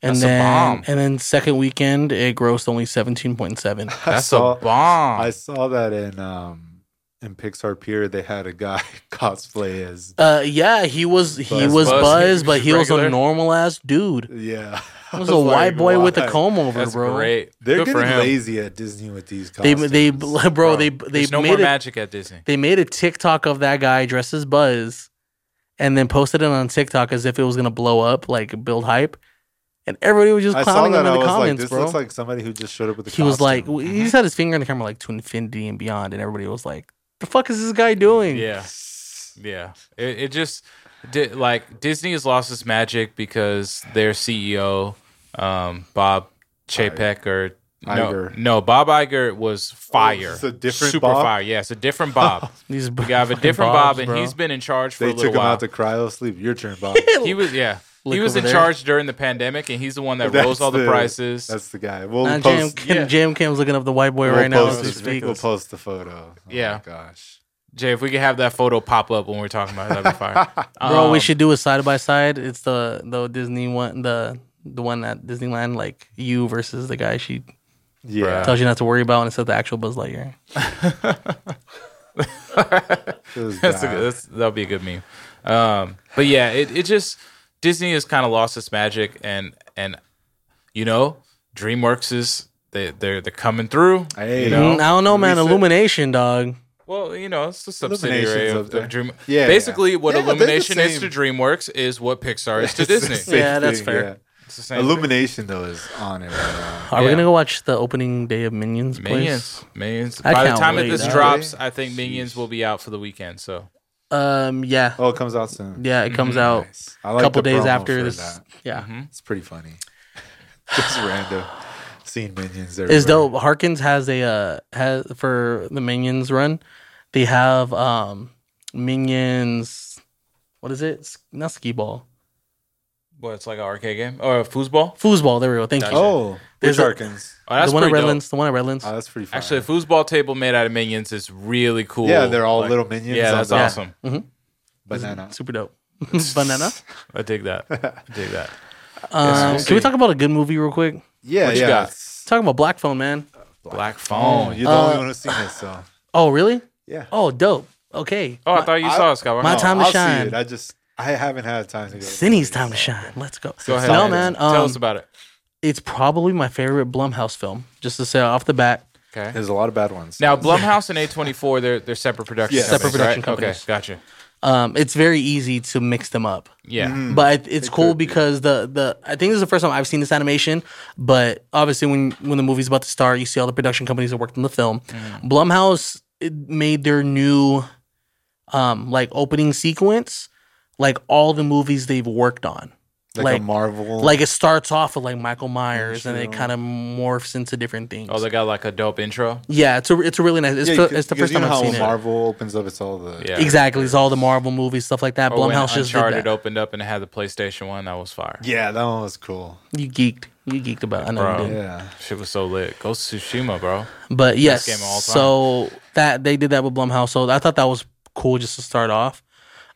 Speaker 1: And
Speaker 2: That's a
Speaker 1: then,
Speaker 2: bomb.
Speaker 1: and then second weekend it grossed only seventeen point seven.
Speaker 2: That's
Speaker 3: saw-
Speaker 2: a bomb.
Speaker 3: I saw that in um in Pixar Pier. They had a guy cosplay as
Speaker 1: Uh, yeah, he was he
Speaker 3: Buzz.
Speaker 1: was
Speaker 2: Buzz,
Speaker 1: Buzz,
Speaker 2: he
Speaker 1: but
Speaker 2: was
Speaker 1: he was a
Speaker 2: regular.
Speaker 1: normal ass dude.
Speaker 3: yeah.
Speaker 1: He was, a white boy with a comb over,
Speaker 2: That's
Speaker 1: bro.
Speaker 2: great.
Speaker 3: They're
Speaker 2: Good for
Speaker 3: getting
Speaker 2: him.
Speaker 3: lazy at Disney with these
Speaker 1: They
Speaker 3: costumes.
Speaker 1: they bro, they they
Speaker 2: There's no more
Speaker 1: made a,
Speaker 2: magic at Disney.
Speaker 1: they made a TikTok of that guy dressed as Buzz, and then posted it on TikTok as if it was gonna blow up, like build hype, and everybody was just
Speaker 3: I saw
Speaker 1: clowning
Speaker 3: that.
Speaker 1: him
Speaker 3: I
Speaker 1: in the
Speaker 3: was like,
Speaker 1: comments,
Speaker 3: this
Speaker 1: bro.
Speaker 3: looks like somebody who just showed up with a
Speaker 1: he was like,
Speaker 3: costume.
Speaker 1: he just had his finger in the camera, like to infinity and beyond, and everybody was like, "The fuck is this guy doing?"
Speaker 2: Yeah, yeah. It, it just di- like Disney has lost its magic because their CEO um, Bob Chapek or no,
Speaker 3: Iger. Oh,
Speaker 2: no Bob Iger was fire.
Speaker 3: it's a different
Speaker 2: super
Speaker 3: Bob?
Speaker 2: fire. Yeah, it's a different Bob.
Speaker 1: These
Speaker 2: we have a different Bob, and he's been in charge for
Speaker 3: they
Speaker 2: a little
Speaker 3: took him
Speaker 2: while.
Speaker 3: out to cryo sleep. Your turn, Bob.
Speaker 2: he was yeah.
Speaker 1: Look
Speaker 2: he was
Speaker 1: over
Speaker 2: in
Speaker 1: there.
Speaker 2: charge during the pandemic, and he's the one that
Speaker 3: That's
Speaker 2: rose all the, prices.
Speaker 3: That's the guy. We'll
Speaker 1: Nah, Jam,
Speaker 3: post.
Speaker 1: Kim,
Speaker 2: yeah.
Speaker 1: Jam Cam's looking up the white boy
Speaker 3: we'll
Speaker 1: right now as
Speaker 3: post
Speaker 1: we
Speaker 3: the-
Speaker 1: speak.
Speaker 3: We'll post the photo. Oh
Speaker 2: Yeah.
Speaker 3: my gosh.
Speaker 2: Jay, if we could have that photo pop up when we're talking about it, that'd be fire.
Speaker 1: Bro, we
Speaker 2: Um,
Speaker 1: should do a side by side. It's the the Disney one, the the one at Disneyland, like you versus the guy she
Speaker 3: Yeah.
Speaker 1: tells you not to worry about, and it's the actual Buzz Lightyear.
Speaker 3: It was
Speaker 2: that's a
Speaker 3: bad.
Speaker 2: good, that's, that'll be a good meme. Um, but yeah, it, it just Disney has kind of lost its magic, and and you know, DreamWorks is they they're they're coming through.
Speaker 3: Hey.
Speaker 2: you
Speaker 1: Mm, I
Speaker 2: know,
Speaker 1: don't know, man.
Speaker 3: Reset.
Speaker 1: Illumination, dog.
Speaker 2: well, you know, it's a subsidiary
Speaker 3: Illumination's
Speaker 2: of,
Speaker 3: up there.
Speaker 2: of Dream.
Speaker 3: Yeah,
Speaker 2: basically, what
Speaker 3: yeah. Yeah, they're the
Speaker 2: Illumination is to
Speaker 3: same.
Speaker 2: DreamWorks is what Pixar is to
Speaker 3: It's the
Speaker 2: Disney.
Speaker 3: same
Speaker 1: Yeah, that's fair.
Speaker 2: It's the same.
Speaker 3: Illumination though is on it right now.
Speaker 1: Are we
Speaker 2: Yeah.
Speaker 1: gonna go watch the opening day of Minions? Please?
Speaker 2: Minions, Minions.
Speaker 1: I
Speaker 2: By the
Speaker 1: can't
Speaker 2: time that
Speaker 1: wait,
Speaker 2: this
Speaker 1: huh?
Speaker 2: drops, I think Minions will be out for the weekend. So
Speaker 1: Um, yeah,
Speaker 3: Oh, it comes out soon.
Speaker 1: yeah. It comes out
Speaker 3: Nice. I
Speaker 1: a
Speaker 3: like
Speaker 1: couple
Speaker 3: the
Speaker 1: days
Speaker 3: promo
Speaker 1: after
Speaker 3: for
Speaker 1: this.
Speaker 3: that. Mm-hmm.
Speaker 1: Yeah,
Speaker 3: It's pretty funny. Just random. Seeing minions everywhere.
Speaker 1: it's dope. Harkins has a uh has for the Minions run. They have um Minions. What is it? S- Not skee ball.
Speaker 2: what? It's like an arcade game or a foosball.
Speaker 1: Foosball. There we go. Thank you.
Speaker 3: Oh,
Speaker 1: There's
Speaker 3: there's
Speaker 1: a-
Speaker 3: Harkins.
Speaker 2: Oh, that's
Speaker 1: the one at
Speaker 2: pretty dope.
Speaker 1: Redlands. The one at Redlands.
Speaker 3: Oh, that's pretty funny.
Speaker 2: Actually, a foosball table made out of minions is really cool.
Speaker 3: yeah, they're all
Speaker 2: Like,
Speaker 3: little minions.
Speaker 2: Yeah,
Speaker 3: on
Speaker 2: that's
Speaker 3: the
Speaker 1: Yeah.
Speaker 2: awesome.
Speaker 3: Banana.
Speaker 1: Super dope. Banana.
Speaker 2: I dig that. I dig that.
Speaker 1: Um,
Speaker 2: we'll
Speaker 1: can we
Speaker 2: see.
Speaker 1: talk about a good movie real quick?
Speaker 3: Yeah,
Speaker 2: What you
Speaker 3: yeah.
Speaker 2: got?
Speaker 3: it's-
Speaker 1: Talking about Black Phone, man.
Speaker 2: Black
Speaker 3: Oh,
Speaker 2: phone.
Speaker 3: you're the only one who's seen this, so
Speaker 1: Oh, really?
Speaker 3: yeah.
Speaker 1: Uh, Oh, dope. Okay.
Speaker 2: Oh, I thought you
Speaker 3: I-
Speaker 2: saw it, Scott.
Speaker 1: my
Speaker 2: No.
Speaker 1: t- time to
Speaker 3: I'll
Speaker 1: shine.
Speaker 3: See it. I just I haven't had time to go. to
Speaker 1: Cindy's
Speaker 3: movies,
Speaker 1: time to
Speaker 3: so.
Speaker 1: shine. Let's go.
Speaker 2: Go ahead.
Speaker 1: No, man. Um,
Speaker 2: Tell us about it.
Speaker 1: it's probably my favorite Blumhouse film. Just to say off the bat,
Speaker 2: Okay.
Speaker 3: There's a lot of bad ones.
Speaker 2: Now, Blumhouse and A24, they're they're separate production
Speaker 3: Yes.
Speaker 2: companies,
Speaker 1: Separate production
Speaker 2: right?
Speaker 1: companies.
Speaker 2: Okay, gotcha.
Speaker 1: um, it's very easy to mix them up.
Speaker 2: Yeah.
Speaker 3: Mm-hmm.
Speaker 1: But it- it's cool because the the I think this is the first time I've seen this animation. But obviously, when when the movie's about to start, you see all the production companies that worked on the film.
Speaker 2: Hmm.
Speaker 1: Blumhouse it made their new um like opening sequence like all the movies they've worked on.
Speaker 3: like,
Speaker 1: Like-
Speaker 3: a Marvel.
Speaker 1: Like it starts off with like Michael Myers, and it
Speaker 3: True.
Speaker 1: kind of morphs into different things.
Speaker 2: Oh, they got like a dope intro.
Speaker 1: yeah, it's a it's a really nice. It's,
Speaker 3: Yeah,
Speaker 1: the,
Speaker 3: because-
Speaker 1: it's the
Speaker 3: because
Speaker 1: first
Speaker 3: you
Speaker 1: time
Speaker 3: know
Speaker 1: I've
Speaker 3: how
Speaker 1: seen
Speaker 3: when
Speaker 1: it.
Speaker 3: Marvel opens up, it's all the
Speaker 2: Yeah.
Speaker 1: Exactly, it's all the Marvel movies stuff like
Speaker 3: Oh,
Speaker 1: that.
Speaker 2: Or when
Speaker 1: Blumhouse just did
Speaker 2: Uncharted
Speaker 1: that.
Speaker 2: opened up and it had the PlayStation One, that was fire.
Speaker 3: Yeah, that one was cool.
Speaker 1: You geeked, you geeked about. it. I know
Speaker 2: Bro.
Speaker 1: you did.
Speaker 3: Yeah,
Speaker 2: Shit was so lit. Ghost of Tsushima, bro.
Speaker 1: But yes,
Speaker 2: game of all time.
Speaker 1: so that they did that with Blumhouse. So I thought that was cool just to start off.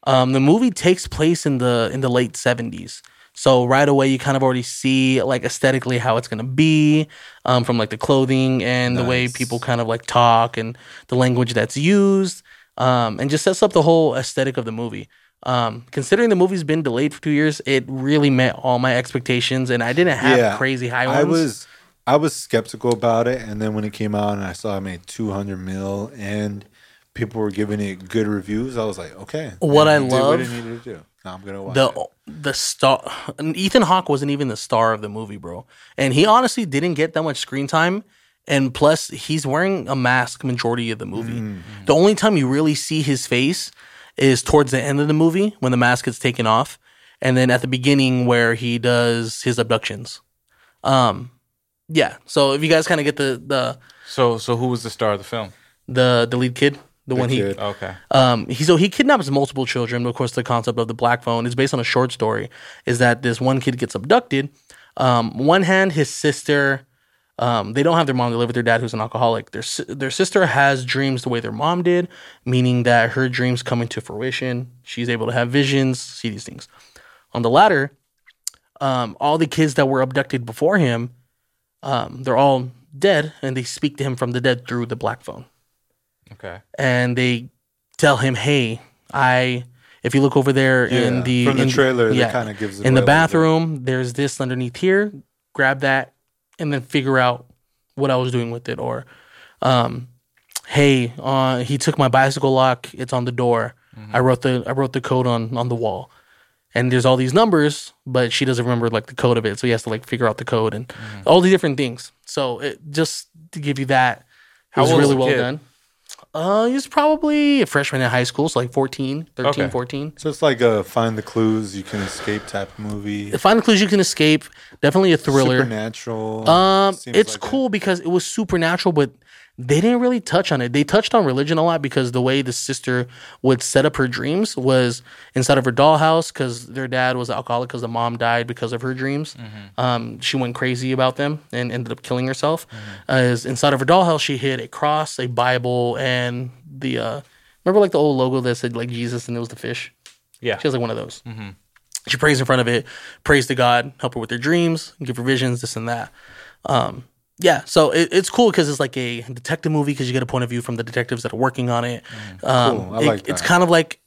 Speaker 1: Um, the movie takes place in the in the late seventies. So right away you kind of already see like aesthetically how it's gonna be, um, from like the clothing and the way
Speaker 3: Nice.
Speaker 1: people kind of like talk and the language that's used, um, and just sets up the whole aesthetic of the movie. Um, considering the movie's been delayed for two years, it really met all my expectations, and I didn't have
Speaker 3: Yeah,
Speaker 1: crazy high ones.
Speaker 3: I was I was skeptical about it, and then when it came out and I saw it made 200 mil and people were giving it good reviews, I was like, okay,
Speaker 1: What
Speaker 3: it
Speaker 1: I
Speaker 3: did
Speaker 1: love-
Speaker 3: what it needed to do. Now I'm gonna watch. it.
Speaker 1: the the star Ethan Hawke wasn't even the star of the movie, bro. And he honestly didn't get that much screen time. And plus, he's wearing a mask majority of the movie. The only time you really see his face is towards the end of the movie when the mask gets taken off, and then at the beginning where he does his abductions. Um, yeah. So if you guys kind of get the the
Speaker 2: So, so who was the star of the film?
Speaker 1: the the lead kid, the, one he
Speaker 3: kid.
Speaker 2: Okay,
Speaker 1: um, he, so he kidnaps multiple children. Of course, the concept of the black phone is based on a short story. Is that this one kid gets abducted? Um, one hand, his sister. Um, they don't have their mom. They live with their dad, who's an alcoholic. Their si- their sister has dreams the way their mom did, meaning that her dreams come into fruition. She's able to have visions, see these things. On the latter, um, all the kids that were abducted before him, um, they're all dead, and they speak to him from the dead through the black phone
Speaker 2: okay.
Speaker 1: and they tell him, "Hey, I if you look over there in
Speaker 3: Yeah,
Speaker 1: the
Speaker 3: from the
Speaker 1: in-
Speaker 3: trailer, that kinda gives it
Speaker 1: in the
Speaker 3: away a little bit.
Speaker 1: bathroom. There's this underneath here. Grab that, and then figure out what I was doing with it. Or, um, hey, uh, he took my bicycle lock. It's on the door.
Speaker 3: Mm-hmm.
Speaker 1: I wrote the I wrote the code on on the wall." And there's all these numbers, but she doesn't remember like the code of it, so he has to like figure out the code and
Speaker 3: Mm-hmm.
Speaker 1: all the different things. So it just to give you that, it
Speaker 2: How
Speaker 1: was
Speaker 2: old was
Speaker 1: really
Speaker 2: the
Speaker 1: well
Speaker 2: kid?
Speaker 1: done. Uh, he's probably a freshman in high school, so like 14, 13,
Speaker 2: Okay.
Speaker 1: 14.
Speaker 3: So it's like a find the clues, you can escape type movie.
Speaker 1: Find the clues you can escape. Definitely a thriller.
Speaker 3: Supernatural.
Speaker 1: Um,
Speaker 3: seems
Speaker 1: it's
Speaker 3: like it.
Speaker 1: cool because it was supernatural, but they didn't really touch on it. They touched on religion a lot because the way the sister would set up her dreams was inside of her dollhouse because their dad was alcoholic because the mom died because of her dreams.
Speaker 3: Mm-hmm.
Speaker 1: Um, she went crazy about them and ended up killing herself.
Speaker 3: Mm-hmm.
Speaker 1: Uh, is inside of her dollhouse, she hid a cross, a Bible, and the uh, remember like the old logo that said like Jesus and it was the fish.
Speaker 2: Yeah,
Speaker 1: She has like one of those. She prays in front of it, prays to God, help her with her dreams, give her visions, this and that. Um, yeah, so it, it's cool because it's like a detective movie because you get a point of view from the detectives that are working on it. Um,
Speaker 3: Mm, Cool, I
Speaker 1: it-
Speaker 3: like that.
Speaker 1: It's kind of like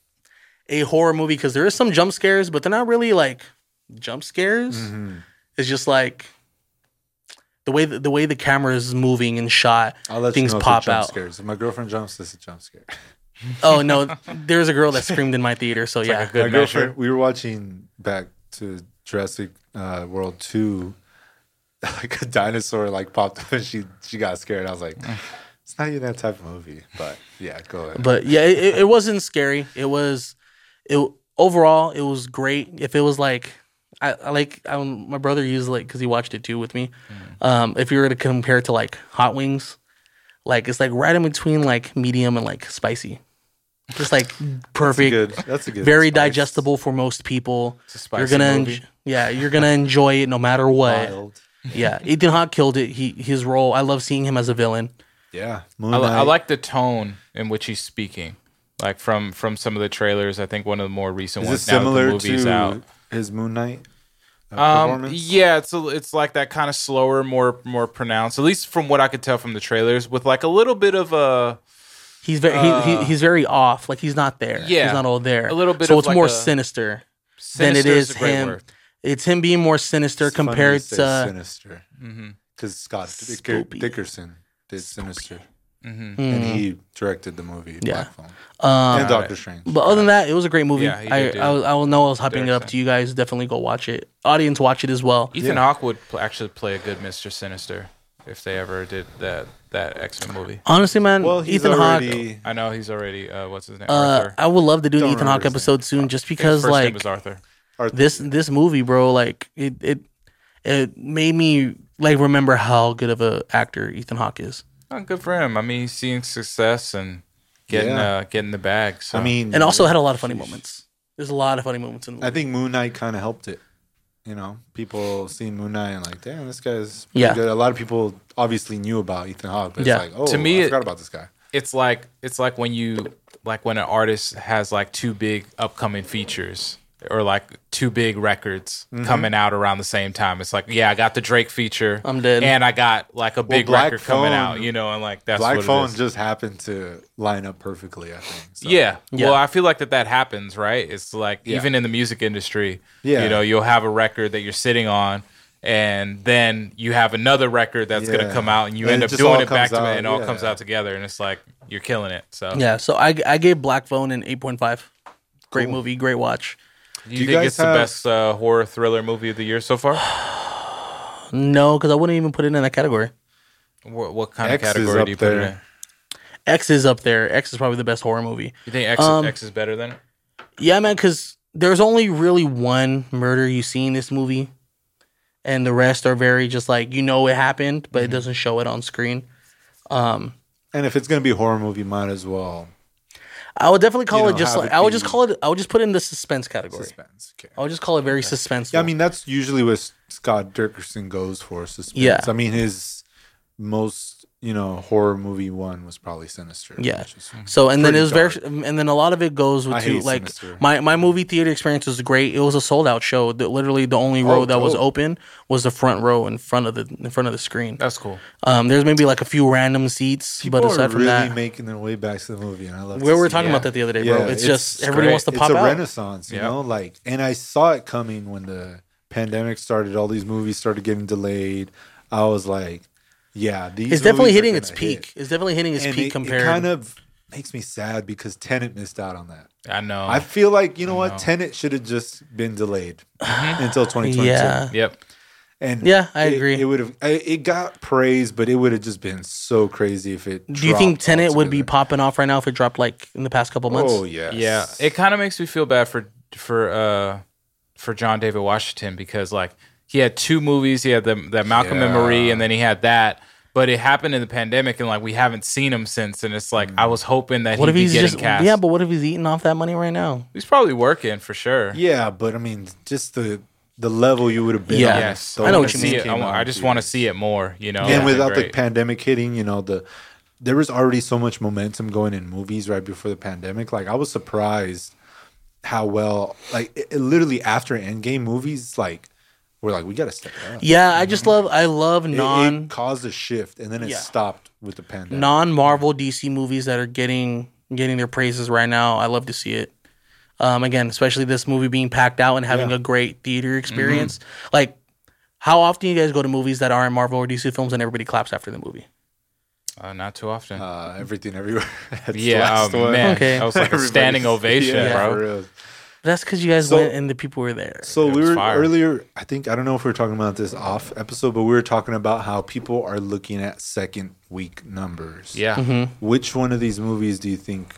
Speaker 1: a horror movie because there is some jump scares, but they're not really like jump scares.
Speaker 3: Mm-hmm.
Speaker 1: It's just like the way the, the way the camera is moving and shot,
Speaker 3: I'll let
Speaker 1: things
Speaker 3: you know if
Speaker 1: pop
Speaker 3: it's jump
Speaker 1: out.
Speaker 3: Scares. If my girlfriend jumps, it's a jump scare.
Speaker 1: Oh no, there's a girl that screamed in my theater, so yeah,
Speaker 2: like a good measure.
Speaker 3: my girlfriend, we were watching back to Jurassic uh, World Two. Like a dinosaur, like popped up, and she she got scared. I was like,
Speaker 2: Mm.
Speaker 3: "It's not even that type of movie." But yeah, go ahead.
Speaker 1: but yeah, it, it- it wasn't scary. It was, it overall it was great. If it was like, I, I like I, my brother used like because he watched it too with me. Um, if you were to compare it to like hot wings, like it's like right in between like medium and like spicy, just like perfect,
Speaker 3: good. That's a good.
Speaker 1: very
Speaker 3: spice.
Speaker 1: digestible for most people.
Speaker 2: it's a
Speaker 1: You're
Speaker 2: spicy
Speaker 1: gonna,
Speaker 2: movie.
Speaker 1: enj- yeah, you're gonna enjoy it no matter what.
Speaker 3: Wild.
Speaker 1: Yeah, Ethan Hawke killed it. He his role. I love seeing him as a villain.
Speaker 3: Yeah,
Speaker 2: I, li- I
Speaker 3: Moonlight.
Speaker 2: like the tone in which he's speaking. Like from from some of the trailers, I think one of the more recent
Speaker 3: Is it
Speaker 2: ones. now that the
Speaker 3: similar
Speaker 2: movie's
Speaker 3: to
Speaker 2: out.
Speaker 3: his Moon Knight uh,
Speaker 2: Um,
Speaker 3: performance?
Speaker 2: yeah, it's a, it's like that kind of slower, more more pronounced. At least from what I could tell from the trailers, with like a little bit of a
Speaker 1: He's very he, he, he's very off. Like he's not there.
Speaker 2: Uh, Yeah.
Speaker 1: he's not all there.
Speaker 2: A little bit
Speaker 1: So
Speaker 2: of
Speaker 1: it's
Speaker 2: like
Speaker 1: more
Speaker 2: a-
Speaker 1: sinister, than it
Speaker 2: sinister
Speaker 1: is
Speaker 2: a great
Speaker 1: him.
Speaker 2: word.
Speaker 1: It's him being more sinister
Speaker 3: It's funny you
Speaker 1: compared
Speaker 3: say
Speaker 2: uh,
Speaker 1: to.
Speaker 3: Sinister,
Speaker 2: Mm-hmm.
Speaker 3: because Scott Dicker,
Speaker 1: Spoopy.
Speaker 3: Dickerson did Sinister,
Speaker 2: Mhm.
Speaker 3: and he directed the movie
Speaker 1: Yeah.
Speaker 3: Black Phone
Speaker 1: Um,
Speaker 3: and Doctor Strange.
Speaker 1: but other than that, it was a great movie.
Speaker 2: Yeah, he did
Speaker 1: I,
Speaker 2: do
Speaker 1: I was- I will know I was hyping it up
Speaker 2: Direction.
Speaker 1: to you guys. Definitely go watch it. Audience, watch it as well.
Speaker 2: Ethan Hawke would pl- actually play a good Mister Sinister if they ever did that that X Men movie.
Speaker 1: Honestly, man,
Speaker 3: well, he's
Speaker 1: Ethan Hawke.
Speaker 3: already
Speaker 2: I know he's already uh, what's his name
Speaker 1: Uh,
Speaker 2: Arthur.
Speaker 1: I would love to do an
Speaker 3: Don't
Speaker 1: Ethan
Speaker 3: remember
Speaker 1: Hawke
Speaker 3: his name.
Speaker 1: episode soon, just
Speaker 2: His
Speaker 1: because
Speaker 2: first name
Speaker 1: like
Speaker 2: is Arthur.
Speaker 3: Or-
Speaker 1: this this movie, bro, like it it it made me like remember how good of a actor Ethan Hawke is.
Speaker 2: Oh, good for him. I mean, he's seeing success and getting
Speaker 3: Yeah.
Speaker 2: uh, getting the bag. So.
Speaker 3: I mean,
Speaker 1: And also had a lot of funny moments. There's a lot of funny moments in the movie.
Speaker 3: I think Moon Knight kind of helped it. You know, people seeing Moon Knight and like, damn, this guy's pretty
Speaker 1: Yeah.
Speaker 3: good. A lot of people obviously knew about Ethan Hawke, but
Speaker 1: Yeah.
Speaker 3: it's like, oh,
Speaker 2: To me,
Speaker 3: I
Speaker 2: it-
Speaker 3: forgot about this guy.
Speaker 2: it's like it's like when you like when an artist has like two big upcoming features or like two big records
Speaker 3: Mm-hmm.
Speaker 2: coming out around the same time. It's like, yeah, I got the Drake feature.
Speaker 1: I'm dead.
Speaker 2: And I got like a big
Speaker 3: Black
Speaker 2: record coming
Speaker 3: Phone-
Speaker 2: out, you know, and like that's
Speaker 3: Black
Speaker 2: what
Speaker 3: Phone
Speaker 2: it is.
Speaker 3: just happened to line up perfectly, I think. So.
Speaker 2: yeah.
Speaker 1: Yeah.
Speaker 2: Well, I feel like that that happens, right? It's like even in the music industry,
Speaker 3: Yeah.
Speaker 2: you know, you'll have a record that you're sitting on and then you have another record that's going to
Speaker 3: Yeah.
Speaker 2: come out and you
Speaker 3: And
Speaker 2: end
Speaker 3: it
Speaker 2: up
Speaker 3: just
Speaker 2: doing
Speaker 3: all
Speaker 2: it back
Speaker 3: comes
Speaker 2: to back
Speaker 3: out,
Speaker 2: and it all
Speaker 3: yeah.
Speaker 2: comes out together and it's like you're killing it. So
Speaker 1: yeah, so I I gave Black Phone an 8.5. Great movie, great watch.
Speaker 2: Do you,
Speaker 3: you
Speaker 2: think
Speaker 3: guys
Speaker 2: it's
Speaker 3: have-
Speaker 2: the best uh, horror thriller movie of the year so far?
Speaker 1: No, because I wouldn't even put it in that category.
Speaker 2: what, what kind
Speaker 3: X
Speaker 2: of
Speaker 3: is
Speaker 2: category
Speaker 3: up
Speaker 2: do you put
Speaker 3: there.
Speaker 2: it in?
Speaker 1: X is up there. X is probably the best horror movie.
Speaker 2: You think X,
Speaker 1: Um,
Speaker 2: X is better than it?
Speaker 1: Yeah, man, because there's only really one murder you see in this movie, and the rest are very just like you know it happened, but
Speaker 3: Mm-hmm.
Speaker 1: it doesn't show it on screen.
Speaker 3: And if it's going to be a horror movie, might as well.
Speaker 1: I would definitely call
Speaker 3: You
Speaker 1: it
Speaker 3: know,
Speaker 1: just
Speaker 3: have
Speaker 1: like
Speaker 3: it
Speaker 1: I would just
Speaker 3: be-
Speaker 1: call it. I would just put it in the suspense category.
Speaker 3: Suspense. Okay.
Speaker 1: I would just call it very suspenseful.
Speaker 3: Yeah, I mean, that's usually what Scott Dickerson goes for suspense.
Speaker 1: Yeah.
Speaker 3: I mean, his most, you know, horror movie one was probably Sinister.
Speaker 1: Yeah.
Speaker 3: which is-
Speaker 1: So and then it
Speaker 3: Mm-hmm. Pretty
Speaker 1: was very, and then a lot of it goes
Speaker 3: I
Speaker 1: with too,
Speaker 3: hate
Speaker 1: like
Speaker 3: Sinister.
Speaker 1: my my movie theater experience was great. It was a sold out show. The, literally, the only row that was
Speaker 3: Oh, dope.
Speaker 1: open was the front row in front of the in front of the screen.
Speaker 2: That's cool.
Speaker 1: Um, there's maybe like a few random seats,
Speaker 3: People
Speaker 1: but aside
Speaker 3: are
Speaker 1: from
Speaker 3: really
Speaker 1: that,
Speaker 3: making their way back to the movie, and I love.
Speaker 1: we
Speaker 3: to
Speaker 1: were
Speaker 3: see
Speaker 1: talking
Speaker 2: yeah.
Speaker 1: about that the other day, bro.
Speaker 3: Yeah,
Speaker 1: it's,
Speaker 3: it's
Speaker 1: just everybody
Speaker 2: great.
Speaker 1: wants to
Speaker 3: it's
Speaker 1: pop
Speaker 3: a
Speaker 1: out.
Speaker 3: renaissance you
Speaker 2: Yeah.
Speaker 3: know like and i saw it coming when the pandemic started all these movies started getting delayed i was like yeah these
Speaker 1: It's definitely
Speaker 3: movies are
Speaker 1: hitting
Speaker 3: gonna
Speaker 1: its peak.
Speaker 3: hit.
Speaker 1: It's definitely hitting its
Speaker 3: and
Speaker 1: peak
Speaker 3: it,
Speaker 1: compared.
Speaker 3: it kind of makes me sad because tenant missed out on that
Speaker 2: I know.
Speaker 3: i feel like you know what
Speaker 2: know.
Speaker 3: tenant should have just been delayed until 2022
Speaker 1: yeah,
Speaker 2: yep.
Speaker 3: and
Speaker 1: Yeah, I
Speaker 3: it-
Speaker 1: agree.
Speaker 3: it would have it it got praise but it would have just been so crazy if it
Speaker 1: do you think
Speaker 3: dropped
Speaker 1: Tenet would be
Speaker 3: altogether.
Speaker 1: popping off right now if it dropped like in the past couple months?
Speaker 3: oh yes.
Speaker 2: Yeah. It kind of makes me feel bad for for uh for John David Washington because like he had two movies. He had the that Malcolm and
Speaker 3: Yeah.
Speaker 2: Marie, and then he had that. But it happened in the pandemic, and like we haven't seen him since. And it's like I was hoping that
Speaker 1: What
Speaker 2: he'd
Speaker 1: if
Speaker 2: be
Speaker 1: he's
Speaker 2: getting
Speaker 1: just
Speaker 2: cast.
Speaker 1: yeah? But what if he's eating off that money right now?
Speaker 2: he's probably working for sure.
Speaker 3: Yeah, but I mean, just the the level you would have been.
Speaker 1: Yeah.
Speaker 3: on if
Speaker 2: Yes,
Speaker 3: those
Speaker 1: I know what
Speaker 2: wanna
Speaker 1: you
Speaker 2: see
Speaker 1: mean.
Speaker 2: it. I,
Speaker 3: came
Speaker 2: wa-
Speaker 3: out
Speaker 2: I
Speaker 3: in
Speaker 2: just want to
Speaker 3: theaters.
Speaker 2: see it more. You know,
Speaker 3: and
Speaker 2: That'd be
Speaker 3: without the
Speaker 2: great.
Speaker 3: pandemic hitting, you know, the there was already so much momentum going in movies right before the pandemic. Like I was surprised how well, like it, it literally after Endgame, movies like were like we got to step it up. It-
Speaker 1: Yeah, I just love I love
Speaker 3: Mm-hmm. It,
Speaker 1: non
Speaker 3: caused a shift, and then it
Speaker 1: Yeah.
Speaker 3: stopped with the pandemic.
Speaker 1: non Marvel DC movies that are getting getting their praises right now. I love to see it. Um, again, especially this movie being packed out and having
Speaker 3: Yeah. Mm-hmm.
Speaker 1: a great theater experience. Like, how often you guys go to movies that aren't Marvel or DC films and everybody claps after the movie?
Speaker 2: Uh, not too often.
Speaker 3: uh, everything everywhere. That's the
Speaker 2: yeah,
Speaker 3: last
Speaker 2: oh,
Speaker 3: one.
Speaker 2: man,
Speaker 1: Okay.
Speaker 2: that was like a
Speaker 3: Everybody's-
Speaker 2: standing ovation,
Speaker 3: Yeah,
Speaker 2: bro.
Speaker 3: for real.
Speaker 1: But that's because you guys
Speaker 3: So-
Speaker 1: went and the people were there.
Speaker 3: So
Speaker 2: It
Speaker 3: we
Speaker 2: was
Speaker 3: were
Speaker 2: fire.
Speaker 3: earlier. I think I don't know if we were talking about this off episode, but we were talking about how people are looking at second week numbers.
Speaker 2: Yeah,
Speaker 1: Mm-hmm.
Speaker 3: Which one of these movies do you think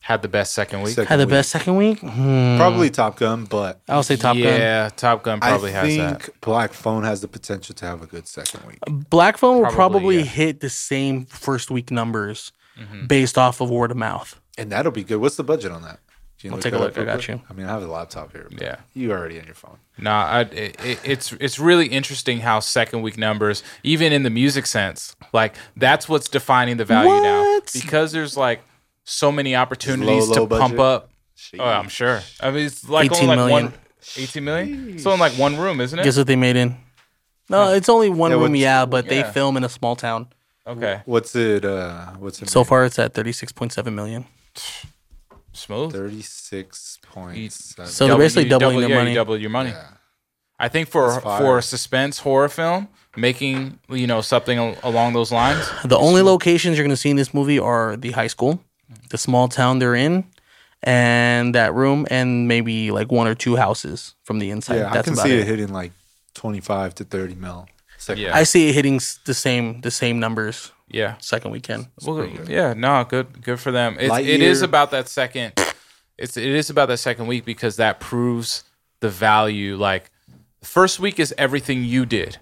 Speaker 2: had the best second week.
Speaker 3: second
Speaker 1: Had the
Speaker 3: week?
Speaker 1: best second week. Hmm.
Speaker 3: Probably Top Gun, but
Speaker 1: I'll say Top Gun.
Speaker 2: yeah, Top Gun probably
Speaker 3: I
Speaker 2: has
Speaker 3: think
Speaker 2: that.
Speaker 3: Black Phone has the potential to have a good second week.
Speaker 1: Black Phone will
Speaker 2: Probably,
Speaker 1: probably
Speaker 2: yeah.
Speaker 1: hit the same first week numbers
Speaker 3: Mm-hmm.
Speaker 1: based off of word of mouth.
Speaker 3: And that'll be good. What's the budget on that? Can
Speaker 1: I'll take a
Speaker 3: that
Speaker 1: look.
Speaker 3: up
Speaker 1: I got
Speaker 3: real quick?
Speaker 1: you.
Speaker 3: I mean, I have a laptop here. but
Speaker 2: Yeah. Oh,
Speaker 3: You already on your phone.
Speaker 2: Nah, I, it, it- it's it's really interesting how second week numbers, even in the music sense, like that's what's defining the value now
Speaker 1: What?
Speaker 2: because there's like so many opportunities
Speaker 3: low
Speaker 2: to pump
Speaker 3: budget.
Speaker 2: up. Oh, I'm sure. I mean, it's like
Speaker 1: 18
Speaker 2: only like
Speaker 1: million.
Speaker 2: one. 18 million? It's only like one room, isn't it?
Speaker 1: Guess what they made in? No, it's only one
Speaker 3: Yeah,
Speaker 1: room,
Speaker 3: what's-
Speaker 1: yeah, but
Speaker 2: yeah.
Speaker 1: they film in a small town.
Speaker 2: Okay.
Speaker 3: What's it? Uh, what's it?
Speaker 1: So far, it's at thirty six point seven million.
Speaker 2: Smooth.
Speaker 3: thirty-six points.
Speaker 1: So they're basically
Speaker 2: you
Speaker 1: doubling
Speaker 2: double,
Speaker 1: their
Speaker 2: yeah,
Speaker 1: money.
Speaker 2: You double your money. I think for
Speaker 3: That's fire.
Speaker 2: for a suspense horror film, making you know something al- along those lines.
Speaker 1: The only locations you're going to see in this movie are the high school, the small town they're in, and that room, and maybe like one or two houses from the inside.
Speaker 3: Yeah,
Speaker 1: That's
Speaker 3: I can
Speaker 1: about
Speaker 3: see
Speaker 1: it.
Speaker 3: it hitting like twenty-five to thirty mil. Second
Speaker 2: Yeah.
Speaker 1: I see it hitting s- the same the same numbers
Speaker 2: Yeah.
Speaker 1: second weekend.
Speaker 2: Well, yeah, no, good, good for them. It's, it
Speaker 3: Lightyear.
Speaker 2: is about that second. It's it is about that second week because that proves the value. Like, first week is everything you did.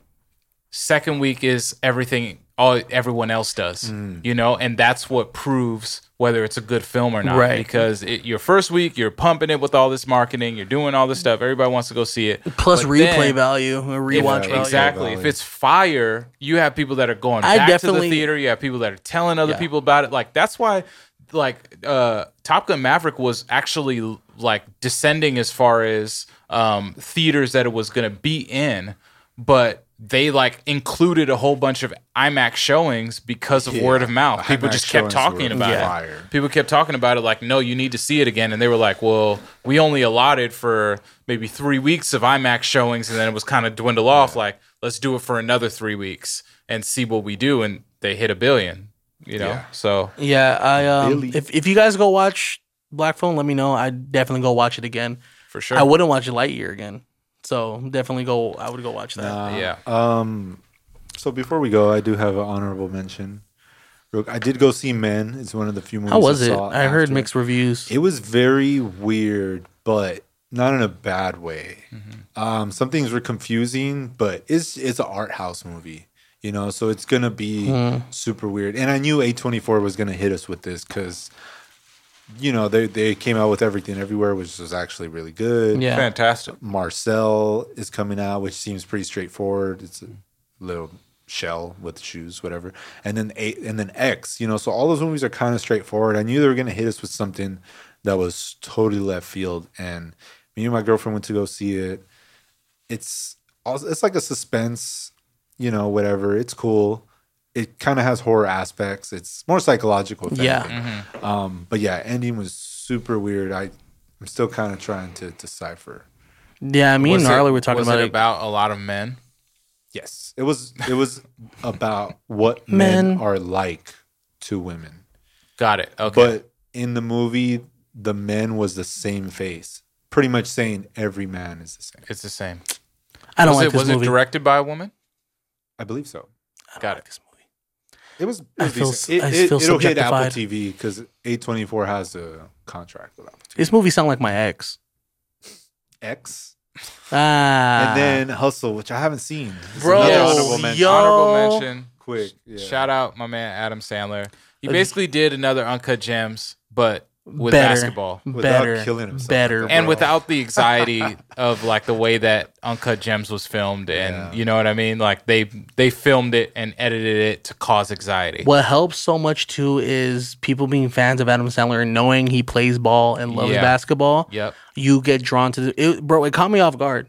Speaker 2: Second week is everything all everyone else does. You know, and that's what proves whether it's a good film or not.
Speaker 1: Right.
Speaker 2: Because it, your first week, you're pumping it with all this marketing, you're doing all this stuff. Everybody wants to go see it.
Speaker 1: Plus
Speaker 2: But
Speaker 1: replay
Speaker 2: then-
Speaker 1: value, or
Speaker 2: if-
Speaker 1: rewatch value.
Speaker 2: Exactly.
Speaker 3: Value.
Speaker 2: If it's fire, you have people that are going
Speaker 1: I
Speaker 2: back to
Speaker 1: definitely-
Speaker 2: the theater. You have people that are telling other people about it. Like that's why, like uh, Top Gun Maverick was actually like descending as far as um, theaters that it was going to be in, but they like included a whole bunch of IMAX showings because of word of mouth. People
Speaker 3: IMAX
Speaker 2: just kept
Speaker 3: showings
Speaker 2: talking
Speaker 3: were
Speaker 2: about
Speaker 3: fire.
Speaker 2: it. People kept talking about it like, no, you need to see it again. And they were like, well, we only allotted for maybe three weeks of IMAX showings. And then it was kind of dwindle off. Like, let's do it for another three weeks and see what we do. And they hit a billion, you know?
Speaker 3: Yeah.
Speaker 2: So
Speaker 1: Yeah, I um,
Speaker 3: Billy.
Speaker 1: if if you guys go watch Black Phone, let me know. I definitely go watch it again.
Speaker 2: for sure.
Speaker 1: I wouldn't watch Lightyear again. So definitely go. I would go watch that.
Speaker 3: Nah.
Speaker 2: Yeah.
Speaker 1: uh,
Speaker 3: Um, so before we go, I do have an honorable mention. Real- I did go see Men. It's one of the few movies.
Speaker 1: How was
Speaker 3: I
Speaker 1: it?
Speaker 3: saw
Speaker 1: I heard
Speaker 3: after.
Speaker 1: mixed reviews.
Speaker 3: It was very weird, but not in a bad way.
Speaker 1: Mm-hmm.
Speaker 3: Um, some things were confusing, but it's it's an art house movie, you know. So it's gonna be
Speaker 1: Mm-hmm.
Speaker 3: super weird. And I knew A twenty four was gonna hit us with this because, you know, they they came out with everything everywhere, which was actually really good.
Speaker 1: Yeah.
Speaker 2: Fantastic.
Speaker 3: Marcel is coming out, which seems pretty straightforward. It's a little shell with shoes, whatever. And then eight, and then X. You know, so all those movies are kind of straightforward. I knew they were going to hit us with something that was totally left field. And me and my girlfriend went to go see it. It's also, it's like a suspense, you know, whatever. It's cool. It kind of has horror aspects. It's more psychological. if
Speaker 1: Yeah.
Speaker 3: anything. Um, but yeah, ending was super weird. I I'm still kind of trying to decipher.
Speaker 1: Yeah, me
Speaker 2: Was
Speaker 1: and
Speaker 2: it-
Speaker 1: Gnarly were talking
Speaker 2: was
Speaker 1: about
Speaker 2: it
Speaker 1: it.
Speaker 2: about a lot of men.
Speaker 3: Yes, it was. It was about what men,
Speaker 1: Men.
Speaker 3: are like to women,
Speaker 2: Got it. Okay.
Speaker 3: but in the movie, the men was the same face, pretty much saying every man is the same.
Speaker 2: it's the same.
Speaker 1: I don't
Speaker 2: was
Speaker 1: like
Speaker 2: it,
Speaker 1: this
Speaker 2: was
Speaker 1: movie.
Speaker 2: it directed by a woman?
Speaker 3: I believe so.
Speaker 2: Got it.
Speaker 1: This movie.
Speaker 3: It was. It
Speaker 1: I
Speaker 3: was
Speaker 1: feel
Speaker 3: decent.
Speaker 1: s- I
Speaker 3: it, it,
Speaker 1: feel
Speaker 3: it'll hit Apple
Speaker 1: subjectified.
Speaker 3: TV because A twenty four has a contract with Apple TV.
Speaker 1: This movie sound like my ex.
Speaker 3: X
Speaker 1: Ah.
Speaker 3: and then Hustle, which I haven't seen. It's
Speaker 1: Bro,
Speaker 3: another
Speaker 1: Yes.
Speaker 3: honorable mention.
Speaker 1: yo.
Speaker 2: Honorable mention.
Speaker 3: Quick, yeah.
Speaker 2: Shout out my man Adam Sandler. He
Speaker 1: Uh,
Speaker 2: basically did another Uncut Gems, but with
Speaker 1: Better.
Speaker 2: basketball.
Speaker 3: Without
Speaker 1: better,
Speaker 3: killing himself.
Speaker 1: better,
Speaker 2: And
Speaker 1: bro.
Speaker 2: without the anxiety of like the way that Uncut Gems was filmed and
Speaker 3: Yeah.
Speaker 2: you know what I mean? Like they they filmed it and edited it to cause anxiety.
Speaker 1: What helps so much too is people being fans of Adam Sandler and knowing he plays ball and loves
Speaker 2: Yeah.
Speaker 1: basketball.
Speaker 2: Yep.
Speaker 1: You get drawn to the it, bro. It caught me off guard.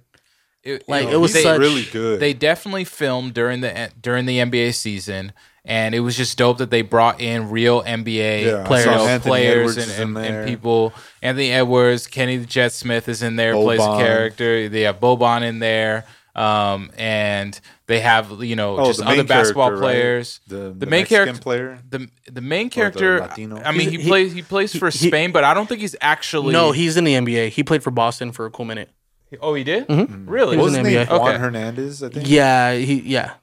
Speaker 1: Like, it was
Speaker 3: He's
Speaker 2: they,
Speaker 1: such-
Speaker 3: really good.
Speaker 2: they definitely filmed during the during the NBA season and it was just dope that they brought in real NBA
Speaker 3: Yeah, I
Speaker 2: players,
Speaker 1: saw
Speaker 3: Anthony
Speaker 2: players
Speaker 3: Edwards
Speaker 2: and,
Speaker 3: is in
Speaker 2: and, and
Speaker 3: there.
Speaker 2: people. Anthony Edwards, Kenny the Jet Smith is in there, plays a
Speaker 3: Boban.
Speaker 2: character. They have Boban in there. Um, and they have you know
Speaker 3: Oh,
Speaker 2: just
Speaker 3: the main
Speaker 2: other basketball
Speaker 3: character, right?
Speaker 2: players.
Speaker 3: The-
Speaker 2: The,
Speaker 3: the
Speaker 2: main
Speaker 3: Mexican
Speaker 2: character
Speaker 3: player?
Speaker 2: The the main character.
Speaker 3: Latino?
Speaker 2: I mean,
Speaker 1: He's-
Speaker 2: he,
Speaker 1: he-
Speaker 2: plays he plays for
Speaker 1: he-
Speaker 2: Spain, but I don't think he's actually.
Speaker 1: No, he's in the NBA. He played for Boston for a cool minute.
Speaker 2: Oh, he did. Really?
Speaker 1: Mm-hmm. He
Speaker 3: What
Speaker 1: was
Speaker 3: was
Speaker 1: in
Speaker 3: his name?
Speaker 1: NBA.
Speaker 3: Juan
Speaker 2: Okay.
Speaker 3: Hernandez, I think.
Speaker 1: Yeah, he yeah.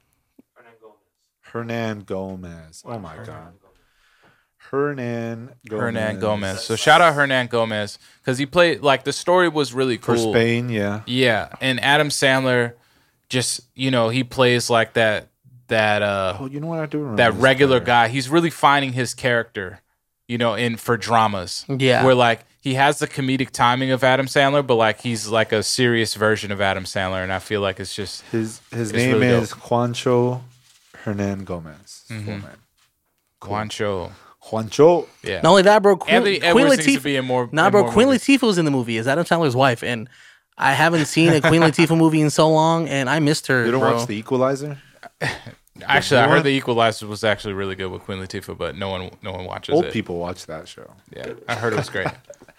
Speaker 3: Hernan Gomez. Oh my god. Hernan Gomez.
Speaker 2: Hernan Gomez. So shout out Hernan Gomez because he played like the story was really
Speaker 3: for
Speaker 2: cool.
Speaker 3: Spain, yeah.
Speaker 2: Yeah, and Adam Sandler just you know he plays like that that uh
Speaker 3: Oh, you know what I do remember?
Speaker 2: that
Speaker 3: this
Speaker 2: regular
Speaker 3: player.
Speaker 2: guy. He's really finding his character, you know, in for dramas.
Speaker 1: Yeah.
Speaker 2: where like he has the comedic timing of Adam Sandler, but like he's like a serious version of Adam Sandler, and I feel like it's just
Speaker 3: His his
Speaker 2: It's
Speaker 3: name
Speaker 2: really
Speaker 3: is Juancho Hernan Gomez. His
Speaker 2: Mm-hmm.
Speaker 3: full name.
Speaker 2: Guancho.
Speaker 3: Juancho.
Speaker 2: Yeah,
Speaker 1: Not only that, bro. Queen,
Speaker 2: Anthony
Speaker 1: Queen
Speaker 2: Edwards needs to
Speaker 1: Latifah-
Speaker 2: be in more.
Speaker 1: Nah,
Speaker 2: in
Speaker 1: bro.
Speaker 2: more
Speaker 1: Queen
Speaker 2: movies.
Speaker 1: Latifah was in the movie. Is Adam Sandler's wife, and I haven't seen a Queen Latifah movie in so long, and I missed her.
Speaker 3: You don't
Speaker 1: bro.
Speaker 3: watch The Equalizer?
Speaker 2: Actually, I
Speaker 3: You
Speaker 2: heard
Speaker 3: want-
Speaker 2: the Equalizer was actually really good with Queen Latifah, but no one no one watches
Speaker 3: Old
Speaker 2: it.
Speaker 3: people watch that show.
Speaker 2: Yeah, I heard it was great.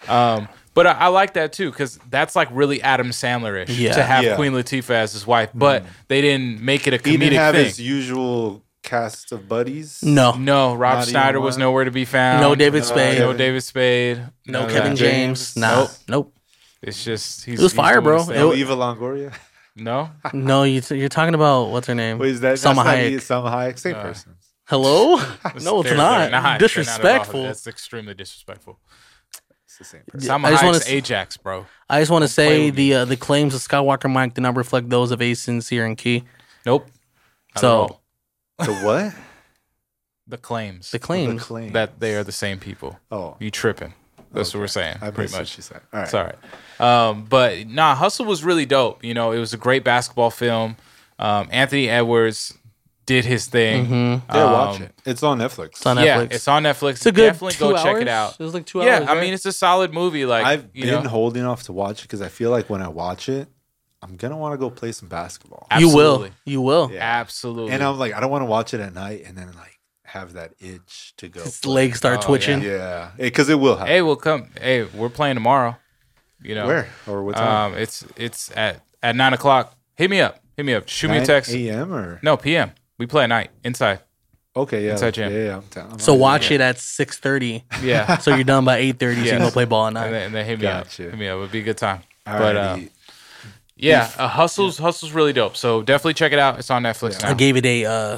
Speaker 2: Um, but I, I like that too because that's like really Adam Sandler ish
Speaker 1: Yeah. Mm.
Speaker 2: to have
Speaker 3: Yeah.
Speaker 2: Queen Latifah as his wife, but they didn't make it a
Speaker 3: He didn't
Speaker 2: comedic
Speaker 3: have
Speaker 2: thing.
Speaker 3: his usual cast of buddies.
Speaker 1: No, no,
Speaker 2: no, Rob
Speaker 3: Not even
Speaker 2: Schneider was
Speaker 3: one.
Speaker 2: nowhere to be found.
Speaker 1: No David Spade.
Speaker 2: No David Spade. none of
Speaker 1: Kevin
Speaker 2: that.
Speaker 1: James. Nah,
Speaker 2: Nope.
Speaker 1: nope.
Speaker 2: It's just he's,
Speaker 1: It was
Speaker 2: he's
Speaker 1: fire,
Speaker 2: doing
Speaker 1: bro.
Speaker 2: his thing.
Speaker 1: It
Speaker 3: No
Speaker 1: wa-
Speaker 3: Eva Longoria.
Speaker 2: no,
Speaker 1: No, you t- you're talking about what's her name?
Speaker 3: Wait, is that
Speaker 1: Salma
Speaker 3: that's not
Speaker 1: Hayek.
Speaker 3: Eve- Salma Hayek? Same
Speaker 2: Uh.
Speaker 3: person.
Speaker 1: Hello? no, it's
Speaker 2: They're-
Speaker 1: not.
Speaker 2: they're they're at all.
Speaker 1: Disrespectful.
Speaker 2: That's extremely disrespectful.
Speaker 3: the same person.
Speaker 2: Salma
Speaker 1: I just wanna
Speaker 2: Hayek's
Speaker 1: s-
Speaker 2: Ajax, bro.
Speaker 1: I just want to
Speaker 2: Play
Speaker 1: say
Speaker 2: with
Speaker 1: the uh, the claims of Skywalker Mike do not reflect those of Asen, Seer, and Key.
Speaker 2: Nope. Not at
Speaker 1: So-
Speaker 2: all.
Speaker 3: The what?
Speaker 2: the claims
Speaker 1: The claims.
Speaker 3: The claim.
Speaker 2: that they are the same people.
Speaker 3: Oh,
Speaker 2: You tripping? That's what we're saying.
Speaker 3: I
Speaker 2: pretty
Speaker 3: pretty what
Speaker 2: much.
Speaker 3: she said. All right.
Speaker 2: Sorry. Um, but nah, Hustle was really dope. You know, it was a great basketball film. Um, Anthony Edwards did his thing.
Speaker 3: Yeah, watch
Speaker 2: Um,
Speaker 3: it. It's on Netflix.
Speaker 1: It's on
Speaker 2: Yeah,
Speaker 1: Netflix.
Speaker 2: it's on Netflix.
Speaker 1: It's a good
Speaker 2: Definitely
Speaker 1: two
Speaker 2: go
Speaker 1: hours?
Speaker 2: check it out.
Speaker 1: It was like two
Speaker 2: yeah,
Speaker 1: hours.
Speaker 2: I mean, it's a solid movie. Like
Speaker 3: I've
Speaker 2: you
Speaker 3: been
Speaker 2: know,
Speaker 3: holding off to watch it because I feel like when I watch it, I'm gonna want to go play some basketball.
Speaker 2: I-
Speaker 1: you will,
Speaker 2: absolutely.
Speaker 1: you will.
Speaker 3: Yeah.
Speaker 2: absolutely.
Speaker 3: and I'm like, I don't want to watch it at night and then like have that itch to go.
Speaker 1: His legs start
Speaker 2: Oh,
Speaker 1: twitching.
Speaker 3: Yeah, because it will happen.
Speaker 2: hey, we'll come. Hey, we're playing tomorrow. You know
Speaker 3: Where or what
Speaker 1: Uh,
Speaker 3: time?
Speaker 2: Um, it's it's at at nine o'clock. Hit me up. Hit me up. Shoot me a text.
Speaker 3: 9 a.m. or
Speaker 2: No, PM. We play at night inside.
Speaker 3: okay, yeah,
Speaker 2: Inside
Speaker 3: yeah,
Speaker 2: Jam.
Speaker 3: yeah. I'm down. I'm
Speaker 1: So
Speaker 3: on it.
Speaker 1: watch it at six thirty,
Speaker 2: Yeah.
Speaker 1: so you're done by eight thirty. So you can go
Speaker 2: Yes.
Speaker 1: play ball at
Speaker 2: and,
Speaker 1: night.
Speaker 2: then, and then hit me
Speaker 3: Gotcha.
Speaker 2: up. Hit me up. It'd be a good time.
Speaker 3: Alrighty.
Speaker 2: But uh, yeah, uh, hustles hustles really dope. So definitely check it out. It's on Netflix
Speaker 1: I
Speaker 2: now.
Speaker 1: gave it a uh,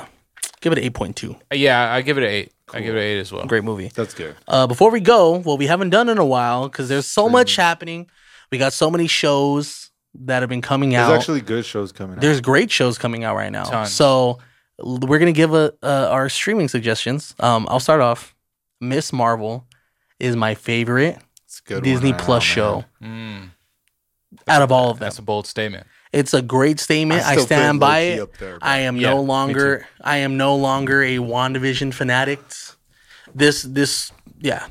Speaker 1: give it an eight point two.
Speaker 2: yeah, I give it an eight. I give it an eight as well.
Speaker 1: Great movie.
Speaker 3: that's good.
Speaker 1: Uh, before we go, what we haven't done in a while because there's so much happening. We got so many shows that have been coming
Speaker 3: There's
Speaker 1: out.
Speaker 3: actually good shows coming out.
Speaker 1: There's great shows coming out right now.
Speaker 2: Tons.
Speaker 1: So l- we're gonna give a, uh, our streaming suggestions. Um, I'll start off. Miss Marvel is my favorite
Speaker 3: It's a good
Speaker 1: Disney
Speaker 3: one right
Speaker 1: Plus
Speaker 3: now,
Speaker 1: show
Speaker 3: man.
Speaker 2: Mm,
Speaker 1: out of all of them.
Speaker 2: that's a bold statement.
Speaker 1: It's a great statement. I,
Speaker 3: still
Speaker 1: stand
Speaker 3: put
Speaker 1: by
Speaker 3: low-key
Speaker 1: it.
Speaker 3: up there, bro.
Speaker 1: I am
Speaker 2: Yeah,
Speaker 1: no
Speaker 2: me
Speaker 1: longer I am no longer a WandaVision fanatic. This this yeah.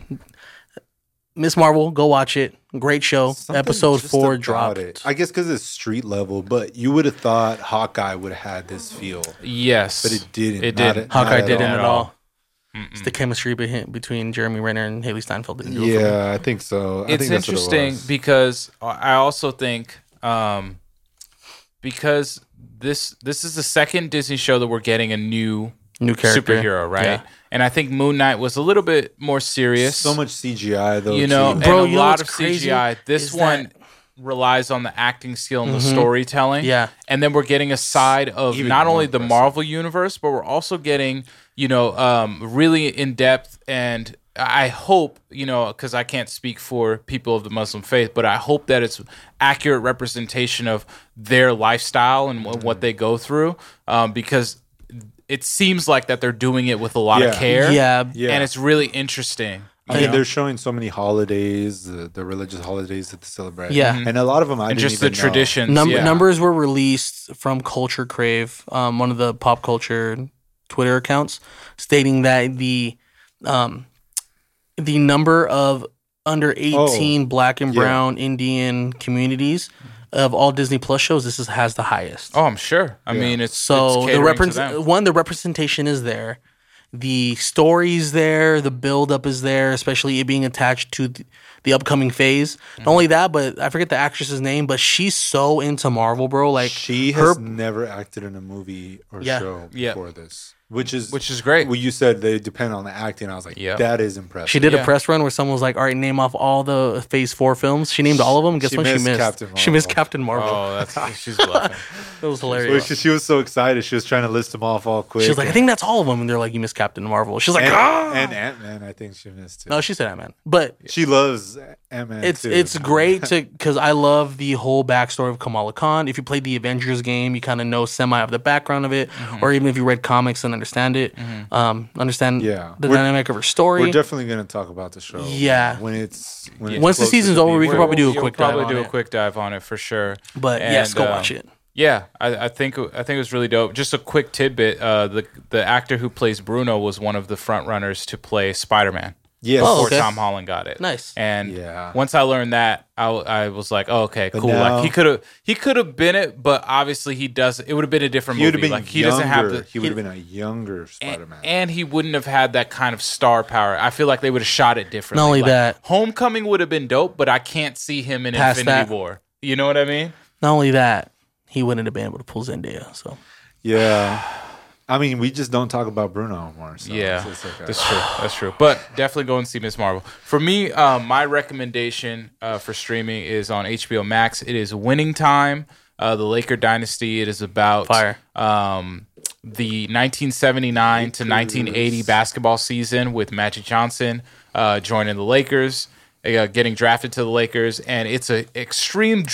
Speaker 1: Miss Marvel, go watch it. Great show.
Speaker 3: Something
Speaker 1: Episode
Speaker 3: just
Speaker 1: four
Speaker 3: about
Speaker 1: dropped.
Speaker 3: it. I guess because it's street level, but you would have thought Hawkeye would have had this feel,
Speaker 2: Yes,
Speaker 3: but it didn't.
Speaker 2: It
Speaker 3: Not
Speaker 2: didn't.
Speaker 3: at- not
Speaker 1: Hawkeye
Speaker 3: at
Speaker 1: didn't
Speaker 2: all.
Speaker 1: at all.
Speaker 2: Mm-mm.
Speaker 1: It's the chemistry behi- between Jeremy Renner and Haley Steinfeld. Didn't do it for me.
Speaker 3: Yeah, I think so. I
Speaker 2: it's
Speaker 3: think that's what it
Speaker 2: interesting
Speaker 3: was.
Speaker 2: because I also think um, because this this is the second Disney show that we're getting a new
Speaker 1: new character
Speaker 2: superhero, right?
Speaker 1: Yeah.
Speaker 2: And I think Moon Knight was a little bit more serious.
Speaker 3: so much CGI though.
Speaker 2: you know,
Speaker 3: too.
Speaker 1: Bro,
Speaker 2: and a
Speaker 1: you know
Speaker 2: lot
Speaker 1: what's
Speaker 2: of
Speaker 1: crazy
Speaker 2: CGI. This
Speaker 1: is
Speaker 2: one
Speaker 1: that- Mm-hmm.
Speaker 2: relies on the acting skill and the storytelling.
Speaker 1: Yeah.
Speaker 2: and then we're getting a side of
Speaker 3: Even
Speaker 2: not
Speaker 3: more
Speaker 2: only the
Speaker 3: impressive.
Speaker 2: Marvel universe, but we're also getting you know um, really in depth and. I hope you know because I can't speak for people of the Muslim faith, but I hope that it's accurate representation of their lifestyle and wh-
Speaker 1: Mm.
Speaker 2: what they go through, um, because it seems like that they're doing it with a lot of
Speaker 3: Yeah.
Speaker 2: care,
Speaker 1: Yeah.
Speaker 3: Yeah.
Speaker 2: and it's really interesting.
Speaker 3: I mean, they're showing so many holidays, the, the religious holidays that they celebrate.
Speaker 1: Yeah.
Speaker 3: and a lot of them I
Speaker 2: and
Speaker 3: didn't
Speaker 2: just the
Speaker 3: even know.
Speaker 2: traditions.
Speaker 1: Num-
Speaker 2: yeah.
Speaker 1: Numbers were released from Culture Crave, um, one of the pop culture Twitter accounts, stating that the um, the number of under eighteen Black and
Speaker 3: yeah.
Speaker 1: Brown Indian communities of all Disney Plus shows, this is, has the highest.
Speaker 2: Oh, I'm sure. I mean, it's
Speaker 1: so
Speaker 2: it's
Speaker 1: the uh,
Speaker 2: catering to
Speaker 1: repre-
Speaker 2: them.
Speaker 1: one the representation is there, the story's there, the buildup is there, especially it being attached to the, the upcoming phase. Not only that, but I forget the actress's name, but she's so into Marvel, bro. Like
Speaker 3: She
Speaker 1: her
Speaker 3: has never acted in a movie or
Speaker 1: Yeah.
Speaker 3: show
Speaker 2: Yeah.
Speaker 3: before this, which is
Speaker 2: which is great.
Speaker 3: Well, you said they depend on the acting. I was like,
Speaker 2: Yeah.
Speaker 3: that is impressive.
Speaker 1: She did
Speaker 2: Yeah.
Speaker 1: a press run where someone was like, "All right, name off all the Phase Four films." She named all of them. Guess
Speaker 3: She
Speaker 1: what? She
Speaker 3: missed
Speaker 1: missed.
Speaker 3: Captain
Speaker 1: She missed
Speaker 3: Marvel.
Speaker 1: Captain Marvel.
Speaker 2: oh, that's she's bluffing.
Speaker 1: It was
Speaker 3: Well,
Speaker 1: hilarious.
Speaker 3: she, she was so excited. She was trying to list them off all quick.
Speaker 1: She was like, "I think that's all of them," and they're like, "You missed Captain Marvel." She's like,
Speaker 3: and,
Speaker 1: "Ah!"
Speaker 3: and Ant Man. I think she missed it.
Speaker 1: No, she said Ant Man, but
Speaker 3: she loves Ant Man.
Speaker 1: it's it's great to because I love the whole backstory of Kamala Khan. If you played the Avengers game, you kind of know semi of the background of it,
Speaker 2: Mm-hmm.
Speaker 1: or even if you read comics and understand it, um, understand
Speaker 3: Yeah.
Speaker 1: the
Speaker 3: We're-
Speaker 1: dynamic of her story.
Speaker 3: We're definitely going to talk about the show.
Speaker 1: Yeah.
Speaker 3: when it's when it's
Speaker 1: Once the
Speaker 3: closer to
Speaker 1: season's over, we
Speaker 3: being-
Speaker 1: could probably do a
Speaker 2: We'll
Speaker 1: quick dive
Speaker 2: probably
Speaker 1: on
Speaker 2: do a
Speaker 1: it.
Speaker 2: quick dive on it for sure.
Speaker 1: but yes,
Speaker 2: And,
Speaker 1: go
Speaker 2: uh,
Speaker 1: watch it.
Speaker 2: Yeah, I, I think I think it was really dope. Just a quick tidbit: uh, the the actor who plays Bruno was one of the front runners to play Spider Man.
Speaker 3: Yes.
Speaker 1: Oh,
Speaker 2: before
Speaker 1: okay.
Speaker 2: Tom Holland got it.
Speaker 1: Nice.
Speaker 2: And
Speaker 3: Yeah.
Speaker 2: once I learned that, I, w- I was like, oh, okay, cool.
Speaker 3: now-
Speaker 2: like he could have he could have been it, but obviously he doesn't. It would have been a different
Speaker 3: He would
Speaker 2: movie.
Speaker 3: have been
Speaker 2: like
Speaker 3: younger.
Speaker 2: he doesn't have the
Speaker 3: he would have been a younger Spider Man.
Speaker 2: and he wouldn't have had that kind of star power. I feel like they would have shot it differently.
Speaker 1: Not only
Speaker 2: Like,
Speaker 1: that-
Speaker 2: Homecoming would have been dope, but I can't see him in
Speaker 1: Past
Speaker 2: Infinity
Speaker 1: that.
Speaker 2: War. You know what I mean?
Speaker 1: Not only that, he wouldn't have been able to pull Zendaya. So
Speaker 3: Yeah. I mean, we just don't talk about Bruno anymore. Oh, So
Speaker 2: yeah,
Speaker 3: it's- it's okay.
Speaker 2: that's true. That's true. But definitely go and see Miss Marvel. For me, uh, my recommendation uh, for streaming is on HBO Max. It is Winning Time, uh, the Laker Dynasty. It is about
Speaker 1: Fire.
Speaker 2: um, the 1979 to 1980 basketball season with Magic Johnson uh, joining the Lakers. uh, getting drafted to the Lakers, and it's an extreme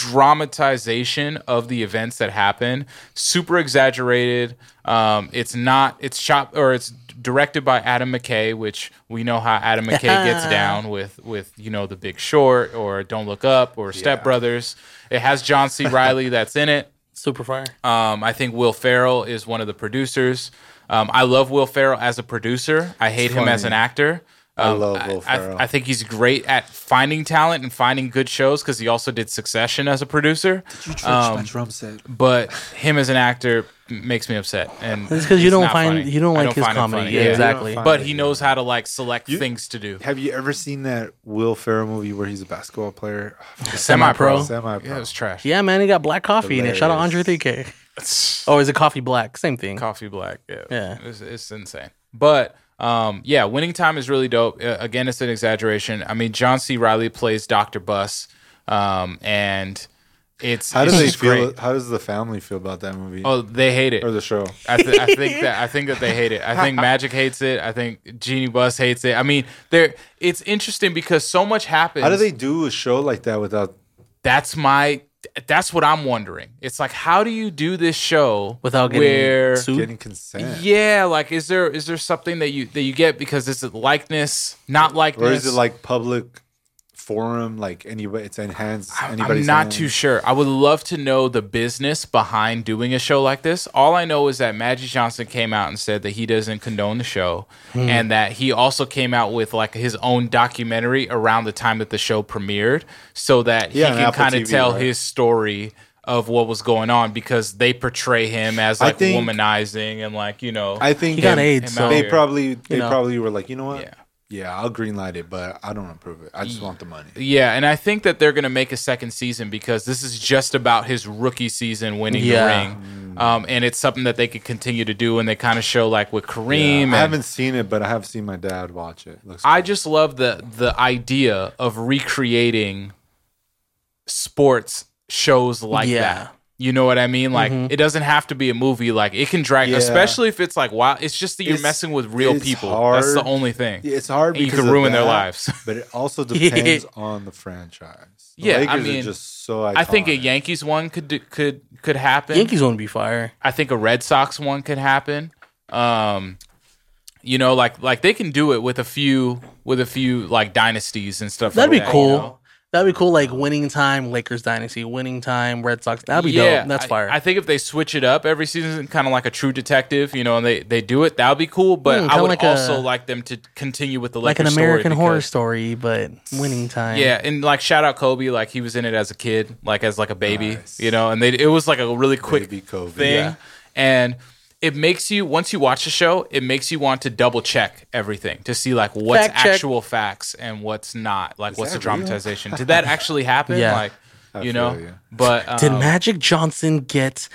Speaker 2: dramatization of the events that happen. Super exaggerated. Um, it's not. It's shot or it's directed by Adam McKay, which we know how Adam McKay gets down with with you know The Big Short or Don't Look Up or Step Brothers. It has John C. Riley that's in it.
Speaker 1: Super fire.
Speaker 2: Um, I think Will Farrell is one of the producers. Um, I love Will Farrell as a producer. I hate him as
Speaker 3: funny.
Speaker 2: an actor.
Speaker 3: I
Speaker 2: Um,
Speaker 3: love Will
Speaker 2: I,
Speaker 3: Ferrell.
Speaker 2: I think he's great at finding talent and finding good shows because he also did Succession as a producer. Um,
Speaker 3: my drum set.
Speaker 2: But him as an actor m- makes me upset. And
Speaker 1: It's 'cause you
Speaker 2: it's
Speaker 1: don't
Speaker 2: not
Speaker 1: find-
Speaker 2: funny.
Speaker 1: you don't
Speaker 2: I
Speaker 1: like his
Speaker 2: find him
Speaker 1: comedy.
Speaker 2: funny.
Speaker 1: Yeah, exactly.
Speaker 3: find
Speaker 2: But
Speaker 3: it,
Speaker 2: he
Speaker 3: yeah.
Speaker 2: knows how to like select things to do.
Speaker 3: Have you ever seen that Will Ferrell movie where he's a basketball player?
Speaker 2: Semi-pro.
Speaker 3: Semi
Speaker 2: Yeah, it
Speaker 3: pro.
Speaker 2: was trash.
Speaker 1: Yeah, man, he got black coffee in it. Shout out Andre
Speaker 3: Hilarious.
Speaker 1: 3K. Oh, is it coffee black? Same thing.
Speaker 2: coffee black. Yeah,
Speaker 1: Yeah.
Speaker 2: It's, it's insane. But um, yeah, winning time is really dope. Uh, again, it's an exaggeration. I mean, John C. Riley plays Doctor Bus, um, and it's
Speaker 3: How
Speaker 2: it's
Speaker 3: does they
Speaker 2: just
Speaker 3: feel?
Speaker 2: great.
Speaker 3: How does the family feel about that movie
Speaker 2: Oh, they hate it.
Speaker 3: or the show?
Speaker 2: I, th- I think that I think that they hate it. I think Magic hates it. I think Genie Bus hates it. I mean, there. It's interesting because so much happens.
Speaker 3: How do they do a show like that without?
Speaker 2: That's my. That's what I'm wondering. It's like, how do you do this show
Speaker 1: Without getting
Speaker 2: where
Speaker 1: sued?
Speaker 3: Getting consent.
Speaker 2: Yeah, like is there is there something that you that you get because it's a likeness, not likeness?
Speaker 3: Or is it like public forum? Like anybody, it's enhanced.
Speaker 2: I'm
Speaker 3: Anybody's
Speaker 2: not
Speaker 3: hand?
Speaker 2: too sure. I would love to know the business behind doing a show like this. All I know is that Magic Johnson came out and said that he doesn't condone the show and that he also came out with like his own documentary around the time that the show premiered so that
Speaker 3: Yeah, on
Speaker 2: he can
Speaker 3: Apple
Speaker 2: kind of
Speaker 3: TV,
Speaker 2: tell
Speaker 3: right?
Speaker 2: his story of what was going on because they portray him as like
Speaker 3: think-
Speaker 2: womanizing and like, you know,
Speaker 3: I think
Speaker 1: He got
Speaker 3: they-
Speaker 1: AIDS,
Speaker 2: so-
Speaker 3: They probably they
Speaker 1: know.
Speaker 3: probably were like, you know what?
Speaker 2: Yeah.
Speaker 3: Yeah. I'll greenlight it, but I don't approve it. I just want the money.
Speaker 2: Yeah, and I think that they're going to make a second season because this is just about his rookie season winning
Speaker 1: Yeah.
Speaker 2: the ring. Um, and it's something that they could continue to do. And they kind of show like with Kareem. and
Speaker 3: I haven't seen it, but I have seen my dad watch it. Looks
Speaker 2: I just love the the idea of recreating sports shows like
Speaker 1: Yeah.
Speaker 2: that. You know what I mean? Like it doesn't have to be a movie. Like it can drag,
Speaker 3: Mm-hmm. Yeah.
Speaker 2: especially if it's like wow. It's just that you're
Speaker 3: It's-
Speaker 2: messing with real
Speaker 3: it's
Speaker 2: people.
Speaker 3: hard.
Speaker 2: That's the only thing.
Speaker 3: Yeah, it's hard
Speaker 2: And you
Speaker 3: because
Speaker 2: can
Speaker 3: of
Speaker 2: ruin their
Speaker 3: that,
Speaker 2: lives.
Speaker 3: but it also depends on the franchise. The
Speaker 2: Yeah, I
Speaker 3: Lakers
Speaker 2: mean,
Speaker 3: are just so. Iconic.
Speaker 2: I think a Yankees one could do, could could happen.
Speaker 1: Yankees wouldn't be fire.
Speaker 2: I think a Red Sox one could happen. Um, you know, like like they can do it with a few with a few like dynasties and stuff.
Speaker 1: That'd
Speaker 2: like
Speaker 1: be
Speaker 2: that,
Speaker 1: cool.
Speaker 2: you know?
Speaker 1: That'd be cool. Like winning time, Lakers dynasty, winning time, Red Sox. That'd be
Speaker 2: yeah,
Speaker 1: dope. That's
Speaker 2: I-
Speaker 1: fire.
Speaker 2: I, think if they switch it up every season, kind of like a True Detective, you know, and they they do it, that would be cool. But
Speaker 1: Hmm,
Speaker 2: I
Speaker 1: kinda
Speaker 2: would
Speaker 1: like
Speaker 2: also
Speaker 1: a-
Speaker 2: like them to continue with the
Speaker 1: like an
Speaker 2: Lakers story
Speaker 1: American
Speaker 2: because-
Speaker 1: Horror Story, but winning time.
Speaker 2: Yeah, and like shout out Kobe, like he was in it as a kid, like as like a baby, you know, and they it was like a really quick
Speaker 3: Baby Kobe.
Speaker 2: thing,
Speaker 3: Yeah.
Speaker 2: and it makes you once you watch the show, it makes you want to double check everything to see like what's
Speaker 1: Fact check.
Speaker 2: actual facts and what's not, like what's the
Speaker 3: that real?
Speaker 2: dramatization. Did that actually happen?
Speaker 1: Yeah.
Speaker 2: Like, you
Speaker 3: feel
Speaker 2: know,
Speaker 3: you.
Speaker 2: but um,
Speaker 1: Did Magic Johnson get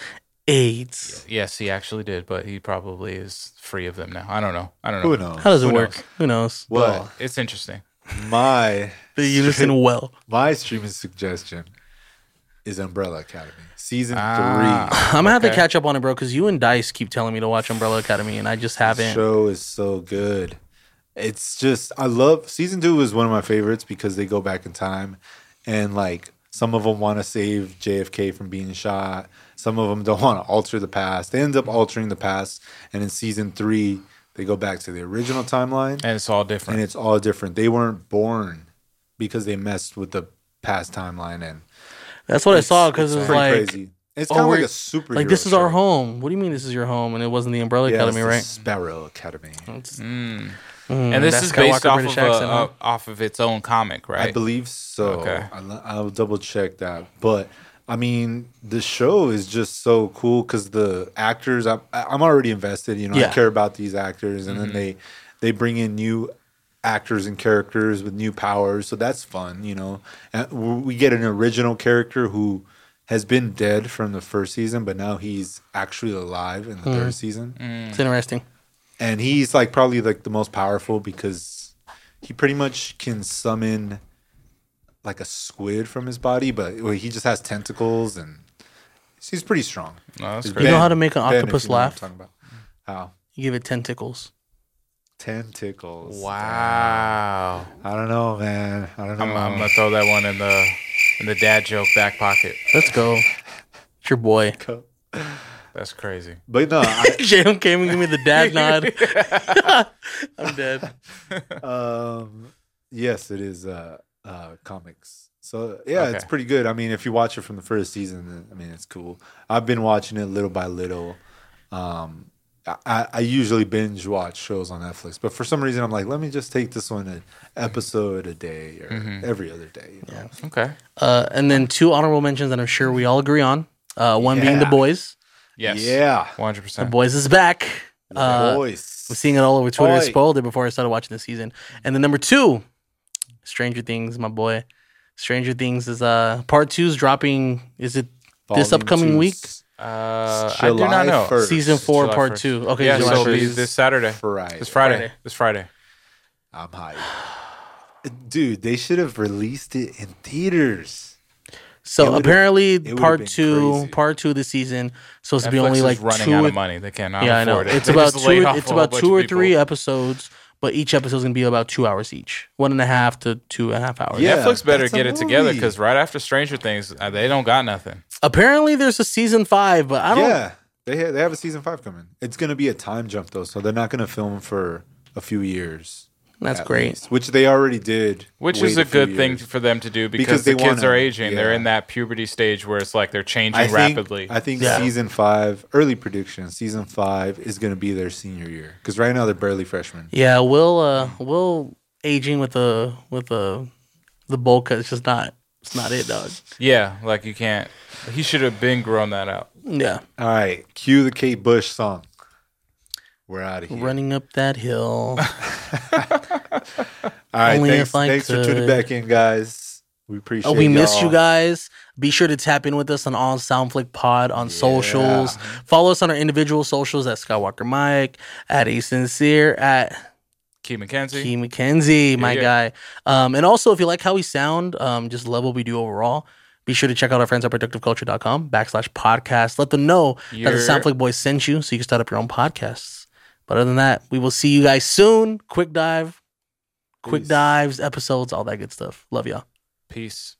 Speaker 1: AIDS?
Speaker 2: yes, he actually did, but he probably is free of them now. I don't know. I don't know.
Speaker 3: Who knows?
Speaker 1: How does it
Speaker 2: Who
Speaker 1: work?
Speaker 2: knows?
Speaker 1: Who knows?
Speaker 3: Well,
Speaker 2: It's interesting.
Speaker 3: my
Speaker 1: The unison well.
Speaker 3: my streaming suggestion is Umbrella Academy season
Speaker 2: Ah.
Speaker 1: I'm gonna have to
Speaker 2: Okay.
Speaker 1: catch up on it, bro, because you and Dice keep telling me to watch Umbrella Academy, and I just
Speaker 3: three.
Speaker 1: haven't.
Speaker 3: Show is so good. It's just I love season two is one of my favorites because they go back in time, and like some of them want to save JFK from being shot. Some of them don't want to alter the past. They end up altering the past, and in season three they go back to the original timeline.
Speaker 2: And it's all
Speaker 3: and
Speaker 2: different.
Speaker 3: it's all different. They weren't born because they messed with the past timeline and
Speaker 1: That's what I saw because Oh, it was
Speaker 3: pretty
Speaker 1: like,
Speaker 3: crazy. It's
Speaker 1: oh,
Speaker 3: kind of like
Speaker 1: we're-
Speaker 3: a superhero.
Speaker 1: like this is our
Speaker 3: show.
Speaker 1: home. What do you mean this is your home? And it wasn't the Umbrella
Speaker 3: Yeah,
Speaker 1: Academy,
Speaker 3: it's the
Speaker 1: right?
Speaker 3: Sparrow Academy.
Speaker 1: It's-
Speaker 2: and this
Speaker 1: Mm, that
Speaker 2: is based
Speaker 1: Skywalker
Speaker 2: off
Speaker 1: British
Speaker 2: of, a-
Speaker 1: accent, huh?
Speaker 2: uh, off of its own comic, right?
Speaker 3: I believe so.
Speaker 2: Okay.
Speaker 3: I'll, I'll double check that. But I mean, the show is just so cool because the actors. I'm I'm already invested. You know,
Speaker 1: Yeah.
Speaker 3: I care about these actors, and
Speaker 2: Mm-hmm.
Speaker 3: then they they bring in new actors and characters with new powers. So that's fun. You know, and w- we get an original character who has been dead from the first season, but now he's actually alive in the
Speaker 2: Mm.
Speaker 3: third season
Speaker 1: It's interesting.
Speaker 3: and he's like probably like the most powerful because he pretty much can summon like a squid from his body, but well, he just has tentacles and he's pretty strong.
Speaker 2: No, Oh, that's
Speaker 3: It's
Speaker 2: great.
Speaker 1: You know how to make an
Speaker 3: if
Speaker 1: octopus
Speaker 3: you know what I'm
Speaker 1: laugh?
Speaker 3: talking about. How
Speaker 1: You give it tentacles.
Speaker 3: tentacles.
Speaker 2: Wow.
Speaker 3: I don't know, man. I don't know.
Speaker 2: I'm, I'm gonna throw that one in the in the dad joke back pocket.
Speaker 1: Let's go. It's your boy.
Speaker 2: That's crazy.
Speaker 3: but no, I,
Speaker 1: Jalen came and gave me the dad nod. I'm dead.
Speaker 3: um, yes, it is uh, uh, comics. So yeah, it's
Speaker 2: Okay.
Speaker 3: pretty good. I mean, if you watch it from the first season, then, I mean, it's cool. I've been watching it little by little. Um, I- I, I usually binge watch shows on Netflix, but for some reason, I'm like, let me just take this one an episode a day or
Speaker 2: Mm-hmm.
Speaker 3: every other day. You know?
Speaker 2: Okay.
Speaker 1: Uh, and then two honorable mentions that I'm sure we all agree on. Uh, one being the
Speaker 3: Yeah.
Speaker 1: boys.
Speaker 2: Yes.
Speaker 3: Yeah.
Speaker 2: One hundred
Speaker 1: The
Speaker 2: percent.
Speaker 1: boys is back.
Speaker 3: The
Speaker 1: Uh,
Speaker 3: voice.
Speaker 1: I'm seeing it all over Twitter. I
Speaker 3: Boy.
Speaker 1: spoiled it before I started watching the season. And then number two, Stranger Things, my boy. Stranger Things is uh part two is dropping. Is it this
Speaker 3: Volume
Speaker 1: upcoming
Speaker 3: two's
Speaker 1: week?
Speaker 2: Uh, I do not know.
Speaker 3: first.
Speaker 1: season four,
Speaker 2: July
Speaker 1: part
Speaker 2: 1st.
Speaker 1: two? Okay,
Speaker 2: Yeah.
Speaker 1: July
Speaker 2: So it'll be
Speaker 1: 1st.
Speaker 2: this Saturday.
Speaker 3: Friday.
Speaker 2: This Friday.
Speaker 1: Friday.
Speaker 2: This Friday.
Speaker 3: I'm hyped. Dude, they should have released it in theaters. it
Speaker 1: so
Speaker 3: would've-
Speaker 1: apparently
Speaker 3: would've
Speaker 1: part
Speaker 3: been
Speaker 1: two,
Speaker 3: crazy.
Speaker 1: part two of the season supposed to be
Speaker 2: Netflix
Speaker 1: only
Speaker 2: is
Speaker 1: like
Speaker 2: running
Speaker 1: two.
Speaker 2: out
Speaker 1: or-
Speaker 2: of money. They cannot.
Speaker 1: yeah, I know.
Speaker 2: afford It.
Speaker 1: It's
Speaker 2: They
Speaker 1: about
Speaker 2: just
Speaker 1: two.
Speaker 2: laid
Speaker 1: Or,
Speaker 2: off
Speaker 1: it's
Speaker 2: a
Speaker 1: about
Speaker 2: whole
Speaker 1: two or
Speaker 2: bunch of
Speaker 1: three uh,
Speaker 2: people.
Speaker 1: episodes, but each episode is gonna be about two hours each, one and a half to two and a half hours.
Speaker 3: Yeah.
Speaker 2: Netflix better
Speaker 3: that's a
Speaker 2: get it together
Speaker 3: movie.
Speaker 2: because right after Stranger Things, uh, they don't got nothing.
Speaker 1: Apparently, there's a season five, but I don't.
Speaker 3: Yeah. They have, they have a season five coming. It's going to be a time jump, though. So they're not going to film for a few years.
Speaker 1: that's
Speaker 3: at
Speaker 1: great.
Speaker 3: least, which they already did.
Speaker 2: Which
Speaker 3: wait
Speaker 2: is a
Speaker 3: few
Speaker 2: good thing
Speaker 3: years.
Speaker 2: for them to do because,
Speaker 3: Because
Speaker 2: the
Speaker 3: they
Speaker 2: kids
Speaker 3: wanna,
Speaker 2: are aging. They're
Speaker 3: yeah.
Speaker 2: in that puberty stage where it's like they're changing
Speaker 3: I think,
Speaker 2: rapidly.
Speaker 3: I think
Speaker 1: Yeah.
Speaker 3: season five, early prediction, season five is going to be their senior year. Because right now they're barely freshmen.
Speaker 1: Yeah, Will uh Will aging with the with the the bowl cut it's just not it's not it, dog.
Speaker 2: yeah, like you can't. He should have been grown that out.
Speaker 1: Yeah.
Speaker 3: All right. Cue the Kate Bush song. We're out of here.
Speaker 1: Running up that hill.
Speaker 3: All right.
Speaker 1: Only
Speaker 3: Thanks,
Speaker 1: if I
Speaker 3: thanks for tuning
Speaker 1: could.
Speaker 3: back in, guys. We appreciate
Speaker 1: oh, we missed you
Speaker 3: y'all.
Speaker 1: guys. Be sure to tap in with us on all Soundflick Pod on socials. Follow us on our individual socials at Skywalker Mike, at A Sincere, at
Speaker 2: Key McKenzie.
Speaker 1: Key McKenzie, my
Speaker 2: yeah.
Speaker 1: guy. Um, and also, if you like how we sound, um, just love what we do overall. Be sure to check out our friends at productiveculture.com backslash podcast. Let them know that
Speaker 2: Yeah.
Speaker 1: the Soundflick Boys sent you so you can start up your own podcasts. But other than that, we will see you guys soon. Quick dive, quick
Speaker 3: Peace.
Speaker 1: dives, episodes, all that good stuff. Love y'all.
Speaker 2: Peace.